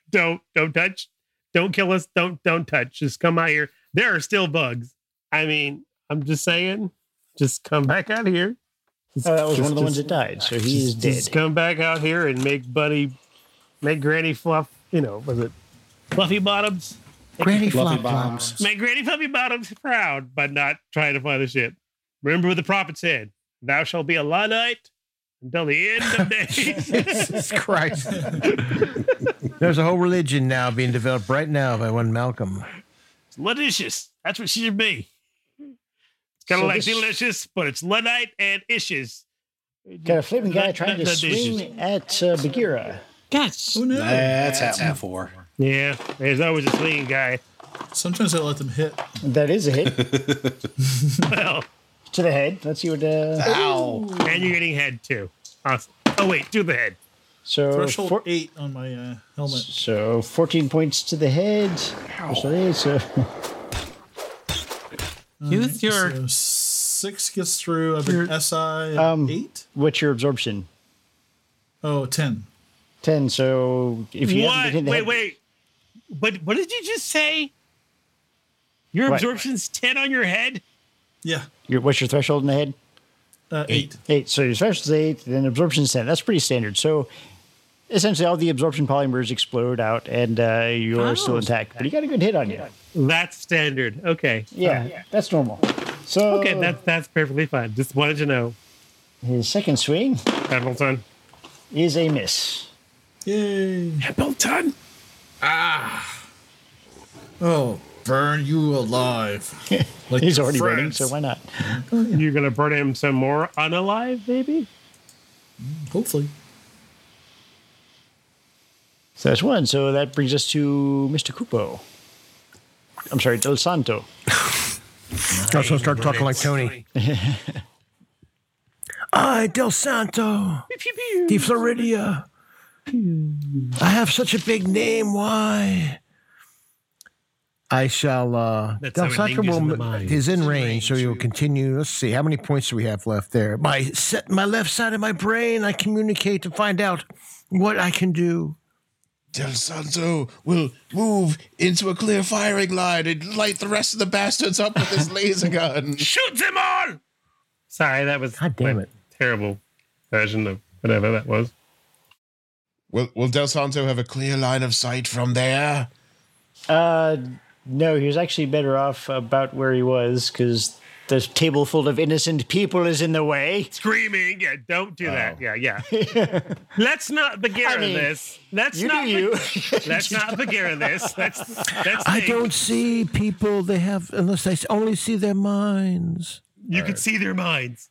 Speaker 6: don't don't touch don't kill us don't don't touch just come out here there are still bugs i mean i'm just saying just come back out here Just-
Speaker 3: Oh, that was
Speaker 6: just-
Speaker 3: one of the ones
Speaker 6: just-
Speaker 3: that died, so he is dead.
Speaker 6: just come back out here and make buddy make granny fluff you know was it fluffy bottoms
Speaker 5: Granny
Speaker 7: Fluffy
Speaker 5: flop bombs.
Speaker 6: make granny fluffy bottoms proud by not trying to find a ship remember what the prophet said thou shalt be a luddite until the end of days
Speaker 5: Jesus Christ. There's a whole religion now being developed right now by one Malcolm.
Speaker 6: Ludicious. That's what she should be. It's kind of
Speaker 3: So
Speaker 6: like
Speaker 3: this-
Speaker 6: delicious, but it's Luddite and ishes.
Speaker 3: Got a flipping guy
Speaker 6: Not-
Speaker 3: trying to
Speaker 6: not dishes.
Speaker 3: swing at uh, Bagheera.
Speaker 6: Gosh.
Speaker 2: Oh no!
Speaker 7: That's happened before.
Speaker 6: Yeah, there's always a swinging guy.
Speaker 2: Sometimes I let them hit.
Speaker 3: That is a hit
Speaker 6: Well,
Speaker 3: to the head. Let's see what. Uh,
Speaker 7: Ow.
Speaker 6: and you're getting head too. Awesome. Oh wait, do the head.
Speaker 3: so
Speaker 2: Threshold
Speaker 3: four,
Speaker 2: eight on my uh, helmet.
Speaker 3: so fourteen points to the head. So there's uh,
Speaker 10: Use your
Speaker 2: So six gets through. I've been SI at
Speaker 3: Um,
Speaker 2: eight.
Speaker 3: what's your absorption?
Speaker 2: Oh, 10.
Speaker 3: Ten. So if you haven't
Speaker 6: what?
Speaker 3: been hit in
Speaker 6: Wait,
Speaker 3: the head,
Speaker 6: wait. But what did you just say? Your
Speaker 3: Right.
Speaker 6: absorption's ten on your head.
Speaker 2: Yeah,
Speaker 3: your, what's your threshold in the head?
Speaker 2: uh, eight.
Speaker 3: Eight. So your specialist is eight, then absorption is ten. That's pretty standard. So essentially, all the absorption polymers explode out, and uh, you're
Speaker 6: Oh.
Speaker 3: still intact. But you got a good hit on you.
Speaker 6: That's standard. Okay.
Speaker 3: Yeah, that's normal. So
Speaker 6: Okay, that's that's perfectly fine. Just wanted to know,
Speaker 3: his second swing
Speaker 6: Pendleton.
Speaker 3: is a miss.
Speaker 2: Yay.
Speaker 6: Pendleton.
Speaker 2: Ah. Oh, burn you alive. Like
Speaker 3: He's
Speaker 2: your
Speaker 3: already
Speaker 2: friends.
Speaker 3: running, so why not?
Speaker 6: You're gonna burn him some more unalive, maybe?
Speaker 2: Hopefully.
Speaker 3: So that's one. So that brings us to Mr. Kupo. I'm sorry, Del Santo.
Speaker 5: I was going to start talking like Tony. I, Del Santo, de Floridia. I have such a big name. Why? I shall. Uh,
Speaker 6: That's
Speaker 5: Del
Speaker 6: how it
Speaker 5: Santo
Speaker 6: lingers in the
Speaker 5: will,
Speaker 6: mind.
Speaker 5: is in range, so he will continue. Let's see how many points do we have left there. My set, my left side of my brain. I communicate to find out what I can do.
Speaker 4: Del Santo will move into a clear firing line and light the rest of the bastards up with his laser gun.
Speaker 6: Shoot them all! Sorry, that was
Speaker 5: God damn
Speaker 6: my
Speaker 5: it.
Speaker 6: terrible version of whatever that was.
Speaker 4: Will, will Del Santo have a clear line of sight from there?
Speaker 3: Uh, no, he was actually better off about where he was because the table full of innocent people is in the way.
Speaker 6: Screaming, yeah, don't do that. Yeah, yeah. let's not Bagheera
Speaker 3: I mean,
Speaker 6: this. Let's
Speaker 3: you
Speaker 6: not
Speaker 3: do you.
Speaker 6: Bag- let's not Bagheera this. Let's let's
Speaker 5: I
Speaker 6: think.
Speaker 5: don't see people. They have unless I s- only see their minds.
Speaker 6: you can see their minds.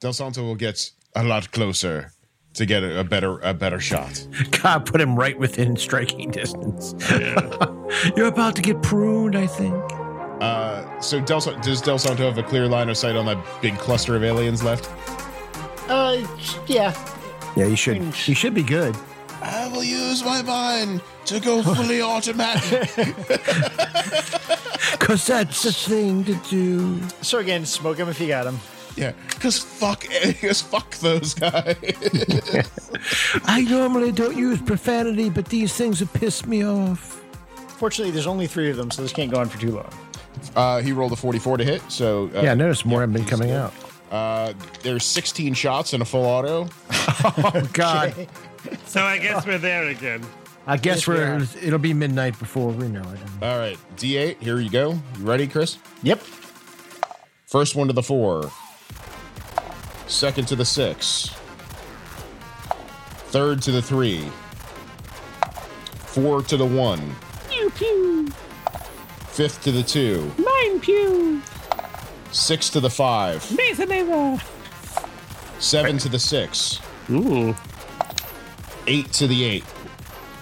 Speaker 4: Del Santo will get a lot closer to get a, a better a better shot.
Speaker 5: God put him right within striking distance. You're about to get pruned, I think.
Speaker 4: Uh, so Del, Sa- does Del Santo have a clear line of sight on that big cluster of aliens left?
Speaker 3: Uh, yeah.
Speaker 5: Yeah, you should. You should be good.
Speaker 4: I will use my mind to go fully automatic.
Speaker 5: Because that's the thing to do.
Speaker 3: So again, smoke him if you got him.
Speaker 4: yeah, because fuck, because fuck those guys.
Speaker 5: I normally don't use profanity, but these things have pissed me off.
Speaker 3: Fortunately, there's only three of them, so this can't go on for too long.
Speaker 4: Uh, he rolled a 44 to hit, so uh,
Speaker 5: Yeah, I noticed more have been coming out.
Speaker 4: uh, there's 16 shots in a full auto.
Speaker 5: Oh, God.
Speaker 6: So I guess we're there again.
Speaker 5: I
Speaker 3: Yes,
Speaker 5: guess we're,
Speaker 3: we
Speaker 5: it'll be midnight before we know it.
Speaker 4: All right, D8, here you go. You ready, Chris?
Speaker 3: Yep.
Speaker 4: First one to the four, second to the six. Third to the three. Four to the one. Pew pew. Fifth to the two. Nine pew. Six to the five. Seven to the six.
Speaker 6: Ooh.
Speaker 4: Eight to the eight.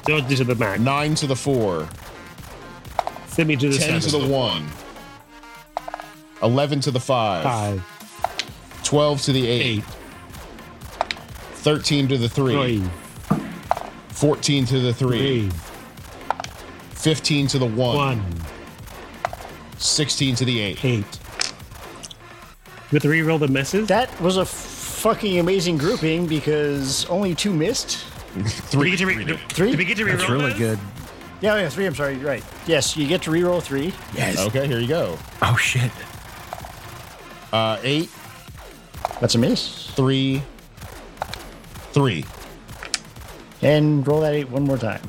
Speaker 6: Don't do to the max.
Speaker 4: Nine to the four.
Speaker 6: Send me to the
Speaker 4: Ten
Speaker 6: seven.
Speaker 4: to the one. Eleven to the five.
Speaker 6: five.
Speaker 4: Twelve to the eight.
Speaker 6: Eight.
Speaker 4: Thirteen to the three.
Speaker 6: Three.
Speaker 4: 14 to the 3,
Speaker 6: Three.
Speaker 4: 15 to the 1,
Speaker 6: One,
Speaker 4: 16 to the 8.
Speaker 6: eight. With the reroll the misses?
Speaker 3: That was a fucking amazing grouping because only two missed.
Speaker 6: Did we get to re- do-
Speaker 3: Three?
Speaker 6: Did we get to reroll
Speaker 5: It's really
Speaker 6: those?
Speaker 5: good.
Speaker 3: Yeah, yeah, three. I'm sorry. Right. Yes, you get to reroll three.
Speaker 5: Yes.
Speaker 4: Okay, here you go.
Speaker 5: Oh shit.
Speaker 4: Uh, 8,
Speaker 3: That's a miss.
Speaker 4: 3, 3.
Speaker 3: And roll that eight one more time.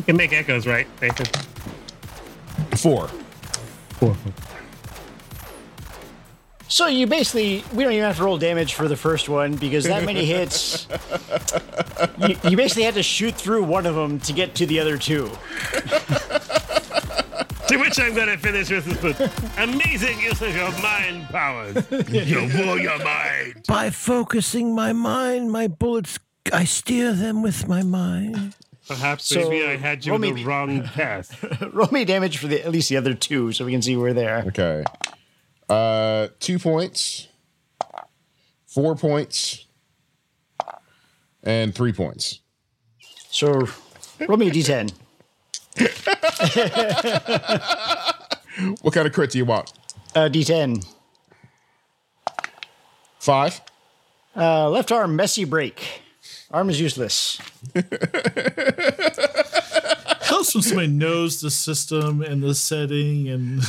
Speaker 6: You can make echoes, right? Nathan?
Speaker 4: Four.
Speaker 3: So you basically, we don't even have to roll damage for the first one because that many hits. you, you basically had to shoot through one of them to get to the other two.
Speaker 6: to which I'm going to finish with this with amazing usage of mind powers. you blow your mind.
Speaker 5: By focusing my mind, my bullets, I steer them with my mind.
Speaker 6: Perhaps
Speaker 3: So,
Speaker 6: maybe I had you
Speaker 3: well,
Speaker 6: in the
Speaker 3: maybe-
Speaker 6: wrong path.
Speaker 3: Roll me damage for the at least the other two so we can see we're there.
Speaker 4: Okay. Uh, 2 points, 4 points, and 3 points.
Speaker 3: So roll me a d10.
Speaker 4: What kind of crit do you want?
Speaker 3: Uh, d10.
Speaker 4: 5?
Speaker 3: Uh, left arm, messy break. Arm is useless.
Speaker 2: Helps when somebody knows the system and the setting and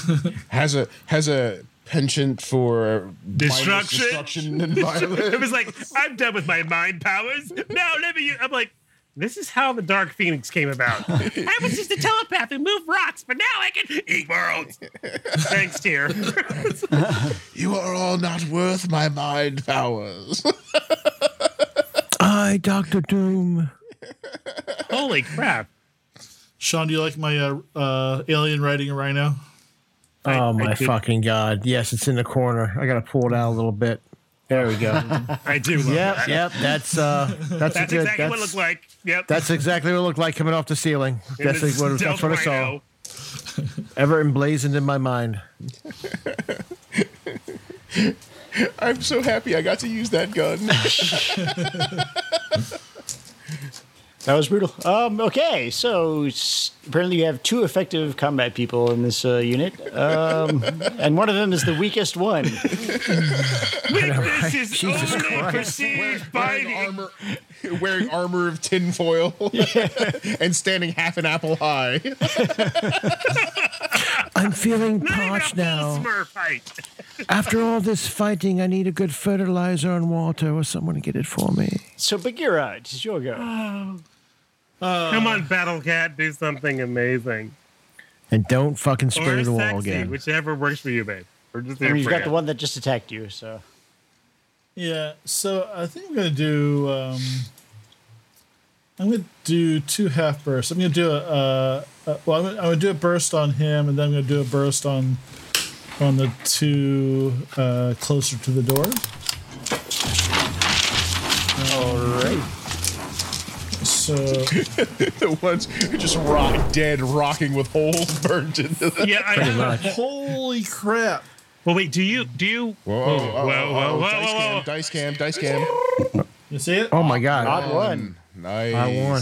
Speaker 4: Has a has a penchant for mindless
Speaker 6: Destruction?
Speaker 4: destruction and violence.
Speaker 6: It was like, I'm done with my mind powers. Now let me. u-" I'm like, this is how the Dark Phoenix came about. I was just a telepath who moved rocks, but now I can eat worlds. Thanks, dear.
Speaker 4: You are all not worth my mind powers.
Speaker 5: I, Doctor Doom.
Speaker 6: Holy crap.
Speaker 2: Sean, do you like my uh, uh, alien riding a rhino?
Speaker 6: I-
Speaker 5: Oh
Speaker 6: I
Speaker 5: my
Speaker 6: did-
Speaker 5: fucking god! Yes, it's in the corner. I gotta pull it out a little bit. There we go.
Speaker 6: I do love
Speaker 5: yep,
Speaker 6: that.
Speaker 5: yep. That's uh, that's,
Speaker 6: That's
Speaker 5: a good.
Speaker 6: exactly
Speaker 5: that's,
Speaker 6: what it looked like. Yep.
Speaker 5: That's exactly what it looked like coming off the ceiling.
Speaker 6: And
Speaker 5: That's
Speaker 6: it's
Speaker 5: what,
Speaker 6: stealth
Speaker 5: that's what I saw.
Speaker 6: rhino.
Speaker 5: Ever emblazoned in my mind.
Speaker 4: I'm so happy I got to use that gun.
Speaker 3: That was brutal. Um, okay, so s- apparently you have two effective combat people in this uh, unit, um, and one of them is the weakest one.
Speaker 6: Weakness is
Speaker 5: Jesus
Speaker 6: only
Speaker 5: Christ.
Speaker 6: perceived by
Speaker 4: wearing
Speaker 6: the
Speaker 4: armor, wearing armor of tinfoil and standing half an apple high.
Speaker 5: I'm feeling
Speaker 6: not even a
Speaker 5: parched
Speaker 6: full
Speaker 5: now.
Speaker 6: Smurf height.
Speaker 5: After all this fighting, I need a good fertilizer and water, or someone to get it for me.
Speaker 3: So Bagheera, it is your go.
Speaker 6: Come on, Battle Cat, do something amazing.
Speaker 5: And don't fucking
Speaker 6: Or
Speaker 5: spray the wall
Speaker 6: sexy,
Speaker 5: again.
Speaker 6: whichever works for you, babe. We're just
Speaker 3: I
Speaker 6: here
Speaker 3: mean, you've
Speaker 6: for
Speaker 3: got
Speaker 6: you.
Speaker 3: the one that just attacked you. So
Speaker 2: Yeah, so I think I'm gonna do. Um, I'm gonna do two half bursts. I'm gonna do a. Uh, uh, well, I'm gonna, I'm gonna do a burst on him, and then I'm gonna do a burst on, on the two uh, closer to the door. All right. So
Speaker 4: the ones who just rock dead, rocking with holes burned into them.
Speaker 6: Yeah, I know.
Speaker 2: holy crap!
Speaker 6: Well, wait. Do you do you?
Speaker 4: Whoa, whoa, whoa, whoa, dice cam, dice cam, dice cam.
Speaker 2: You see it?
Speaker 5: Oh my god!
Speaker 3: odd one.
Speaker 4: Nice.
Speaker 5: I won.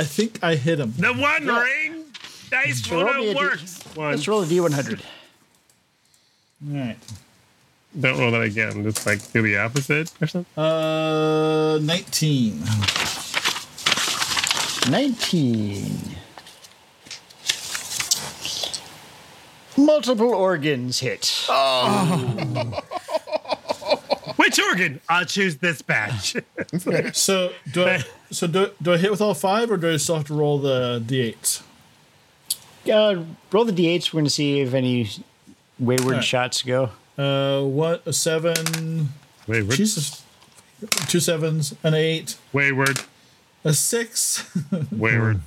Speaker 2: I think I hit him.
Speaker 6: The One Ring dice
Speaker 3: Throw me a
Speaker 6: photo
Speaker 3: D-
Speaker 6: works. One.
Speaker 3: Let's roll a d100.
Speaker 2: All right.
Speaker 6: Don't roll that again. Just like do the opposite or something.
Speaker 2: Uh, nineteen.
Speaker 3: 19. Multiple organs hit.
Speaker 6: Oh. Which organ? I'll choose this batch.
Speaker 2: So do I? So do, do I hit with all five, or do I still have to roll the d8s?
Speaker 3: Uh, roll the d8s. We're going to see if any wayward
Speaker 2: Alright.
Speaker 3: shots go.
Speaker 2: Uh, what a seven.
Speaker 6: Wayward.
Speaker 2: Jesus, two sevens, an eight,
Speaker 6: Wayward.
Speaker 2: a six,
Speaker 6: Wayward.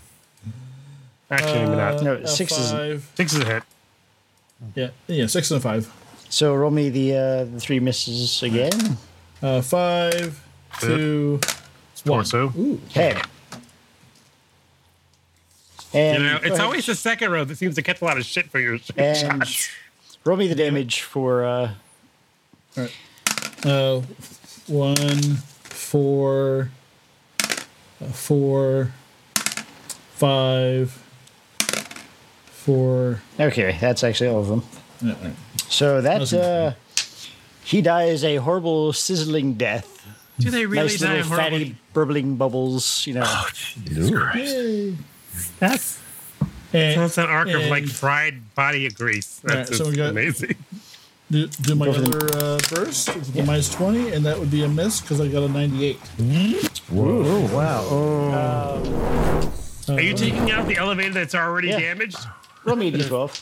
Speaker 6: Actually, maybe not.
Speaker 3: No,
Speaker 2: a
Speaker 3: six is
Speaker 2: five.
Speaker 6: Six is a hit.
Speaker 2: Yeah, yeah, six and a five.
Speaker 3: so. Roll me the uh, the three misses again.
Speaker 2: Uh, five, two, one.
Speaker 6: Torso.
Speaker 2: Ooh,
Speaker 3: Okay. And,
Speaker 6: You know,
Speaker 3: go
Speaker 6: it's
Speaker 3: ahead.
Speaker 6: always the second row that seems to catch a lot of shit for your
Speaker 3: and
Speaker 6: shots.
Speaker 3: roll me the damage for uh,
Speaker 2: uh, one, four, uh, four, five, for.
Speaker 3: Okay, that's actually all of them. So that uh, he dies a horrible sizzling death.
Speaker 10: Do they really
Speaker 3: nice
Speaker 10: die
Speaker 3: little
Speaker 10: horribly?
Speaker 3: fatty burbling bubbles. You know,
Speaker 6: Oh,
Speaker 10: That's
Speaker 2: And,
Speaker 6: That's an arc of like
Speaker 2: and-
Speaker 6: fried body of grease. That's
Speaker 2: Alright, so we
Speaker 6: just
Speaker 2: got-
Speaker 6: amazing.
Speaker 2: do, do my
Speaker 3: Go for the-
Speaker 2: other uh, burst with the minus 20, and that would be a miss because I got a 98.
Speaker 5: Oh, wow. Oh,
Speaker 6: Are you taking out the elevator that's already
Speaker 3: Yeah.
Speaker 6: damaged?
Speaker 3: roll me a d12.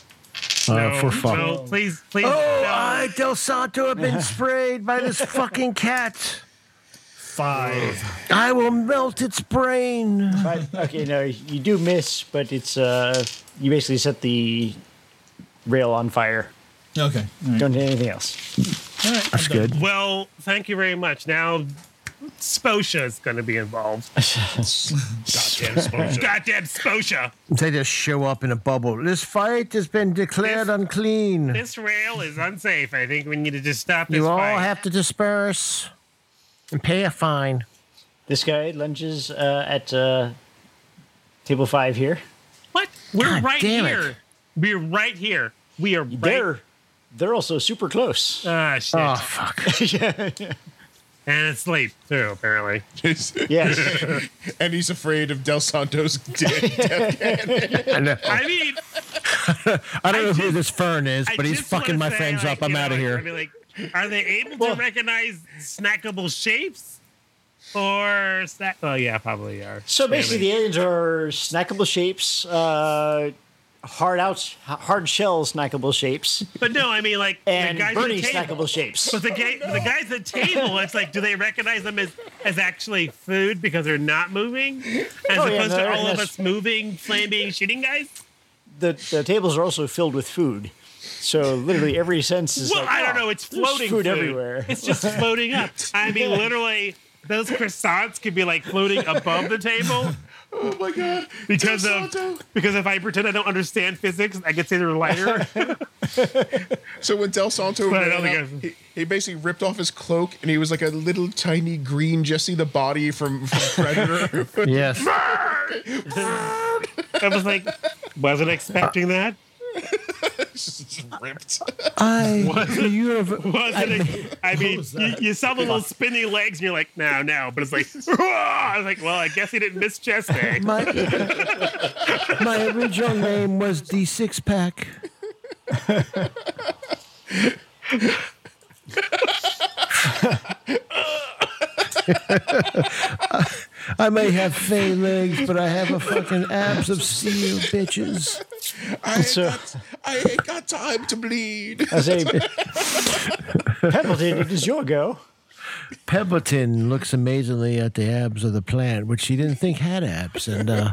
Speaker 5: uh, for fun.
Speaker 6: No, please, please.
Speaker 5: Oh,
Speaker 6: no.
Speaker 5: I, Del Santo, have been sprayed by this fucking cat.
Speaker 2: Five.
Speaker 5: I will melt its brain.
Speaker 3: But okay, no, you do miss, but it's uh, you basically set the rail on fire.
Speaker 2: Okay. All right.
Speaker 3: Don't do anything else.
Speaker 2: All right.
Speaker 5: That's good.
Speaker 6: Well, thank you very much. Now, Sposha is going to be involved. Goddamn Sposha.
Speaker 5: They just show up in a bubble. This fight has been declared
Speaker 6: This-
Speaker 5: unclean.
Speaker 6: This rail is unsafe. I think we need to just stop this
Speaker 5: You all
Speaker 6: fight.
Speaker 5: have to disperse and pay a fine.
Speaker 3: This guy lunges uh, at uh, table five here.
Speaker 6: what? We're
Speaker 5: God
Speaker 6: right
Speaker 5: damn it.
Speaker 6: here. We're right here. We are right.
Speaker 3: They're they're also super close.
Speaker 10: Uh,
Speaker 6: Ah, shit.
Speaker 5: Oh, fuck.
Speaker 6: And it's late too, apparently.
Speaker 3: Yes.
Speaker 4: and he's afraid of Del Santo's dick.
Speaker 5: I, know.
Speaker 6: I mean,
Speaker 5: I don't
Speaker 6: I
Speaker 5: know who
Speaker 6: just-
Speaker 5: this Fern is,
Speaker 6: I
Speaker 5: but he's
Speaker 6: just wanna
Speaker 5: fucking my
Speaker 6: say,
Speaker 5: friends
Speaker 6: like,
Speaker 5: up. I'm
Speaker 6: you know,
Speaker 5: out of
Speaker 6: like,
Speaker 5: here.
Speaker 6: I mean, like, are they able
Speaker 3: Well-
Speaker 6: to recognize snackable shapes? Or snack? Oh yeah, probably are.
Speaker 3: So basically, the aliens are snackable shapes, uh, hard out, hard shell snackable shapes,
Speaker 6: But no, I mean like
Speaker 3: and
Speaker 6: the guys
Speaker 3: Bernie
Speaker 6: at the table.
Speaker 3: snackable shapes.
Speaker 6: But the guy,
Speaker 5: Oh,
Speaker 6: the guys at the table, it's like, do they recognize them as as actually food because they're not moving, as
Speaker 3: Oh, yeah, no,
Speaker 6: opposed to
Speaker 3: they're
Speaker 6: all of
Speaker 3: not-
Speaker 6: us moving, flaming, shooting guys?
Speaker 3: The, the tables are also filled with food, so literally every sense is.
Speaker 6: Well,
Speaker 3: like,
Speaker 6: I don't
Speaker 3: "Oh,
Speaker 6: know. It's
Speaker 3: there's
Speaker 6: floating
Speaker 3: food everywhere."
Speaker 6: It's just floating up. I mean, literally, those croissants could be like floating above the table.
Speaker 4: oh my god!
Speaker 6: Because of because if I pretend I don't understand physics, I could say they're lighter.
Speaker 4: So when Del Santo
Speaker 6: But I
Speaker 4: ran
Speaker 6: don't think
Speaker 4: out,
Speaker 6: I've-
Speaker 4: he, he basically ripped off his cloak and he was like a little tiny green Jesse the body from, from Predator.
Speaker 5: Yes.
Speaker 6: I was like, wasn't expecting that.
Speaker 4: ripped.
Speaker 5: I, the universe,
Speaker 6: Wasn't ex- I mean, you, you saw the little spinny legs, and you're like, no, no. But it's like, I was like, well, I guess he didn't miss chest day.
Speaker 5: my, my original name was the Six Pack. I may have fey legs, but I have a fucking abs of steel, bitches.
Speaker 4: I ain't,
Speaker 3: So-
Speaker 4: got, I ain't got time to bleed.
Speaker 3: I say, Pendleton, it is your go.
Speaker 5: Pebbleton looks amazingly at the abs of the plant, which he didn't think had abs, and uh,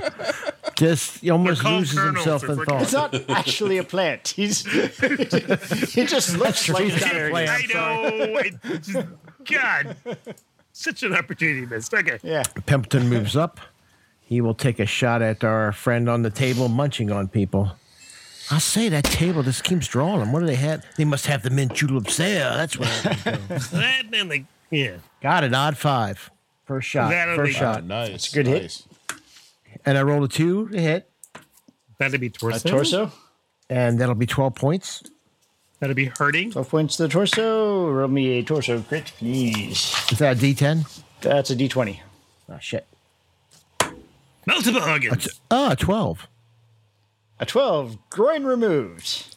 Speaker 5: just he almost
Speaker 6: called
Speaker 5: loses
Speaker 6: kernels,
Speaker 5: himself
Speaker 6: they're
Speaker 5: in
Speaker 6: freaking-
Speaker 5: thought.
Speaker 3: It's not actually a plant. He's he just looks
Speaker 5: true,
Speaker 3: like
Speaker 5: he's not a
Speaker 3: an
Speaker 5: plant.
Speaker 3: plant.
Speaker 6: I know. It just, God, such an opportunity missed. Okay.
Speaker 3: Yeah.
Speaker 5: Pimpton moves up. He will take a shot at our friend on the table, munching on people. I say that table just keeps drawing them. What do they have? They must have the mint juleps there. That's what. I mean.
Speaker 6: That and then the yeah.
Speaker 5: Got an odd five. First shot.
Speaker 6: That'll
Speaker 5: First
Speaker 6: be-
Speaker 5: shot.
Speaker 4: nice. It's a
Speaker 3: good hit.
Speaker 5: And I rolled a two to hit,
Speaker 6: That'd be torso.
Speaker 3: A torso.
Speaker 5: and that'll be 12 points.
Speaker 6: That'd be hurting.
Speaker 3: 12 points to the torso. Roll me a torso crit, please.
Speaker 5: Is that a D10?
Speaker 3: That's a d20.
Speaker 5: Oh, shit.
Speaker 6: Multiple organs.
Speaker 5: Ah, 12.
Speaker 3: A 12, groin removed.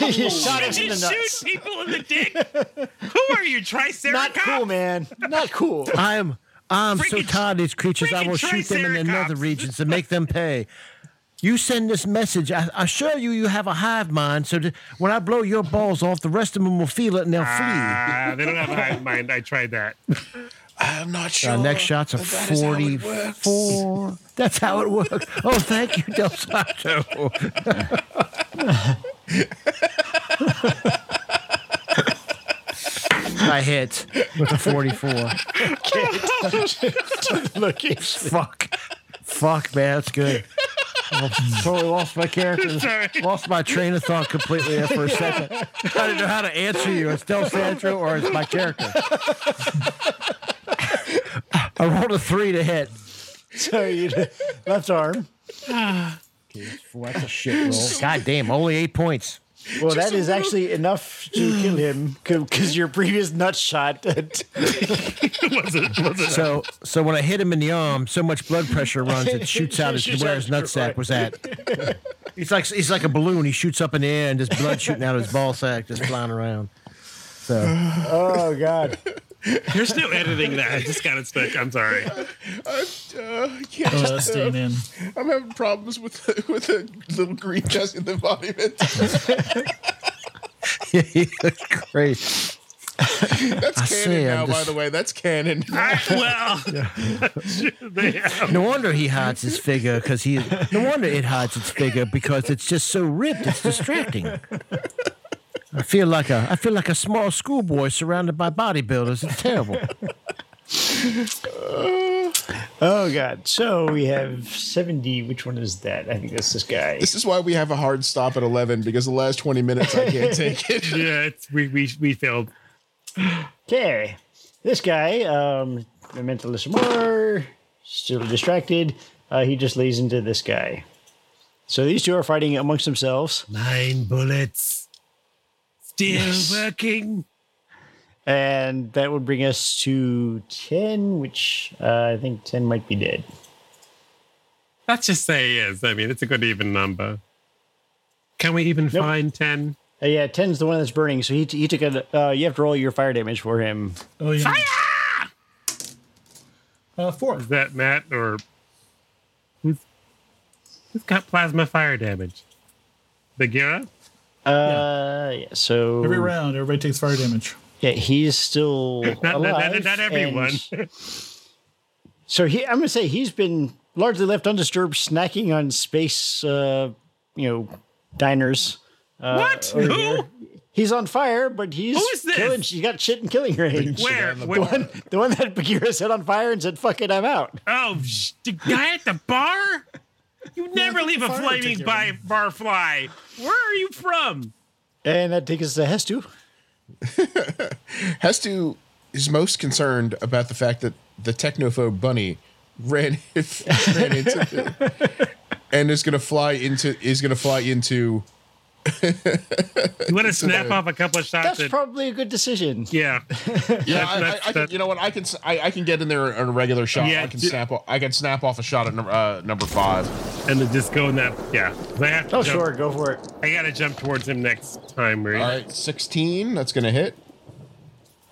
Speaker 3: you shot us in the
Speaker 6: Just
Speaker 3: nuts.
Speaker 6: shoot people in the dick. Who are you, Triceratops?
Speaker 3: Not cool, man. Not cool.
Speaker 5: I'm I'm so
Speaker 6: Freaking-
Speaker 5: tired of these creatures. I
Speaker 6: freaking
Speaker 5: will shoot them in
Speaker 6: triceratops.
Speaker 5: another regions and make them pay. You send this message. I I assure you, you have a hive mind. So that when I blow your balls off, the rest of them will feel it and they'll flee.
Speaker 6: Ah, they don't have a hive mind. I tried that.
Speaker 4: I'm not sure.
Speaker 5: Our Uh, next shot's a
Speaker 4: but that is how it works.
Speaker 5: 44. That's how it works. Oh, thank you, Del Santo. I hit with a 44. Fuck. Fuck, man. That's good. I totally lost my character.
Speaker 6: Sorry.
Speaker 5: Lost my train of thought completely there for a second. I didn't know how to answer you. It's Del Santo or it's my character. I rolled a three to hit.
Speaker 3: So you left arm.
Speaker 10: Well, that's a shit roll.
Speaker 5: God damn, only eight points.
Speaker 3: Well, that is actually enough to kill him because your previous nut shot.
Speaker 6: was it, was it
Speaker 5: So, so when I hit him in the arm, so much blood pressure runs it shoots out his, where his nutsack was at. He's like he's like a balloon. He shoots up in the air and just blood shooting out of his ball sack, just flying around. So
Speaker 3: oh God!
Speaker 6: There's no editing that. I just got it stuck. I'm sorry.
Speaker 4: Uh, I can't
Speaker 2: Oh, that's staying in.
Speaker 4: I'm having problems with the, with the little green chest in the embodiment.
Speaker 5: great.
Speaker 4: That's canon
Speaker 5: I see, I'm
Speaker 4: now, by
Speaker 5: just-
Speaker 4: the way. That's canon.
Speaker 6: I, well, they have.
Speaker 5: No wonder he hides his figure because he. No wonder it hides its figure because it's just so ripped. It's distracting. I feel like a I feel like a small schoolboy surrounded by bodybuilders. It's terrible.
Speaker 3: Oh God! So we have seventy. Which one is that? I think that's this guy.
Speaker 4: This is why we have a hard stop at 11 because the last 20 minutes I can't take it.
Speaker 6: Yeah, it's, we, we, we failed.
Speaker 3: Okay, this guy. Um, I meant to listen more. Still distracted. Uh, he just lays into this guy. So these two are fighting amongst themselves,
Speaker 6: Nine bullets. Still working.
Speaker 3: and that would bring us to ten, which uh, I think ten might be dead.
Speaker 6: Let's just say yes. I mean, it's a good even number. Can we even find 10?
Speaker 3: Uh, yeah, ten's the one that's burning. So he, he took a. Uh, you have to roll your fire damage for him.
Speaker 2: Oh, yeah. Fire! Uh, four.
Speaker 6: Is that Matt or who's, who's got plasma fire damage? Bagheera?
Speaker 3: Uh, yeah. So
Speaker 2: Every round, everybody takes fire damage.
Speaker 3: yeah, he's still
Speaker 6: Not- not- not-
Speaker 3: alive,
Speaker 6: not everyone.
Speaker 3: and- so he, I'm gonna say he's been largely left undisturbed, snacking on space. Uh, you know, diners. Uh,
Speaker 6: What?
Speaker 3: over
Speaker 6: Who?
Speaker 3: here. He's on fire, but he's
Speaker 6: Who is this?
Speaker 3: killing. He got shit and killing range.
Speaker 6: Where?
Speaker 3: The
Speaker 6: Where-
Speaker 3: one, the one that Bagheera set on fire and said, "Fuck it, I'm out."
Speaker 6: Oh, sh- the guy at the bar? You never leave a
Speaker 2: fire
Speaker 6: flaming by, bar fly. Where are you from?
Speaker 3: And that takes us to Hestu.
Speaker 4: Hestu is most concerned about the fact that the technophobe bunny ran, ran into the, and is going to fly into is going to fly into
Speaker 6: You want to snap off a couple of shots?
Speaker 3: That's
Speaker 6: At,
Speaker 3: probably a good decision.
Speaker 6: yeah.
Speaker 4: yeah I, I,
Speaker 6: that's-
Speaker 4: I can, you know what I can s- I, I can get in there on a regular shot
Speaker 6: Yeah,
Speaker 4: I can
Speaker 6: d-
Speaker 4: snap o- I can snap off a shot at number, uh, number five
Speaker 6: And then just go in that. Yeah. 'Cause I have to
Speaker 3: Oh,
Speaker 6: jump-
Speaker 3: sure, go for it.
Speaker 6: I got to jump towards him next time, right?
Speaker 4: all right sixteen that's going to hit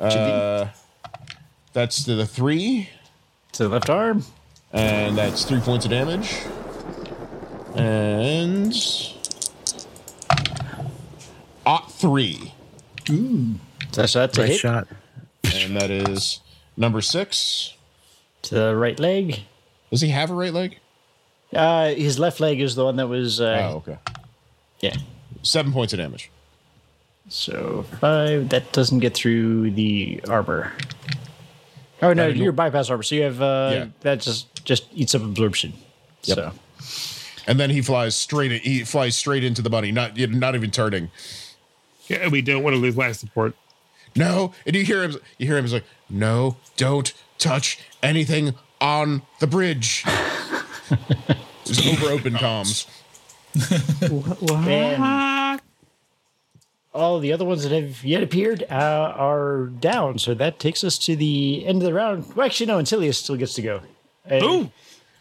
Speaker 4: uh, that's to the three
Speaker 3: To the left arm.
Speaker 4: And that's three points of damage. And. Ot three.
Speaker 3: That's that's a
Speaker 5: Great
Speaker 3: hit.
Speaker 5: shot.
Speaker 4: And that is number six.
Speaker 3: To the right leg.
Speaker 4: Does he have a right leg?
Speaker 3: Uh, his left leg is the one that was.
Speaker 4: Oh,
Speaker 3: Uh,
Speaker 4: okay.
Speaker 3: Yeah.
Speaker 4: Seven points of damage.
Speaker 3: So five. That doesn't get through the armor. Oh no, you're bypass armor. So you have uh,
Speaker 4: Yeah.
Speaker 3: that just just eats up absorption. So
Speaker 4: And then he flies straight. He flies straight into the bunny, not not even turning.
Speaker 6: Yeah, we don't want to lose life support.
Speaker 4: No, and you hear him. You hear him. He's like, "No, don't touch anything on the bridge." It's over open comms.
Speaker 3: and all the other ones that have yet appeared uh, are down. So that takes us to the end of the round. Well, actually, no, Ancilius still gets to go. And
Speaker 6: Ooh!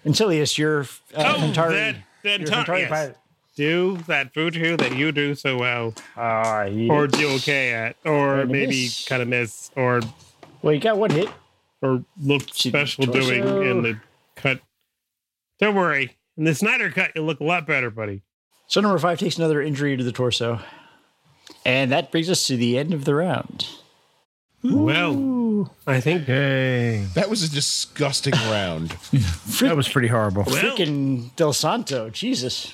Speaker 3: Ancilius, you're uh,
Speaker 6: Oh,
Speaker 3: Antari-
Speaker 6: that, that
Speaker 3: you're
Speaker 6: tar-
Speaker 3: Antari
Speaker 6: yes.
Speaker 3: pilot.
Speaker 6: Do that voodoo that you do so well,
Speaker 3: Ah, he
Speaker 6: or do okay at, or
Speaker 3: Kinda
Speaker 6: maybe
Speaker 3: miss.
Speaker 6: kind of miss, or
Speaker 3: well, you got one hit.
Speaker 6: or looked
Speaker 3: She did
Speaker 6: special
Speaker 3: torso.
Speaker 6: doing in the cut. Don't worry, in the Snyder cut, you'll look a lot better, buddy.
Speaker 3: So number five takes another injury to the torso. And that brings us to the end of the round.
Speaker 6: Well, I think
Speaker 5: Hey,
Speaker 4: That was a disgusting round.
Speaker 5: that was pretty horrible.
Speaker 6: well,
Speaker 3: Freaking Del Santo, Jesus.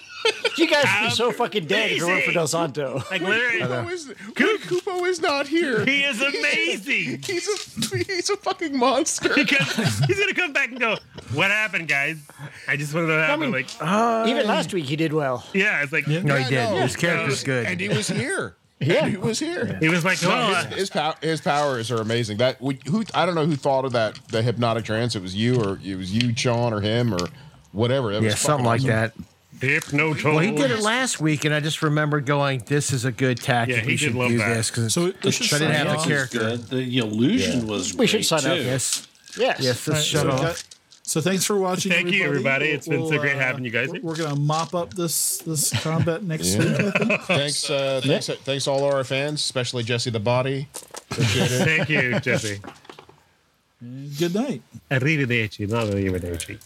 Speaker 3: You guys would be so fucking dead if it weren't for Del Santo.
Speaker 6: like literally,
Speaker 4: Kupo is, Wait, Kupo is not here.
Speaker 6: he is amazing
Speaker 4: He's a he's a fucking monster.
Speaker 6: because he's gonna come back and go, "What happened, guys? I just want to know what happened." Like, uh,
Speaker 3: Even last week he did well.
Speaker 6: yeah, it's like
Speaker 5: No, he
Speaker 4: I
Speaker 5: did.
Speaker 4: know.
Speaker 5: His character's good.
Speaker 4: And he was here.
Speaker 3: Yeah.
Speaker 4: And he was here.
Speaker 6: he was like, "Oh, uh,
Speaker 4: His, his, pow- his powers are amazing. That we- who I don't know who thought of that the hypnotic trance. It was you or it was you, Sean, or him or whatever. That
Speaker 5: Yeah,
Speaker 4: was
Speaker 5: something
Speaker 4: fucking
Speaker 5: like that.
Speaker 6: Hypnotoad.
Speaker 5: Well, he did it last week, and I just remembered going, "This is a good tactic.
Speaker 6: Yeah, he
Speaker 5: we
Speaker 6: did
Speaker 5: should
Speaker 6: love
Speaker 5: do
Speaker 6: that.
Speaker 5: this." 'cause
Speaker 2: So
Speaker 5: it-
Speaker 2: it- they should
Speaker 5: I didn't
Speaker 2: sign
Speaker 5: have
Speaker 2: off.
Speaker 5: the character.
Speaker 7: Good. The illusion was.
Speaker 3: We should
Speaker 7: great,
Speaker 3: sign up.
Speaker 7: too.
Speaker 5: Yes,
Speaker 3: Yes.
Speaker 5: yes. Let's
Speaker 2: All
Speaker 5: shut
Speaker 2: right, so,
Speaker 5: off.
Speaker 2: got- so thanks for watching.
Speaker 6: Thank you, everybody.
Speaker 2: We'll-
Speaker 6: It's been so
Speaker 2: we'll, uh,
Speaker 6: great having you guys.
Speaker 2: We're, we're gonna mop up this this combat next week. I think.
Speaker 4: Thanks, uh, thanks, thanks all our fans, especially Jesse the Body.
Speaker 6: Thank you, Jesse.
Speaker 2: Good night.
Speaker 6: Arrivederci, not arrivederci.